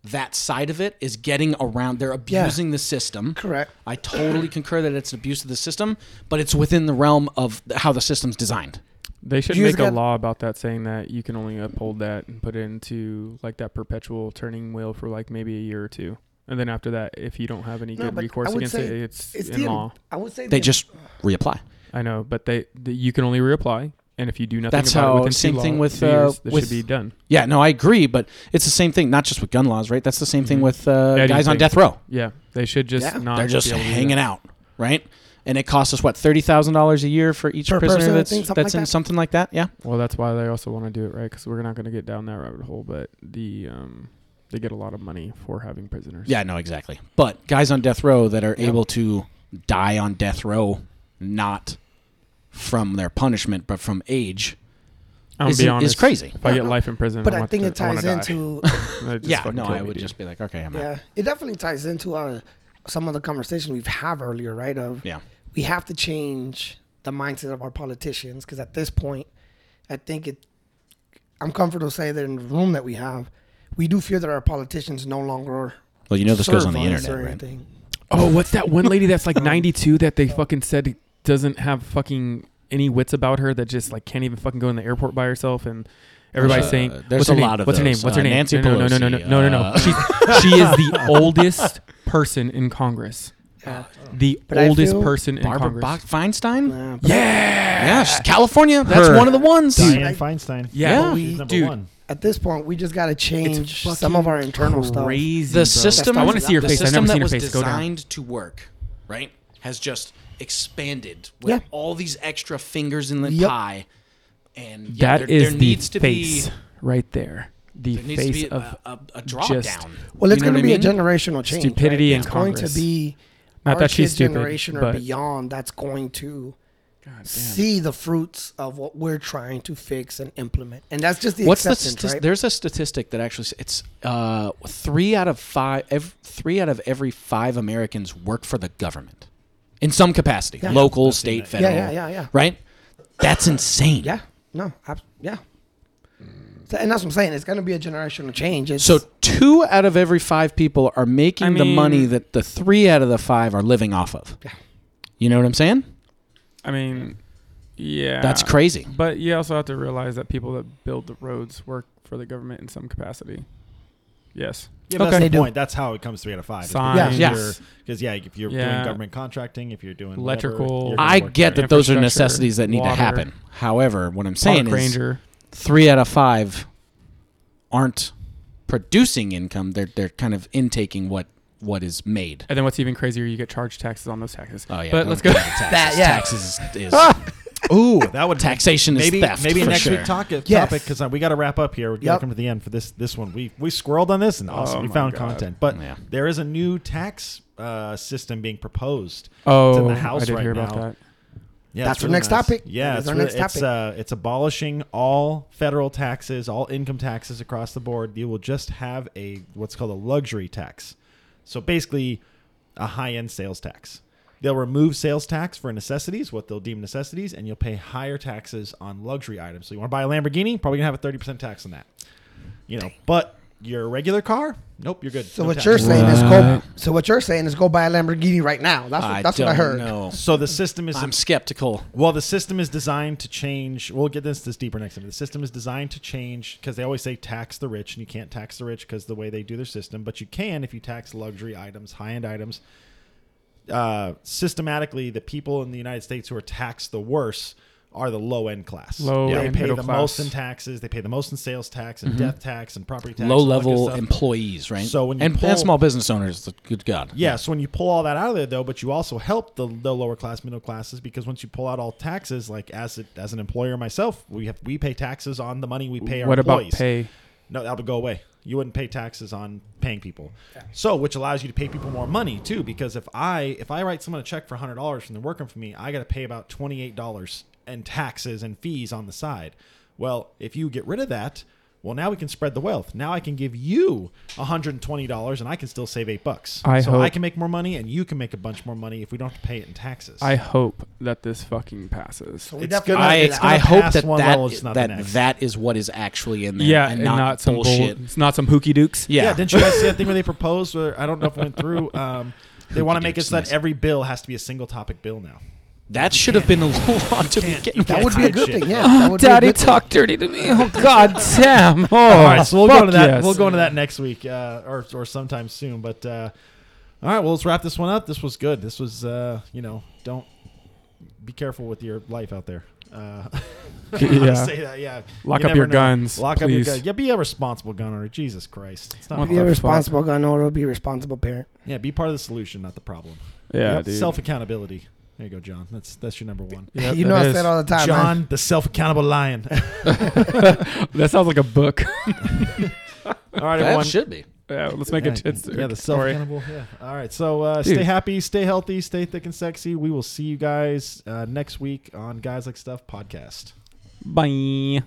S4: that side of it is getting around. They're abusing the system.
S2: Correct.
S4: I totally concur that it's an abuse of the system, but it's within the realm of how the system's designed.
S5: They should
S2: You
S5: make
S2: just
S5: a
S2: got-
S5: law about that, saying that you can only uphold that and put it into like that perpetual turning wheel for like maybe a year or two, and then after that, if you don't have any good recourse against it, it's, in
S2: the,
S5: law.
S2: I would say
S4: They
S2: the-
S4: just reapply.
S5: I know, but they the, you can only reapply, and if you do nothing
S4: That's
S5: about
S4: how-
S5: it within
S4: same
S5: two
S4: thing
S5: law-
S4: with,
S5: two
S4: uh,
S5: years, this
S4: with-
S5: should be done.
S4: Yeah, no, I agree, but it's the same thing, not just with gun laws, right? That's the same
S2: Mm-hmm.
S4: thing with uh,
S5: Anything.
S4: guys on death row.
S5: Yeah, they should just
S2: Yeah.
S5: not.
S4: They're
S5: be
S4: just
S5: able to do
S4: hanging
S5: that.
S4: out, right? And it costs us what thirty thousand dollars a year for each
S2: Per
S4: prisoner
S2: person, I
S4: that's
S2: think, something
S4: that's
S2: like
S4: in
S2: that.
S4: something like that. Yeah,
S5: Well, that's why they also want to do it right, because we're not going to get down that rabbit hole. But the um, they get a lot of money for having prisoners.
S4: Yeah, no, exactly. But guys on death row that are able to die on death row, not from their punishment, but from age.
S5: I'm
S4: Is-
S5: gonna
S4: is
S5: be honest.
S4: crazy.
S5: If I get life in prison,
S2: But
S5: I,
S2: I
S5: want
S2: think
S5: to-
S2: it
S5: I wanna
S2: ties
S5: die.
S2: into
S5: That'd just
S4: yeah,
S5: fucking
S4: no,
S5: kill
S4: I
S5: me,
S4: would
S5: dude.
S4: just be like, okay, I'm out.
S2: yeah. It definitely ties into our some of the conversation we've had earlier, right? Of
S4: Yeah.
S2: we have to change the mindset of our politicians because at this point, I think it. I'm comfortable saying that in the room that we have, we do fear that our politicians no longer.
S4: Well, you know this goes on
S2: serve
S4: the
S2: us or
S4: internet, right?
S2: anything.
S5: Oh, what's that one lady that's like 92 that they fucking said doesn't have fucking any wits about her that just like can't even fucking go in the airport by herself and everybody's
S4: Uh,
S5: saying
S4: there's
S5: what's her
S4: a
S5: name?
S4: lot of
S5: what's her name?
S4: those.
S5: What's her
S4: Uh,
S5: name?
S4: Nancy
S5: no, no, no, no, no,
S4: Pelosi,
S5: no, no, no, no.
S4: uh,
S5: She's, she is the oldest person in Congress.
S2: Yeah.
S5: The
S2: But I
S5: oldest
S2: feel
S5: person in
S4: Barbara
S5: Congress.
S4: Bach Feinstein?
S2: Nah, but
S4: Yeah, she's California. That's
S5: Her.
S4: one of the ones.
S1: Diane Feinstein.
S5: yeah,
S4: Yeah.
S1: She's number
S5: dude.
S1: one.
S2: At this point, we just got to change some of our internal stuff.
S5: Crazy. bro.
S4: The system.
S5: I want to see her
S4: the
S5: face. I've
S4: system
S5: never
S4: that
S5: seen her
S4: was
S5: face go down.
S4: designed to work, right, has just expanded with
S2: Yeah.
S4: all these extra fingers in the
S2: Yep.
S4: pie, and
S5: That
S4: yeah, there, there
S5: is the
S4: needs to
S5: face
S4: be
S5: right there. The
S4: there needs to
S5: face
S4: be uh,
S5: of
S4: a, a, a
S5: just-
S4: drawdown.
S2: Well, it's going to
S4: You know what
S2: be
S4: I mean?
S2: a generational change. right?
S5: Stupidity in
S2: It's going to
S5: Congress.
S2: be
S5: Not
S2: our
S5: that she's
S2: kids'
S5: stupid,
S2: generation or
S5: but-
S2: beyond that's going to see the fruits of what we're trying to fix and implement. And that's just the
S4: What's the
S2: acceptance,
S4: statistic?
S2: right?
S4: There's a statistic that actually s- it's uh, three out of five. Ev- three out of every five Americans work for the government in some capacity,
S2: Yeah.
S4: local, state,
S2: yeah,
S4: federal.
S2: yeah, yeah, yeah.
S4: Right? That's insane.
S2: Yeah. No. ab- yeah. So- and that's what I'm saying. It's going to be a generational change. It's,
S4: So two out of every five people are making
S5: I
S4: the money
S5: mean-
S4: that the three out of the five are living off of.
S2: Yeah.
S4: You know what I'm saying?
S5: I mean, yeah.
S4: That's crazy.
S5: But you also have to realize that people that build the roads work for the government in some capacity. Yes.
S1: Yeah, but
S5: Okay.
S1: that's
S5: They
S1: the
S5: do.
S1: point. That's how it comes three out of five.
S5: Signs.
S4: Yeah.
S1: Because yeah, if you're
S5: Yeah.
S1: doing government contracting, if you're doing whatever,
S5: Electrical.
S1: you're gonna
S4: I
S1: work
S4: get
S1: there.
S4: that those are
S5: Infrastructure,
S4: necessities that need
S5: water,
S4: to happen. However, what I'm
S5: Park
S4: saying is
S5: Ranger.
S4: three out of five aren't producing income. They're they're kind of intaking what what is made.
S5: And then what's even crazier, you get charged taxes on those taxes.
S4: Oh yeah.
S5: But
S4: don't
S5: let's go.
S4: get into Taxes.
S2: That, yeah.
S4: Taxes is, is
S1: Ooh, that would
S4: taxation is
S1: maybe
S4: theft.
S1: maybe
S4: for
S1: next
S4: sure.
S1: week talk
S2: Yes.
S1: topic because we got to wrap up here. We're
S2: Yep.
S1: to come to the end for this this one. We we squirreled on this and awesome.
S5: Oh
S1: we
S5: my
S1: found
S5: God.
S1: content, but
S4: Yeah.
S1: there is a new tax uh, system being proposed. It's
S5: Oh,
S1: in the house
S5: I did
S1: right
S5: hear
S1: now.
S5: about that.
S1: Yeah,
S2: That's
S1: it's
S2: our
S1: really
S2: next
S1: nice.
S2: topic.
S1: Yeah,
S2: That
S1: it's,
S2: is our
S1: really-
S2: next
S1: it's,
S2: topic.
S1: uh, it's abolishing all federal taxes, all income taxes across the board. You will just have a what's called a luxury tax. So basically, a high-end sales tax. They'll remove sales tax for necessities, what they'll deem necessities, and you'll pay higher taxes on luxury items. So you want to buy a Lamborghini, probably gonna have a thirty percent tax on that. You know, but your regular car, nope, you're good.
S2: So
S1: No
S2: what
S1: tax.
S2: you're saying is go. So what you're saying is go buy a Lamborghini right now. That's what,
S4: I
S2: that's
S4: don't
S2: what I heard.
S4: know.
S1: So the system is
S4: I'm skeptical.
S1: Well, the system is designed to change. We'll get this this deeper next time. The system is designed to change because they always say tax the rich, and you can't tax the rich because the way they do their system. But you can if you tax luxury items, high end items. Uh, systematically, the people in the United States who are taxed the worst are the low end class.
S5: Low
S1: they
S5: and
S1: pay
S5: middle
S1: the
S5: class. Mm-hmm.
S1: most in taxes. They pay the most in sales tax and death tax and property tax.
S4: Low
S1: all that good
S4: level
S1: stuff.
S4: employees, right?
S1: So when you
S4: and,
S1: pull-
S4: and small business owners, good God.
S1: Yeah, so when you pull all that out of there, though, but you also help the, the lower class, middle classes, because once you pull out all taxes, like as a, as an employer myself, we have we pay taxes on the money we pay our
S5: What about
S1: employees.
S5: pay?
S1: No, that would go away. You wouldn't pay taxes on paying people. So, which allows you to pay people more money too, because if I if I write someone a check for hundred dollars and they're working for me, I got to pay about twenty eight dollars in taxes and fees on the side. Well, if you get rid of that, well, now we can spread the wealth. Now I can give you hundred and twenty dollars, and I can still save eight bucks.
S5: I
S1: so
S5: hope-
S1: I can make more money, and you can make a bunch more money if we don't have to pay it in taxes.
S5: I hope that this fucking passes.
S2: So we
S1: It's
S2: definitely
S1: gonna-
S2: gotta do
S4: I,
S1: it's
S2: that.
S1: gonna
S4: I hope
S1: pass
S4: that
S1: one
S4: that,
S1: level, it's not the
S4: that
S1: next.
S4: that is what is actually in there.
S5: yeah,
S4: and not,
S5: some bull-
S4: bullshit.
S5: it's not some hooky dukes.
S4: Yeah,
S1: Yeah. didn't you guys see that thing where they proposed? Where I don't know if it went through. Um, they want to make it so that
S4: Nice.
S1: every bill has to be a single topic bill now.
S4: that should have been a law to begin
S2: That
S4: with.
S2: would be a
S1: Hide
S2: good
S1: shit.
S2: thing. Yeah. that would be a good thing.
S5: dirty to me. Oh god damn. Oh,
S1: All right, so we'll go into that.
S5: yes.
S1: We'll go into that next week, uh, or or sometime soon. But uh, all right, well, let's wrap this one up. This was good. This was, uh, you know, don't be careful with your life out there. Uh, yeah.
S5: Yeah.
S1: say that. Yeah,
S5: Lock
S1: You
S5: up
S1: never
S5: your
S1: know.
S5: guns,
S1: Lock up your
S5: please.
S1: guns. Yeah, be a responsible gun owner. Jesus Christ, it's not.
S5: What
S2: Be a
S5: the fuck?
S2: responsible gun owner. Be a responsible parent.
S1: yeah, be part of the solution, not the problem.
S5: Yeah,
S1: Yep,
S5: dude.
S1: self accountability. There you go, John. That's that's your number one.
S5: Yep,
S2: you
S5: that
S2: know I
S5: is.
S2: say it all the time. man.
S1: John, the self accountable lion.
S5: That sounds like a book.
S1: All right,
S4: That
S1: everyone.
S4: should be.
S5: yeah, let's make
S1: yeah,
S5: it. It's,
S1: yeah, the self
S5: story.
S1: cannibal. Yeah. All right. So uh,
S5: Dude.
S1: stay happy, stay healthy, stay thick and sexy. We will see you guys uh, next week on Guys Like Stuff podcast.
S5: Bye.